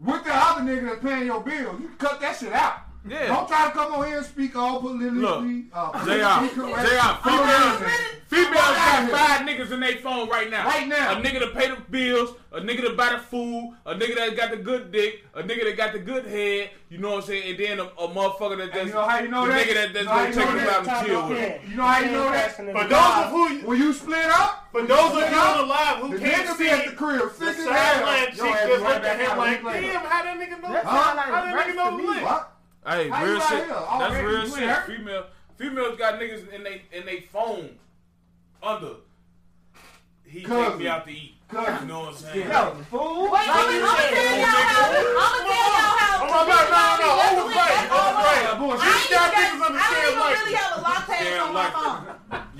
with the other nigga that's paying your bills. You cut that shit out. Yeah. Don't try to come on here and speak all politically. uh, JR, politically correct. JR, I'm females, listening. I'm females got listening. five niggas in their phone right now. Right now. A nigga to pay the bills, a nigga to buy the food, a nigga that got the good dick, a nigga that got the good head, you know what I'm saying? And then a, a motherfucker that And that's, you know how you know the that? nigga that, You that's know how gonna you take know us that? out and chill with. Yeah. You know how you know that? Passing it For along. those of who you, When you split up, for those of you on the up, live who the can't nigga see be at the it, crib, sick the as hell. sideline chick Your ass just right looked at back out him a like, week later. damn, how that nigga know? That's Huh? how I How that nigga know to me. lit? What? Hey, How real you out shit. here? That's Already real you shit. here? Female, females got niggas in they in they phone under. He take Cousin. me out to eat. You Cousin. know what I'm saying? Yo, fool. Wait, I'm gonna tell y'all how. I'm gonna tell y'all how. Oh my God, no, no, That's the way- overplay, that's all overplay. right. Bullshit. I ain't Y'all even niggas got- I understand don't even life. really have a lockpad Damn on my life. phone.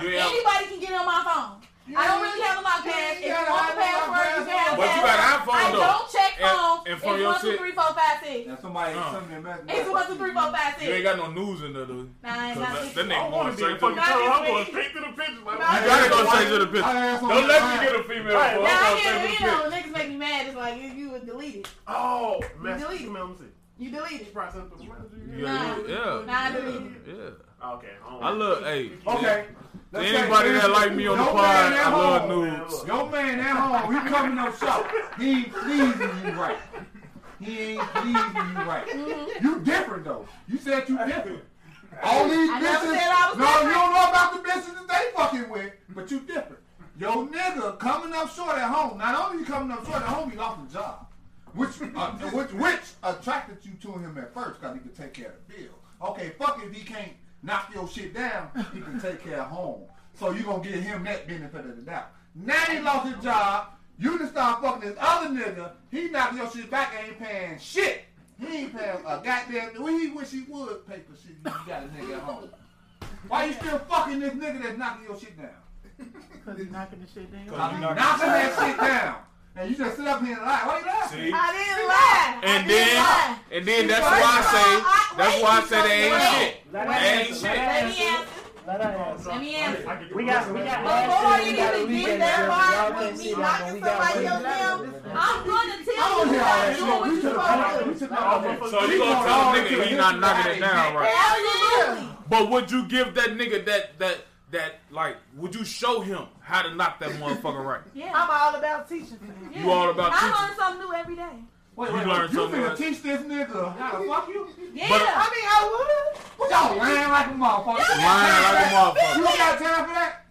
You ain't- Anybody can get on my phone. I don't really have a lockpad. If you gotta want the have no password, you can have But you got an password. iPhone I though. don't check And- phones. and It's from your one, two, shit- three, four, five, six. Now somebody Uh. sent me a message. It's one, two, three, four, five, You ain't six. got no news in there, though. Nah, I ain't 'Cause got that, nothing. that nigga I want to going be in straight the to the fucking picture. color. I'm going straight to the picture. Like, Nah, You gotta go Nah, straight to the I picture. asked on Don't the let line. me get a female. Right. phone Now, I hear, call straight you know, to the picture. niggas make me mad. It's like, you would delete it. oh, man. Delete it. Let me see. You delete it. Right, send it to the- Yeah, Nah. yeah, Nah, yeah, dude. yeah. Okay. don't I love, hey. Okay. To Let's anybody take- that like me on the Your pod, man at I love home. nudes. Your man at home, he coming up short. He ain't pleasing you right. He ain't pleasing you Mm-hmm. right. You different though. You said you different. All these I never bitches. said I was no, different. you don't know about the bitches that they fucking with, but you different. Yo nigga coming up short at home. Not only you coming up short at home, he lost a job. Which, uh, which, which attracted you to him at first because he could take care of the bill. Okay, fuck if he can't knock your shit down, he can take care of home. So you gonna give him that benefit of the doubt. Now he lost his job. You just start fucking this other nigga. He knocked your shit back and ain't paying shit. He ain't paying a goddamn. Well, he wish he would pay for shit. You got a nigga at home. Why you still fucking this nigga that's knocking your shit down? Knocking that shit down. And you just sit up here and lie. Why you laughing? See? I didn't lie. And I didn't then, lie. and then that's why I say, that's why I say they ain't shit. Let her They ain't answer. Let her shit. answer. Let me answer. Let her answer. Let me answer. I get We the got, rest we of got. it. last Before year, Oh, you we gotta even leave get it that there. far Y'all with can't see me it, but we knocking got somebody one else left. down, I'm gonna don't tell you hear all that about doing shit. what We you're took- supposed to do. took- So you gonna tell a nigga he not knocking it down, right? Absolutely. But would you give that nigga that that that like? Would you show him how to knock that motherfucker right? Yeah. I'm all about teaching. yeah. You all I about teaching. learn something new every day. Wait, You wait, learned wait. You something, finna right? teach this nigga how to fuck you? Yeah. But- I mean, I would. What y'all lying like a motherfucker? Y'all You Lying like a motherfucker. don't got time for that?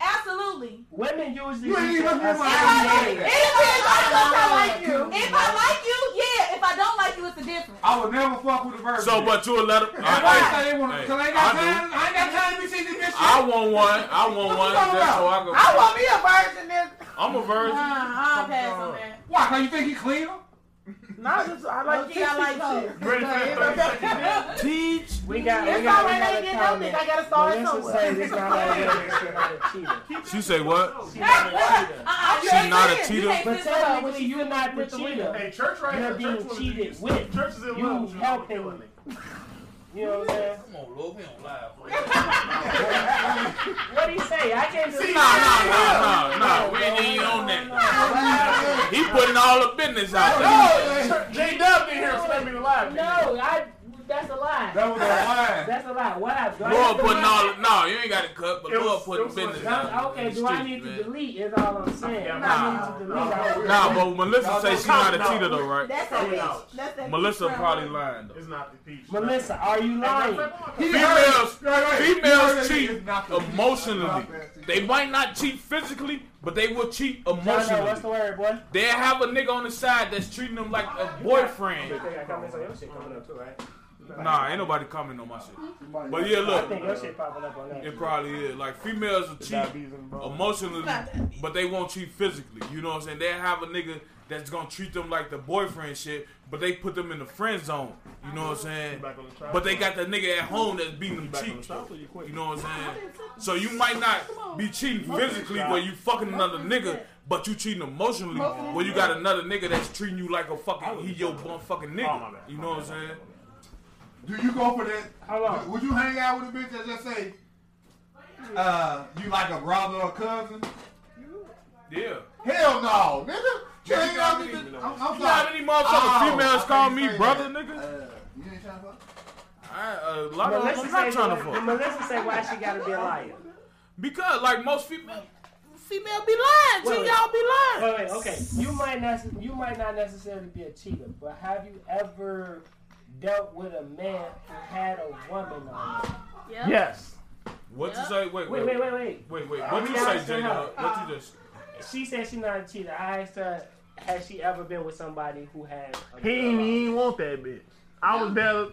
absolutely. Women usually. You ain't use that even looking as- at my If I I, hate like, that. it depends on if I like you. If I like you, yeah. If I don't like you, it's a difference. I would never fuck with a virgin. So, but you will let him. That's why I say they wanna, Hey, cause I ain't got I do. time, I ain't got time to be seeing this shit. I want one. I want What one. you talking That's so I about? go. I want me a virgin, nigga. I'm a Uh, virgin. I'll pass on that. Why? Cause you think he clean? Nah, just I Like, like okay, I like teaching. both. Ready for that 30 seconds? We got. It's we got, all right, I we ain't getting got a no dick. I comment. gotta start Melissa somewhere. says it's not like women consider her a cheater. She say what? She Uh-uh, you She ain't not a saying- cheater. you ain't But saying tell her something what with you're you not the with cheater. Hey, church right You're here. being church cheated is, with. Church is in You love. with you. helping. Kill that nigga. You know what I'm saying? Come on, Lil, we don't lie. What do you say? I can't See, see. nah, nah, nah, nah, nah. We ain't even on that. He putting all the business out there. No! J Dub in here slamming the live. No, I. That's a lie. That was a lie. That's a lie. What I do? I Lord have to putting lie? all. No, you ain't got to cut, but It was- Lord it putting was like- business Now, out there. okay, do I need to delete? Is all I'm saying. I need to delete. I would- Nah, but Melissa Y'all say don't she not count, a no. cheater though, right? That's that bitch. That's that Melissa bitch. probably lying though. It's not the peach. Melissa, are you lying? Females, females He cheat heard that nigga. emotionally. They might not cheat physically, but they will cheat John, no, what's the emotionally. word, boy? They have a nigga on the side that's treating them like a boyfriend. I got comments on your shit coming up too, right? Nah, ain't nobody commenting on my shit. But yeah, I look, think your shit popping up on that. It probably is. Like females will cheat emotionally, but they won't cheat physically. You know what I'm saying? They have a nigga that's gonna treat them like the boyfriend shit, but they put them in the friend zone. You know what I'm saying? Back on the trap. But they got that nigga at home that's beating them back on the cheap. trap. So you quit. You know what I'm saying? So you might not be cheating physically where you fucking another nigga, but you cheating emotionally where you got another nigga that's treating you like a fucking he your bum fucking Oh, my nigga. bad. You know what I'm saying? Do you go for that? Hold on. Would you hang out with a bitch that just say, uh, you like a brother or cousin? Yeah. Hell no, nigga. You hang out with the- I'm, I'm You know how sorry. many motherfucking Oh, females I thought call you me said that. brother, nigga? Uh, you ain't trying to fuck? I, uh, a lot of Melissa them not say, trying to fuck. Melissa say why she gotta be a liar. Because, like, most females, female be lying. Wait, G, wait. y'all be lying. Wait, wait, okay. You might not you might not necessarily be a cheater, but have you ever dealt with a man who had a woman on him? Yep. Yes. What you Yeah. say? Wait, Wait, wait, wait, wait. Wait, wait. Are What we you say, honest or Jay? not? What you just? She said she's not a cheater. I asked her, has she ever been with somebody who had a girl He on ain't him? even want that bitch. I was there.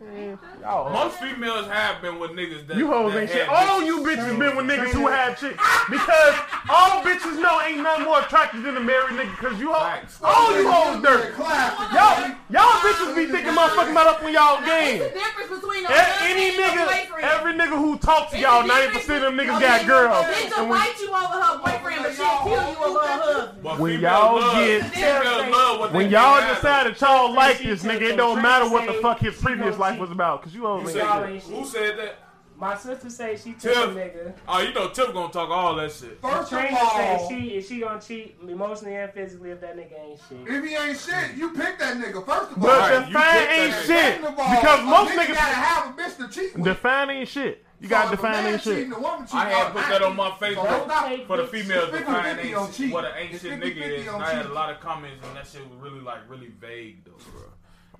Man, y'all. Most females have been with niggas that You hoes that ain't shit. had All bitches. you bitches been with niggas who have chicks because all bitches know ain't nothing more attractive than a married nigga. Cause you hoes, Facts. all you hoes dirty. Class. Y'all, y'all bitches be thinking motherfucking about up on y'all What's the game. difference between a E- Any nigga, every nigga who talks to y'all, ninety percent of them niggas got girls. Bitch will And when- fight you over her boyfriend, but she'll kill you over her husband. But When females y'all love- get- females love what When they y'all can decide that y'all like She this said nigga, it the don't matter what the truth fuck his say she previous don't life cheat. was about. Cause you hoes ain't handle. said shit. that. ain't Who shit. said that? My sister said she took Tiff. a nigga. Oh, you know Tiff gonna talk all that shit. First of Trainer said all, she if she gonna cheat emotionally and physically if that nigga ain't shit. if he ain't shit, you pick that nigga. First of all, But Right, the you fine picked ain't that shit Second of all, because a most nigga gotta niggas have a bitch to cheat with. define ain't shit. You gotta if a man define ain't shit. cheating, a woman cheating, I had put that on my So Facebook stop. for the females It's to find 50-50 on ain't shit- cheating. what an ain't It's shit nigga 50-50 is. on And I had a cheating. lot of comments and that shit was really like really vague though, bro.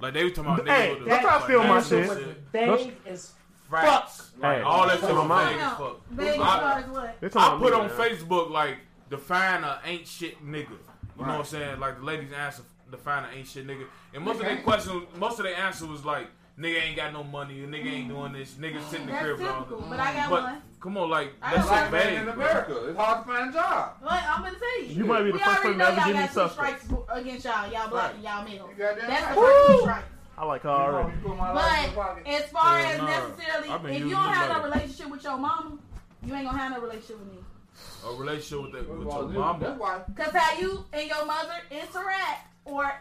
Like they was talking about Hey, niggas. that's how I feel like, my that shit. was Vague is Facts. Like, Hey, all that shit that's was my vague as mama. fuck. Baby, as I- far as what? It's I me, put on man. Facebook like define a ain't shit nigga. You know what I'm saying? Like the ladies answer define a ain't shit nigga. And most of their Nigga. questions, most of their answer was like nigga ain't got no money, nigga ain't doing this, nigga sit in the Mm. That's crib. and all typical, that. but I got But one. come on, like I that's got Black one. shit vague. man in bro. America. It's hard to find a job. But I'm gonna tell you. You might be the we first already person know to ever y'all give me got two suspect. strikes against y'all. Y'all black and y'all male. You goddamn That's right. the first two strikes. I like her already. You put my life in your But pocket. as far Yeah, as nah. I've been necessarily, if you using don't this have no letter. relationship with your mama, you ain't gonna have no relationship with me. A relationship with, that, with Well, your dude, That's mama. why. Cause how you and your mother interact, or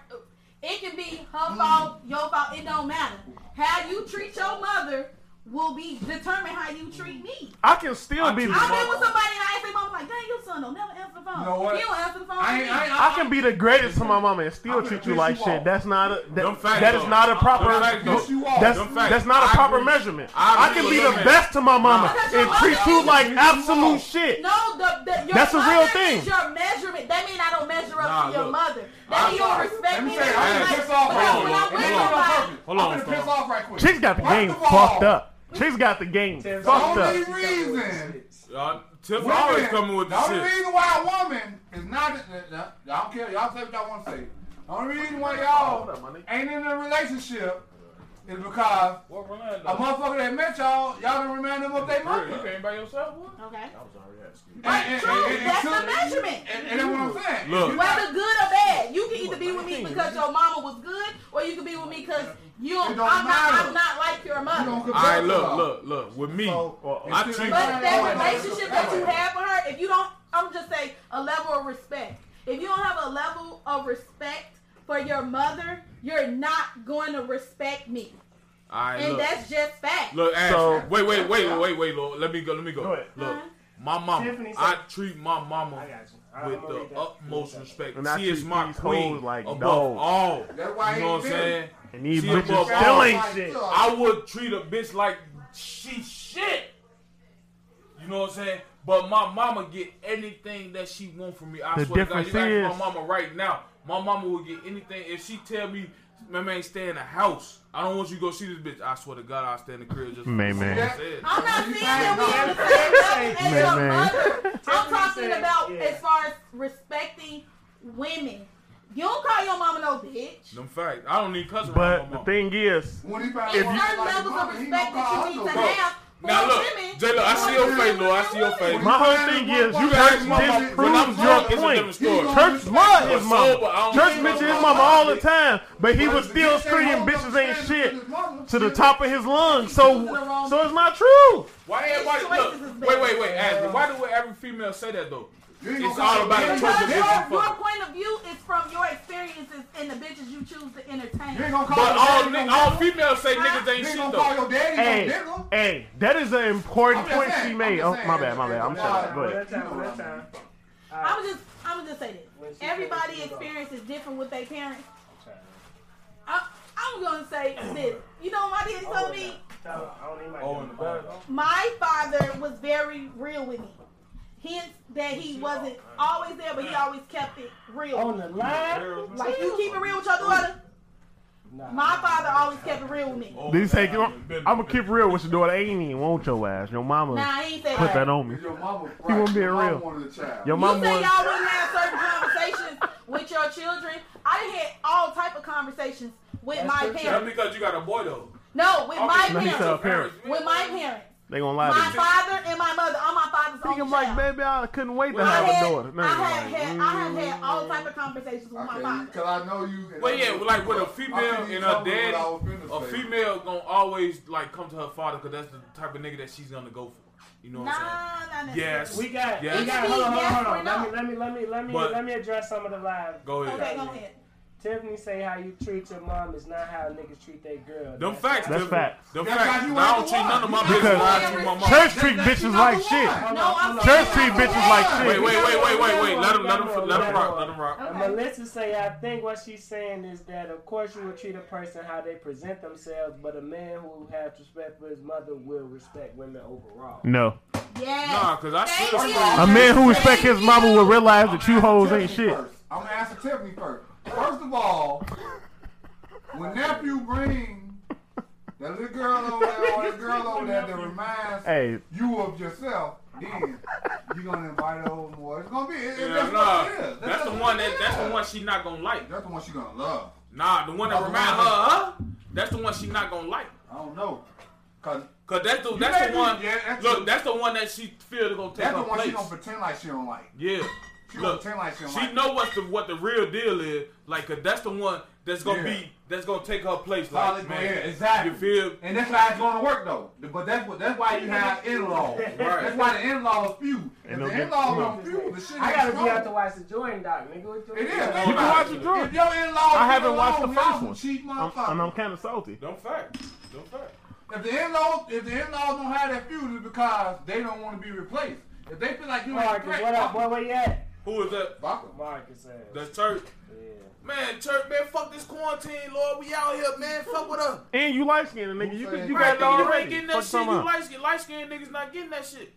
it can be her Mm. fault, your fault. It don't matter. How you treat your mother will be determine how you treat me. I can still be. I've been with somebody and I ain't say mama like, dang, your son don't never answer the phone. You know what? He don't answer the phone. I to ain't. me. I ain't. I can be the greatest to my mama and still I'm gonna treat you piss like you shit. off. That's not a Them that, facts that is though. not a Them facts proper. though. Piss you off. That's Them facts. that's not a I proper agree. measurement. I I agree can with be your the man. best to my mama Because your and mama treat you is- like you absolute wrong. shit. No, the, the your That's a mother real Is thing. your measurement. That mean I don't measure up Nah, to your look. mother. That I'm mean you don't sorry. respect Let me me. say, I'm That's gonna Hey, like- piss off. because hold when on, I'm with hold on. somebody, Hold on, I'm gonna piss hold on. off right quick. Chicks got the First game of all, fucked up. Chicks got the game Tiff, The fucked only up. reason. Y'all, Uh, Tiff women- always coming with the the only shit. reason why a woman is not. I don't care. Y'all say what y'all want to say. The only reason why y'all ain't in a relationship is because a motherfucker that met y'all, y'all done remind them of their mother. came by yourself, boy. Okay. And- True. and- and- and That's two- the measurement. And, and that's what I'm saying. Look. If Whether good or bad, you can either be with me because your mama was good, or you can be with me because you. It Don't, don't I'm not. matter. I'm not like your you don't mother. compare All to right, look, her. look, look. With me, So, I it's treat- still- But that relationship that you have with her, if you don't, I'm just saying a level of respect. If you don't have a level of respect for your mother, you're not going to respect me, all right, and look. that's just fact. Look, Ash, So- wait, wait, wait, wait, wait, Lord. Let me go. Let me go. Go ahead. Look, Huh? my mama. Tiffany said- I treat my mama I got you. I- with I'm gonna read the that. utmost respect. And I She is treat my these queen hoes like above dogs. all. That's why you he know what I'm ain't saying? And these She bitches above still all ain't my shit. God. I would treat a bitch like she shit. You know what I'm saying? But my mama get anything that she want from me. I The swear to God, difference you ask is- my mama right now. My mama will get anything if she tell me, "My man, stay in the house. I don't want you to go see this bitch." I swear to God, I'll stay in the crib just. Man, man. That's it. I'm not saying that we have the Man, same level as man. your mother. I'm Tiffany talking said, about yeah. as far as respecting women. You don't call your mama no bitch. Them facts. I don't need cussing But around the my mama. thing is, When he found It's one certain like levels of mama, he gonna respect call that her you no need to bitch. have. for Now look, women. J-Lo, I see your face, Lord. I see your face. my whole thing is you church disproves your It's a different point. story. Church love his But mama. sober, I don't Church think bitch my his mama mama all the did. time, but he But was if the still bitch ain't screaming hold up bitches ain't standing to shit his mama, to the she- top of his lungs. So so it's not true. Why These everybody choices is look? bad. Wait, wait, wait, wait, Ashley. Why do every female say that though? You ain't gonna It's all come about to the me. church. Because your, bitches your fuck. point of view is from your experiences and the bitches you choose to entertain. You ain't gonna call But your all daddy no nigg- nigga. all females say Huh? niggas You ain't ain't shit gonna though. call your daddy Hey, no nigga. hey, that is an important I'm just point saying, she I'm made. just Oh, saying, my bad, my it's bad. I'm just shutting like- up. Go ahead. That time, that time. I'm just, I'm just say When this. she Everybody said she was experience is different with their parents. I, I'm gonna say this. You know, my daddy told me Tyler, I don't need my Oh, in the back. my father was very real with me. Hence that he wasn't always there, but he always kept it real. On the line? Like you keep it real with your daughter. Nah. My father always kept it real with me. Oh, Did he say, man, I'm been- gonna keep real with your daughter. I ain't even want your ass. Your mama Nah, I ain't say put that that. on me. Your mama You right. wanna be Your mama real. wanted a child. Your You mama say was. y'all wouldn't have certain conversations with your children. I done had all type of conversations with That's my true. That's parents. because you got a boy though. No, with my Okay, No, he parents. said a parent. With my parents. They gonna lie to My you. father and my mother. I'm my father's only Thinking like, child. baby, I couldn't wait to I have had, a daughter. No, I you're have like, had, I have had all type of conversations with my Okay, father. because I know you. Well, yeah, like with a female and her daddy, a female gonna always like come to her father because that's the type of nigga that she's gonna go for. You know Nah, what I'm nah, nah. Yes. We got, Yeah. we got, hold on, hold on, hold on. Yes Let or me, let me, let me, let me, But- let me address some of the live. saying? Go ahead. Okay, go ahead. Tiffany say how you treat your mom is not how niggas treat their girl. Them That's- facts. That's Tiff. facts. Them That's facts. why you I ain't don't the treat one. none of my You bitches. ain't I the treat my one. mom. Church treat bitches like shit. Hold No, on, I'm hold on. Church treat bitches like Wait, shit. wait, wait, wait, wait, wait. Let him, let him, let him Okay. rock. Let him rock. And Okay. Melissa say, I think what she's saying is that, of course, you will treat a person how they present themselves, but a man who has respect for his mother will respect women overall. No. Yes. Nah, cause I Thank shit you. on A man who respect his mama will realize that you hoes ain't shit. I'm gonna ask Tiffany first. First of all, when nephew bring that little girl over there or the girl over there that reminds Hey, you of yourself, then you gonna invite her over more. It's gonna be. It, it, Yeah, that's what it nah. is. That's the just one. what That it that's the is. one she not gonna like. That's the one she gonna love. Nah, the one that That's the remind one. her of her. That's the one she not gonna like. I don't know, cause Cause that's the that's may the be- one. yeah, that's look, the- that's the one that she feel gonna take that's her the one place. she gonna pretend like she don't like. yeah. She gonna Look, pretend like she don't she like. know what's the what the real deal is. Like, 'cause that's the one that's gonna Yeah. be that's gonna take her place. Solid Like, man, man, exactly. You feel? And that's how it's gonna work though. But that's what that's why you have in laws. That's why the in laws feud. If And they'll the get- in laws don't feud, the shit I gotta be out to the watch the Jordan doc, nigga. What you It is. mean? Think You can about watch it through. If your in laws, I haven't watched the first one. Cheap I'm, and I'm motherfucker. kind of salty. Don't fact. Don't fact. If the in laws, if the in laws don't have that feud, it's because they don't want to be replaced. If they feel like you ain't a Marcus, threat, what up, fuck boy? Where you at? Who is that? 'em. Fuck 'em. Marcus says. That church. yeah. Man, church, man, fuck this quarantine, Lord. We out here, man. Fuck with us. And you light skinned, nigga. You, could- you Right, got that dog, you ain't already. getting Fuck that shit. some You up. light skinned, light skinned niggas not getting that shit.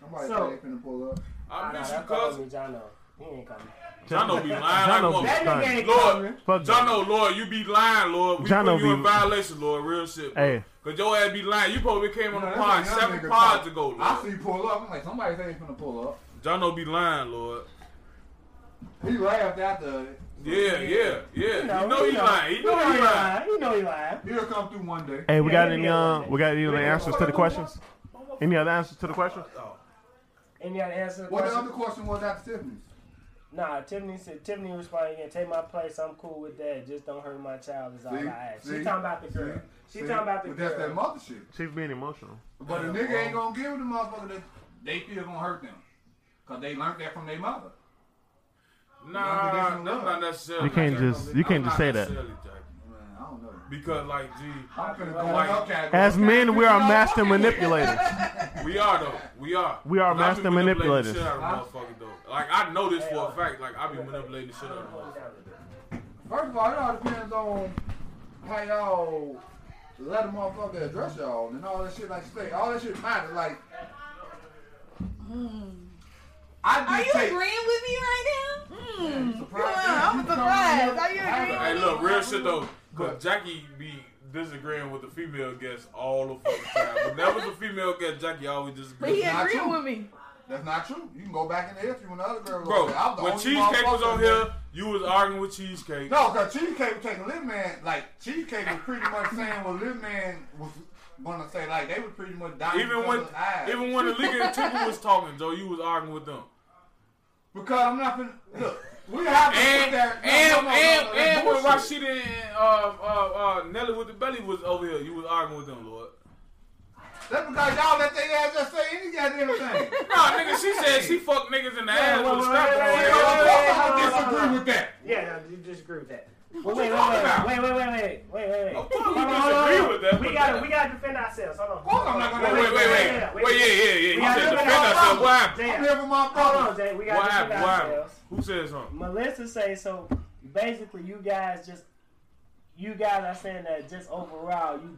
Somebody So- say they finna pull up. I Nah, miss you, that's all cuz. me, Jono. He ain't coming. Jono be Jono lying. I be want That nigga ain't Lord. coming. Fuck that. Jono, Lord, you be lying, Lord. We Jono put you be- in violation, Lord. Real shit. Bro. Hey, Cause your ass be lying. You probably came on You know, the that's pod a young seven nigga pods talk. ago, I Lord. see you pull up. I'm like, somebody say they finna pull up. Jono be lying, Lord. He laughed after. it. Yeah, yeah, yeah. You know, he know. lying. He You know he lying. You know he lying. He'll come through one day. hey, we Yeah, got any yeah, um, yeah. we got any other Yeah. answers to the questions? Any other answers to the questions? Oh. Any other answer? to the What the question? other question was after Tiffany's? Nah, Tiffany said Tiffany responded again. Take my place. I'm cool with that. Just don't hurt my child. Is all See? I ask. See? She talking about the girl. she talking about the But that's that girl. mother shit. She's being emotional. But the nigga ain't gonna give the motherfucker that they feel gonna hurt them. Cause they learned that from their mother. Nah, Yeah, that's but that's not necessarily. You can't like just- that. you can't I'm just not say that. necessarily Jackie. Man, I don't know. Because like, gee, I'm finna go in your category. As men, we are Y'all master fucking manipulators. we are though. We are. We are Cause I be master manipulators. manipulating the shit out of motherfuckers, though. Like I know this for a fact. Like I be manipulating the shit out of motherfuckers. First of all, it all depends on how y'all let a motherfucker address y'all and all that shit. Like you say, all that shit matters. Like, Are I you dictate. agreeing with me right now? Mm. surprised? Yeah, I'm You come surprised. here- Are you I- agreeing? Hey, look, real shit though. Cause Jackie be disagreeing with the female guests all the fucking time. Whenever the female guest, Jackie always But he disagrees. Not agreeing you. with me. That's not true. You can go back in the history when the other girl was Bro, there. I was the when only Cheesecake was motherfucker on there. here, you was arguing with Cheesecake. No, because Cheesecake was taking Little Man, like, Cheesecake was pretty much saying what Little Man was going to say. Like, they were pretty much dying Even when, eyes. even when the Liga and Tuba was talking, Joe, you was arguing with them. Because I'm not finna, look, we have to put And that. and no, no, and, no, no, no, that's and when bullshit. Rashida and uh, uh, uh, Nelly with the belly was over here, you was arguing with them, Lord. That's because y'all let their ass just say any goddamn thing. Nah, nigga, she said she fucked niggas in the ass with a strap on. Hey, Yeah. I disagree with that. Yeah, no, you disagree with that. What Wait, wait, you talking about? wait, wait, wait, wait, wait, wait, wait, wait. Of course we Hold on, disagree hold on. with that, We but gotta, that- we gotta defend ourselves. Hold on. Of course I'm not gonna Wait, wait, wait, wait. Wait, yeah, yeah, We gotta yeah. You said defend defend ourselves. ourselves. What happened? I'm Jay, here for my hold brother. on, Jay. We gotta What defend happened? What happened? ourselves. Who said something? Melissa say so. Basically, you guys just, you guys are saying that just overall, you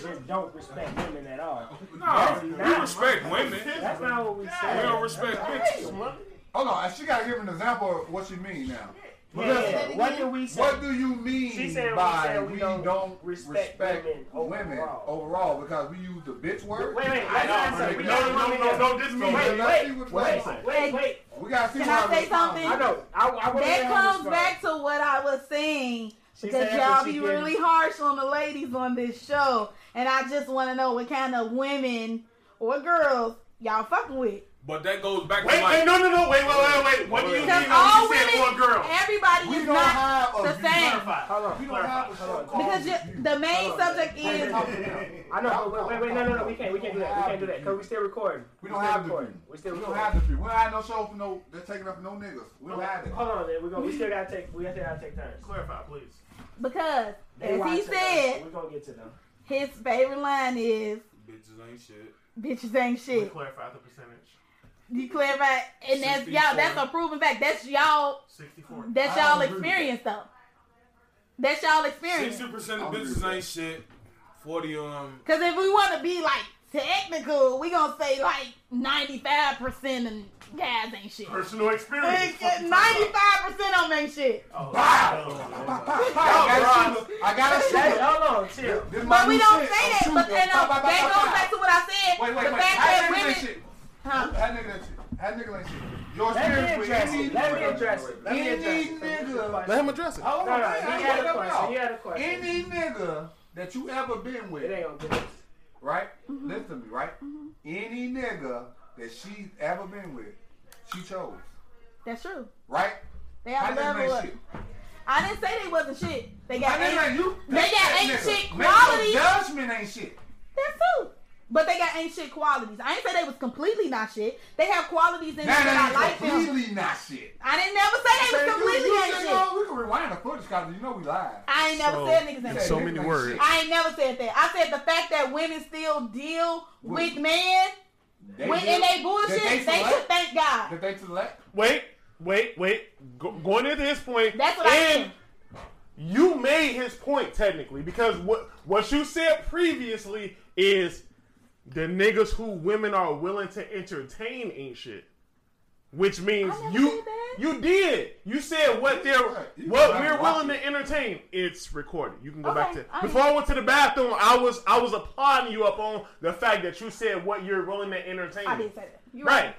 just don't respect women at all. No, That's we not- respect women. That's not what we We said. don't respect bitches. Hold on, she gotta give an example of what you mean now. Yeah, yeah. Melissa, What do we say? What do you mean She said we by said we, don't, respect, women, women overall. overall. because we use the bitch word? Wait, wait, I let's know, answer. We but No, gotta no, come no, here. no, this me. Wait, Wait, let's see what Wait, wait. wait, wait. We gotta see Can how I say we respond. something? I know. I, I wanna That hear her comes respond. back to what I was saying. She Because said y'all that she be gave- really harsh on the ladies on this show. And I just want to know what kind of women or girls y'all fucking with. But that goes back to Wait, wait, like. no, no, no, wait, wait, wait, wait. What do you mean Because when all you said women, one girl? everybody We is don't not. have a the view. same. Hold on. We don't Hold have a on. so-called Because you, view. the main Hold on. subject Hey, is. talk to them. I know. Wait, wait, wait. No, no, no. We can't. We can't do that. We can't do that because we still recording. We don't still have the view. recording. We We still don't recording. have the view. We don't have no show for no. They're taking up no niggas. We don't have it. Hold on, then. We're gonna. We still gotta take. We gotta gotta take turns. Clarify, please. Because, They as watch he us. said, we're gonna get to them. his favorite line is Bitches ain't shit. bitches ain't We shit. clarify the percentage. You clarify. And that's y'all, that's a proven fact. That's y'all 64. That's I y'all agree with experience, though. That's y'all experience. Sixty percent of I'll agree with bitches that. ain't shit. Forty um. Because if we want to be like technical, we gonna say like ninety-five percent and guys ain't shit. Personal experience. Ninety-five percent of them ain't shit. Oh, I gotta shoot. I gotta Hey, shoot. hold on. Chill. This is my But we new don't say shit. I'm that. shooting. But then uh, Bow, bow, bow, that bow, goes bow. back to what I said. Wait, wait, the wait. fact How that niggas ain't women, shit? huh? How niggas ain't shit? How niggas ain't shit? Your Let experience me address it. with any Let me address it. Let me Any address it. nigga- No, Let him address it. Oh, no, man, I he had gotta a go question. He out. had a question. Any nigga that you ever been It with, ain't gonna get us. right? Mm-hmm. Listen to me, right? Any nigga that she's ever been with, she chose, That's true. right? They How have a niggas ain't level up. shit? I didn't say they wasn't shit. They How got niggas ain't ain't. you? They got that ain't nigga. shit Nigga, your qualities. Judgment ain't shit. That's true. But they got ain't shit qualities. I ain't say they was completely not shit. They have qualities in them that That I like ain't them. completely not shit. I didn't never say they was Say, dude, completely you ain't said, shit. "Oh, We can rewind the footage because you know we lied. I ain't never So- said niggas ain't Say, So shit. niggas many ain't words. shit. I ain't never said that. I said the fact that women still deal with men They when did. and they bullshit, That they, they should select. thank God. That they to the left. Wait, wait, wait. Go, going into his point, That's what I and said. you made his point technically because what what you said previously is the niggas who women are willing to entertain ain't shit. Which means I never you said that. you did. You said what they're You what can we're rock willing it. to entertain. It's recorded. You can go Okay, back to I mean- before I went to the bathroom. I was I was applauding you up on the fact that you said what you're willing to entertain. I didn't say that. You're right. Right.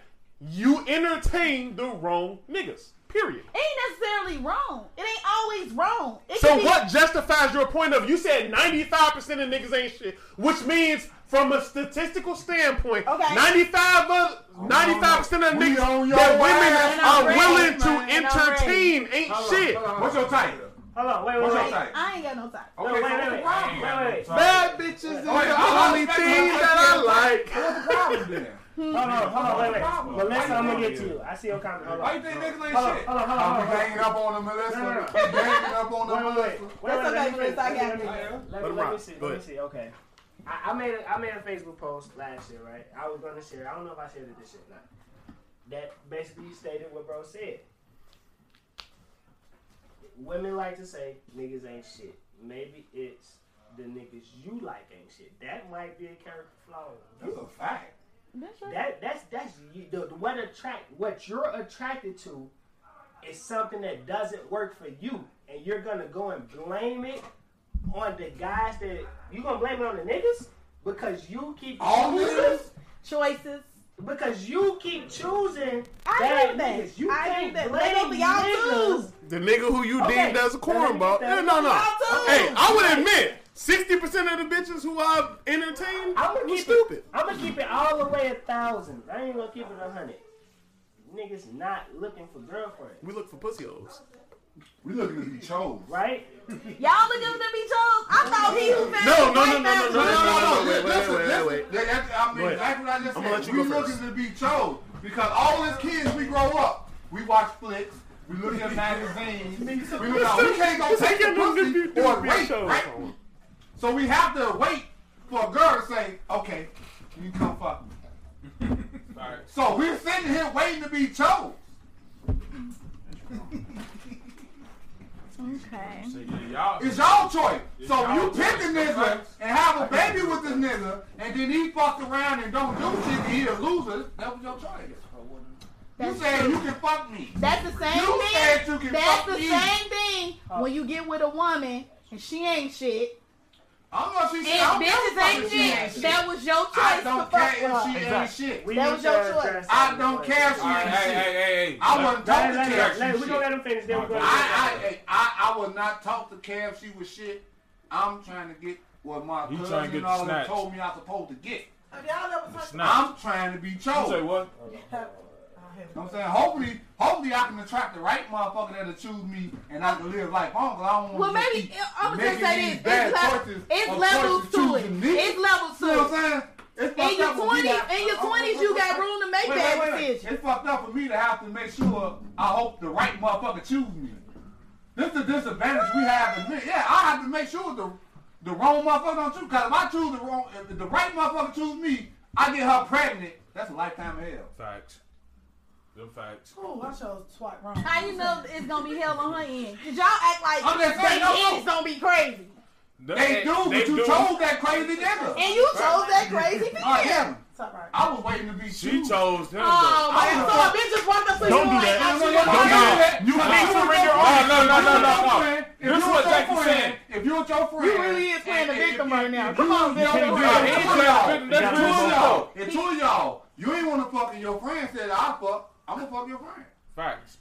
You entertain the wrong niggas. Period. It ain't necessarily wrong. It ain't always wrong. It So can be- what justifies your point of you said 95% of niggas ain't shit, which means from a statistical standpoint, Okay. 95 of 95% of We niggas on your And I'm ready, that women are willing man, to and I'm ready. entertain ain't Hold on, shit. hold on, hold What's your title? on. Hold on. Wait, wait, What's your Oh. wait. title? I ain't got no type. No, wait, wait, wait. What's the Wait, wait. Bad bitches is the Wait, I only thing respect my that I husband. like. What's the problem then? Hold on, hold on, wait, Problem. wait. Melissa, Why I'm you gonna doing get to you. I see your comment. Hold Why on. you think niggas Hold on, ain't shit? hold on, hold on, I'm hold on. ganging up on them, No, no, Melissa. no. I'm ganging up on Wait, them, wait, wait. Melissa. Wait, wait, let That's okay, me Melissa, I finish. got Let me- you. Let Let me, 'em let me rock. see. Go Let me ahead. see. Okay. I, I made a, I made a Facebook post last year, right? I was gonna share. I don't know if I shared it this year or not. That basically stated what bro said. Women like to say niggas ain't shit. Maybe it's the niggas you like ain't shit. That might be a character flaw. That's a fact. That's right. That that's that's you- the, the- what attract what you're attracted to is something that doesn't work for you, and you're gonna go and blame it on the guys that you gonna blame it on the niggas because you keep All niggas? Choices. because you keep choosing I bad agree with that. niggas. You I agree can't with that. blame But y'all niggas. too. The nigga who you Okay. deemed as a Let cornball. No, me- no, no. let me- Hey, I would admit 60% of the bitches who I've entertained I'm gonna were keep stupid. it. I'm gonna keep it all the way a thousand. I ain't gonna keep it a hundred. Niggas not looking for girlfriends. We look for pussy holes. We looking to be chose. right? Y'all looking at me, Jones? I thought he was No, no, no, no, no, No, no, no, no. Wait, wait, wait, Listen, wait, listen. wait. That- that's- I Go mean, ahead. exactly what I just I'ma let said. you go We first. looking to be chose because all as kids we grow up. We watch flicks. We look at magazines. we look out. We can't go take the pussy or wait, right? So we have to wait for a girl to say, okay, you can come fuck me. Alright. So we're sitting here waiting to be chose. Okay. Y'all, It's your choice. So you pick the nigga and have a baby with this nigga, and then he fuck around and don't do shit, he a loser. That was your choice. You That's said true. you can fuck me. That's the same You said you Oh. thing. can That's fuck the me. same thing when you get with a woman and she ain't shit. I don't know if she said And I'm fucking bitches ain't she ain't shit. That was your I choice to don't fuck care with if her. she ain't shit. We That need was your to choice. address I that. don't care if she alright, ain't hey, hey, shit. hey, hey. I wouldn't talk Let, to let, Kev. let, she let, we shit. gonna let him finish. Then we gonna. I, I, I, I would not talk to Cam. She was shit. I'm trying to get what my You trying to cousin get and all of them snatched. told me I'm supposed to get. Have y'all ever touched Nah. I'm trying to be You say chose. what? You know what I'm saying? Hopefully, hopefully I can attract the right motherfucker that'll choose me and I can live life on 'cause I don't want Well, to maybe I'm gonna making say these this: bad it's, le- choices it's of levels choices to it. choosing me. It's levels You know what to it. I'm saying? It's In fucked your up when we twenties, got- in your uh, uh, twenties, uh, you uh, got uh, room to make wait, wait, wait, that wait. decision. It's fucked up for me to have to make sure I hope the right motherfucker choose me. This is the disadvantage we have in men. Yeah, I have to make sure the the wrong motherfucker don't choose. Cause if I choose the wrong, if the right motherfucker choose me, I get her pregnant. That's a lifetime of hell. Facts. Them facts. Oh, I chose twat wrong. How you know it's gonna be hell on her end? Cause y'all act like I'm just saying, baby no, no. it's gonna be crazy, They do, but you chose that crazy nigga. and you chose that crazy bitch. Oh, yeah. Top right. I was waiting to be She choosed. chose him. Oh though. my I was- God! So a bitch just walked up to Don't you do like, that. "I'm No, no, your no, wife." You no, no. can't If you was surrender your all- friend- No, no, if you no, no, was your no, no. friend- if This you what was your Jackson friend- said. If you was your friend, You really is playing the and- and- victim and- right now. and Come you on, was Bill. your friend- Come on. He ain't Two of y'all. playing the victim. That's Two of real y'all. talk. If two of y'all, you ain't want to fuck and your friend said I fuck. I'm gonna fuck your friend. Facts.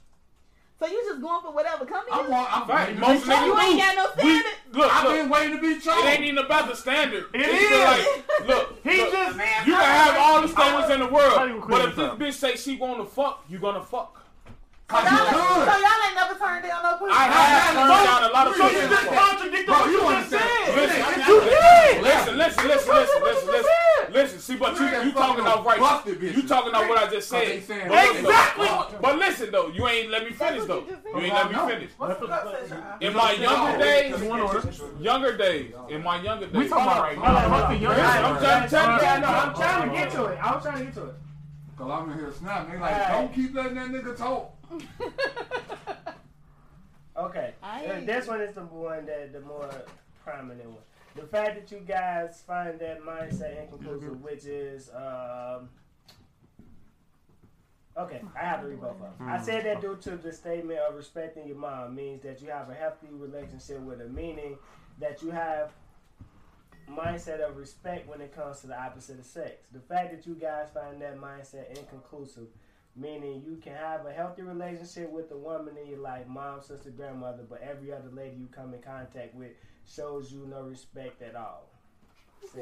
So you just going for whatever come to I'm you? going. I'm Facts. waiting to be Most niggas chosen. You ain't got no We, standard. look, I've look. been waiting to be It ain't chosen. even about the standard. It It's is. just Like, look, He look, just- you can have all the standards in the How you world, clean but if this up? this bitch say she want to fuck, you gonna fuck. Cause Y'all you ain't- So good. y'all ain't never turned down no pussy. I have turned down a lot of So pussy. you Just before. contradict Bro, what you you just understand? said. Listen, You did. Listen, listen, listen, listen, listen, listen. Listen, see, but you, you talking out right. Busted bitches. You talking out what I just They said. saying- But listen, Exactly. But listen though, you ain't let me finish though. You ain't let me finish. What's the fuck says your eye? In my younger In days, one order. younger days, in my younger days. We talking about right now. What's the young Listen, I'm trying to tell you. Yeah, no, I'm trying to get to it. I was trying to get to it. Cause I'm in here snapping. They like, don't keep letting that nigga talk. Okay. I- Uh, This one is the one that the more prominent one. The fact that you guys find that mindset inconclusive, which is um, okay, I have to read both of them. I said that due to the statement of respecting your mom means that you have a healthy relationship with her, meaning that you have mindset of respect when it comes to the opposite of sex. The fact that you guys find that mindset inconclusive meaning you can have a healthy relationship with a woman in your life, mom, sister, grandmother, but every other lady you come in contact with shows you no respect at all.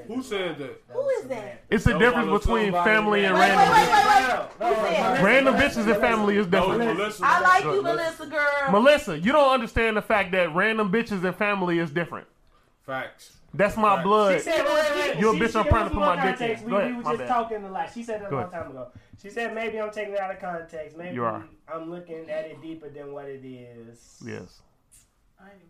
Who said that? Who is that? It's the Those difference mother- between somebody family and Wait, wait, random. wait, wait, wait. No, no, Who said no, that? Random Melissa, bitches and family is Those different. Melissa. I like you, Look, Melissa, girl. Melissa, you don't understand the fact that random bitches and family is different. Facts. That's my Right. She blood. said, wait, wait, wait. You a She- bitch, she- I'm it trying to was put more my dick in. context. We, Go we ahead, were my just bad. talking a lot. She said that a Go long ahead. time ago. She said maybe I'm taking it out of context. Maybe You are. I'm looking at it deeper than what it is. Yes. I ain't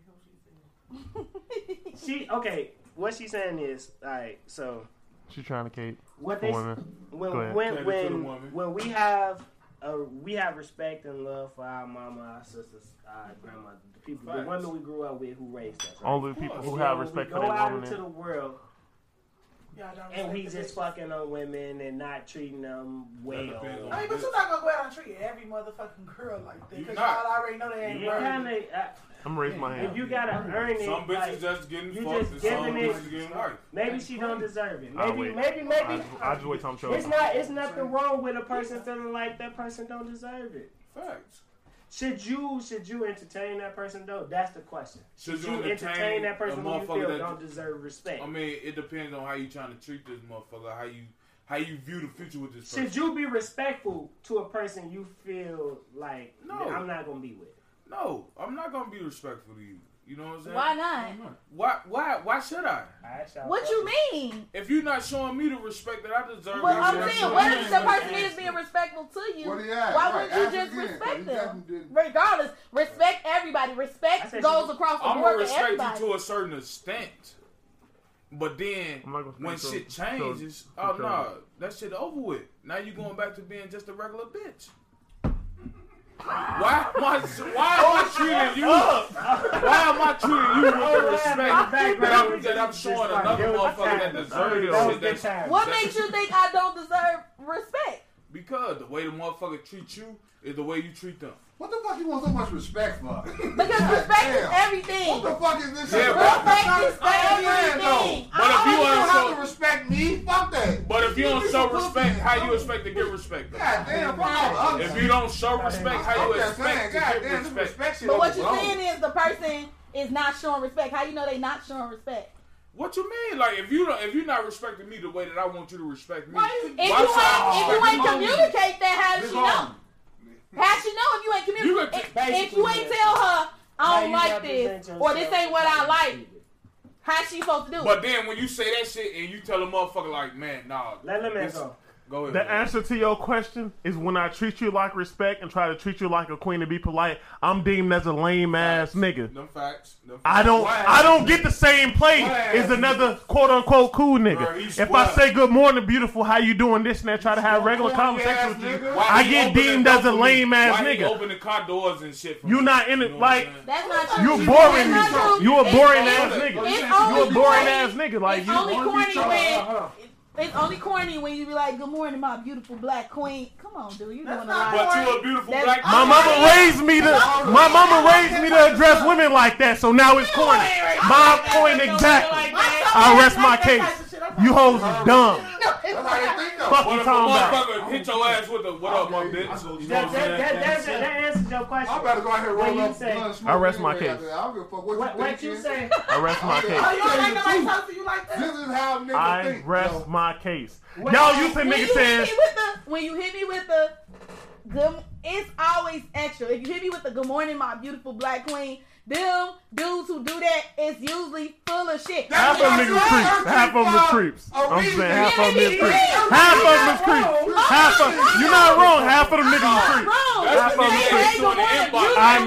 even hear what she said. She okay. What she's saying is all right. So She trying to cape what for they women. Go when ahead. when Cater to the when, woman. when we have uh, we have respect and love for our mama, our sisters, our grandmother, the people, the Facts. women we grew up with who raised us. Right? Only people who have respect we go for their out woman. into the world Y'all don't and we respect the just bitches. fucking on women and not treating them depends well. on- I mean, but you're not gonna go out and treat every motherfucking girl like that You because not. y'all already know they ain't You kind worthy. of I'm raising my uh, if hand. you gotta earn it. Some like, bitches just getting you just fucked and some giving it- bitches getting wife. maybe she don't deserve it. I'll Maybe wait. maybe I maybe. just, I just wait till I'm sure. It's not. It's nothing wrong with a person feeling like that person don't deserve it. Facts. Should you should you entertain that person though? That's the question. Should Should you entertain, that person a who you motherfucker feel that- don't deserve respect? I mean, it depends on how you trying to treat this motherfucker, how you how you view the future with this person. should you be respectful to a person you feel like No. I'm not gonna be with? No, I'm not gonna be respectful to you. You know what I'm saying? Why not? Why? Why? Why should I? What you mean? If you're not showing me the respect that I deserve, Well, you I'm should saying, show what me if the that. person is being respectful to you? What he asked, Why right, wouldn't you ask again, 'cause just he respect them? definitely didn't. Regardless, respect everybody. I Respect said goes she- across the I'm board gonna for respect you everybody. to a certain extent, but then I'm not gonna when speak shit to- changes, to- oh to- no, that shit over with. Now you going back to being just a regular bitch. Why am I why am I treating you? Why am I treating you with the respect that I'm, that I'm showing another motherfucker that deserves this shit? That's, What makes you think I don't deserve respect? Because the way the motherfucker treats you is the way you treat them. What the fuck you want so much respect for? Because God respect is damn. What the everything. fuck is this? Yeah, shit? but- Respect is for I don't everything. But if you You don't want have to to show, respect me. Fuck that. but if you don't These show people respect, pussies. how you expect to get respect? though? God damn, fuck all the If you don't show respect, how you I'm just saying, expect to God get damn, this respect? respect shit But what you're overblown. saying is the person is not showing respect. How you know they not showing respect? What you mean? Like if you don't, if you're not respecting me the way that I want you to respect me, Why you- If you why ain't, should if I you respect ain't you? communicate that, how does she This know? wrong. How she know if you ain't You could communicate? t- If, if you ain't tell her, I don't How you like this, represent or this yourself. ain't what I like, how she supposed to do But it? then when you say that shit and you tell a motherfucker like, man, nah, Let them this- go. Go ahead. The answer to your question is when I treat you like respect and try to treat you like a queen and be polite, I'm deemed as a lame ass nigga. Them facts. Them facts. I don't I don't get the same play as another quote unquote cool nigga. Bruh, he if I squat. say good morning, beautiful, how you doing, this and that, try to have regular conversation with you, Why I he get open the deemed door as a for me? lame ass Why he nigga. Open the car doors and shit. for You me? not in it, know what like- I'm saying? That's not true. You boring That's me. not true. You a It's boring only- ass nigga. It's You only a boring corny- ass nigga. Like it's you only corny trying- when it's only corny when you be like, "Good morning, my beautiful black queen." Come on, dude, you doing a lot. But you a beautiful That's- black. my I'm woman. mama not- raised me to I'm my not- mama I'm raised not- me to address women like that, so now it's corny. My point exactly. I rest my case. You hoes is dumb. That's how they think though. Fuck you What if a talking about? motherfucker hit your ass with a what up, my bitch? You know what That, that, I'm saying? that, that, that, answers your question. I better go out here and What roll you up say? blood and smoke I rest my anyway case. out there. I don't give a fuck what, What, you what think. you is. say? I rest my case. I tell you the truth. like that. This is how niggas I think. rest yo. my case. Y'all used to When you Oh, nigga hit saying me with the when you hit me with the good, it's always extra. If you hit me with the good morning, my beautiful black queen, them dudes who do that, it's usually full of shit. half of them niggas creeps. Half of them is creeps. Oh, I'm saying half of them is creeps. Half of them is creeps. Half of you're not wrong. Half of them niggas is creeps. Wrong. That's the That's what nigga that hit you in the I'm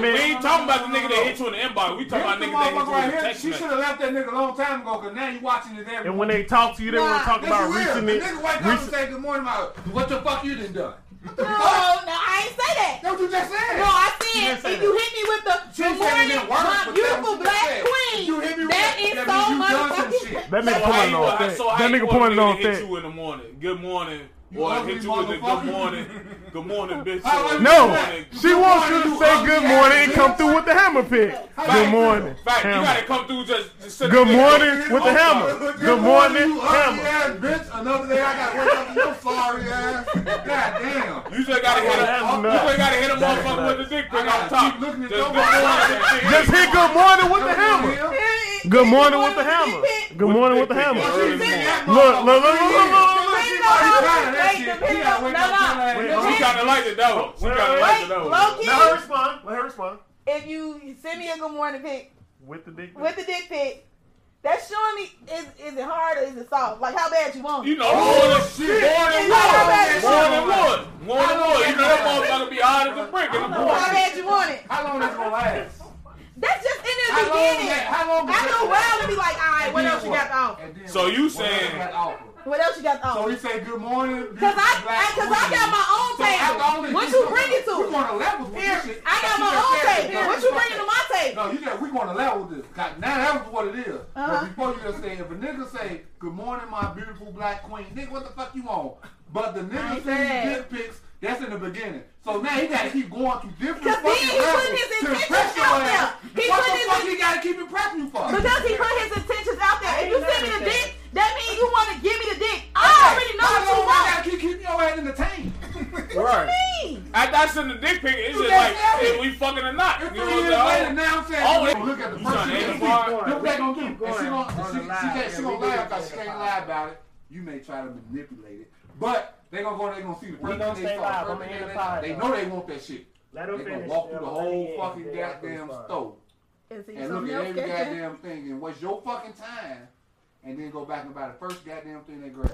I saying. You inbox. we mean- ain't talking about the nigga that hit you in the inbox. We talking about This nigga that motherfucker right here, she hit you in the text should message. have left that nigga a long time ago, cause now you watching it every And when they talk to you, they want Nah, to talk Nigga about will. reaching The it. nigga wake up and reaching- say good morning, my what the fuck you done done? What the No, no, fuck? I ain't say that. That's what you just said. No, I You said didn't say if you hit me with the She good said it morning, didn't work, my but that's beautiful what black she said. queen, You hit me with that that, is that so means you done some motherfucking. shit. That So nigga how pointed you on want- that. so how That you nigga want pointed a on nigga to hit that. you in the morning. Good morning. You Or ugly hit you with a good motherfucker. morning. Good morning, bitch. How Or ugly No, is that? she wants you to say good morning and come through with the hammer pick. Good morning, Fact, you hammer. gotta come through just, just sit Good there. morning with the hammer. Good, Good morning, morning, you ugly hammer. ass bitch. Another day I got to wake up to your sorry ass. God damn. You just gotta hit That's a, you nuts. just gotta hit a That's motherfucker with the dick I pic on gotta top. keep looking at Just your good morning, bitch. Just hit good morning with the hammer. Good morning with the hammer. Good morning with the hammer. Early morning. Look, look, look, look, look. look. She kinda liked it though. She kinda liked it though. Let her respond. Let her respond. If you send me a good morning pic With the dick. with the dick pic, that's showing me is is it hard or is it soft? Like how bad you want? it? You know, more than shit. More than It's like how bad you More want it. than wood. More than wood. You know that motherfucker be hard as a brick in the How morning. bad you want it? How long is it gonna last? That's just in the How long beginning. that- how long After that- a while, to be like, all right, what else you got to offer? And then So what? you What else saying- got to offer? What else you got to So offer? he say good morning. Cause I, I, cause I got my own table. What you bring it We to? going to level with this shit. I got You my just own said it. table. What you bringing to my table? No, you just we going to level this. God, now that's what it is. Uh-huh. But before you just say, if a nigga say good morning, my beautiful black queen, nigga, what the fuck you on? But the I nigga said. send you dick pics. That's in the beginning. So now he gotta keep going to different Cause then fucking he levels putting his to intentions impress your out there. ass. He what putting the fuck his- he gotta keep impressing you for? Because he put his intentions out there. If you send me the dick, that means you want to give me the dick. I already know How what long you I want. gotta keep keeping your ass entertained? Right. Me. I that's in the dick pic. It's just just like, said is it. we fucking or not? You Three know years what I'm later, saying? now I'm saying, Oh, oh, look at the you person. trying to Look aim far? what they gonna do. And she Keep going gonna, on she, the she, lie. can't- Yeah, she gonna we do lie it because she all the can't time. lie about it. You may try to manipulate it, but they gonna go. They gonna see the person gonna they stay saw. live. the I'm person in the they- pod, They though. know they want that shit. Let They him gonna finish. walk through Yeah, the let whole him- fucking yeah, goddamn fine. store Is he and look something at else? every Cat? goddamn thing and waste your fucking time, and then go back and buy the first goddamn thing they grab.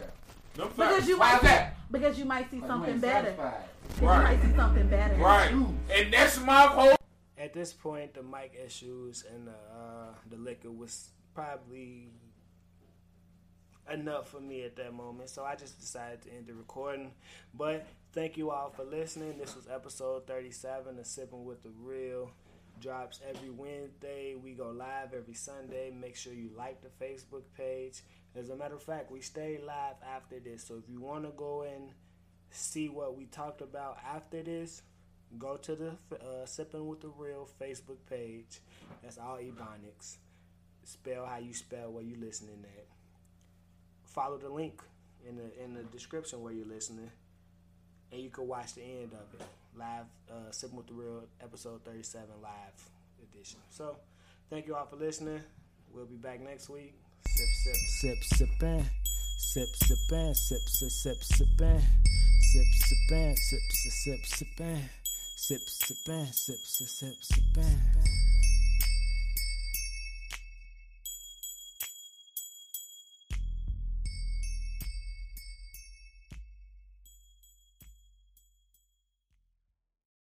Them facts. Because you Why is might that? because you might see Like, you something ain't better. satisfied. 'Cause You might see something better. Right. And that's my whole. At this point, the mic issues and the uh, the liquor was probably enough for me at that moment, so I just decided to end the recording. But thank you all for listening. This was episode thirty-seven of Sipping with the Real. Drops every Wednesday. We go live every Sunday. Make sure you like the Facebook page. As a matter of fact, we stay live after this. So if you want to go and see what we talked about after this, go to the uh, Sipping with the Real Facebook page. That's all Ebonics. Spell how you spell where you listening at. Follow the link in the in the description where you're listening, and you can watch the end of it live. Uh, Sipping with the Real episode 37 live edition. So, thank you all for listening. We'll be back next week. Sip, sip, sip sippin', sip sippin', sip sip sip sippin', sip sippin', sip sip sip sippin', sip sippin', sip sip sip sippin'.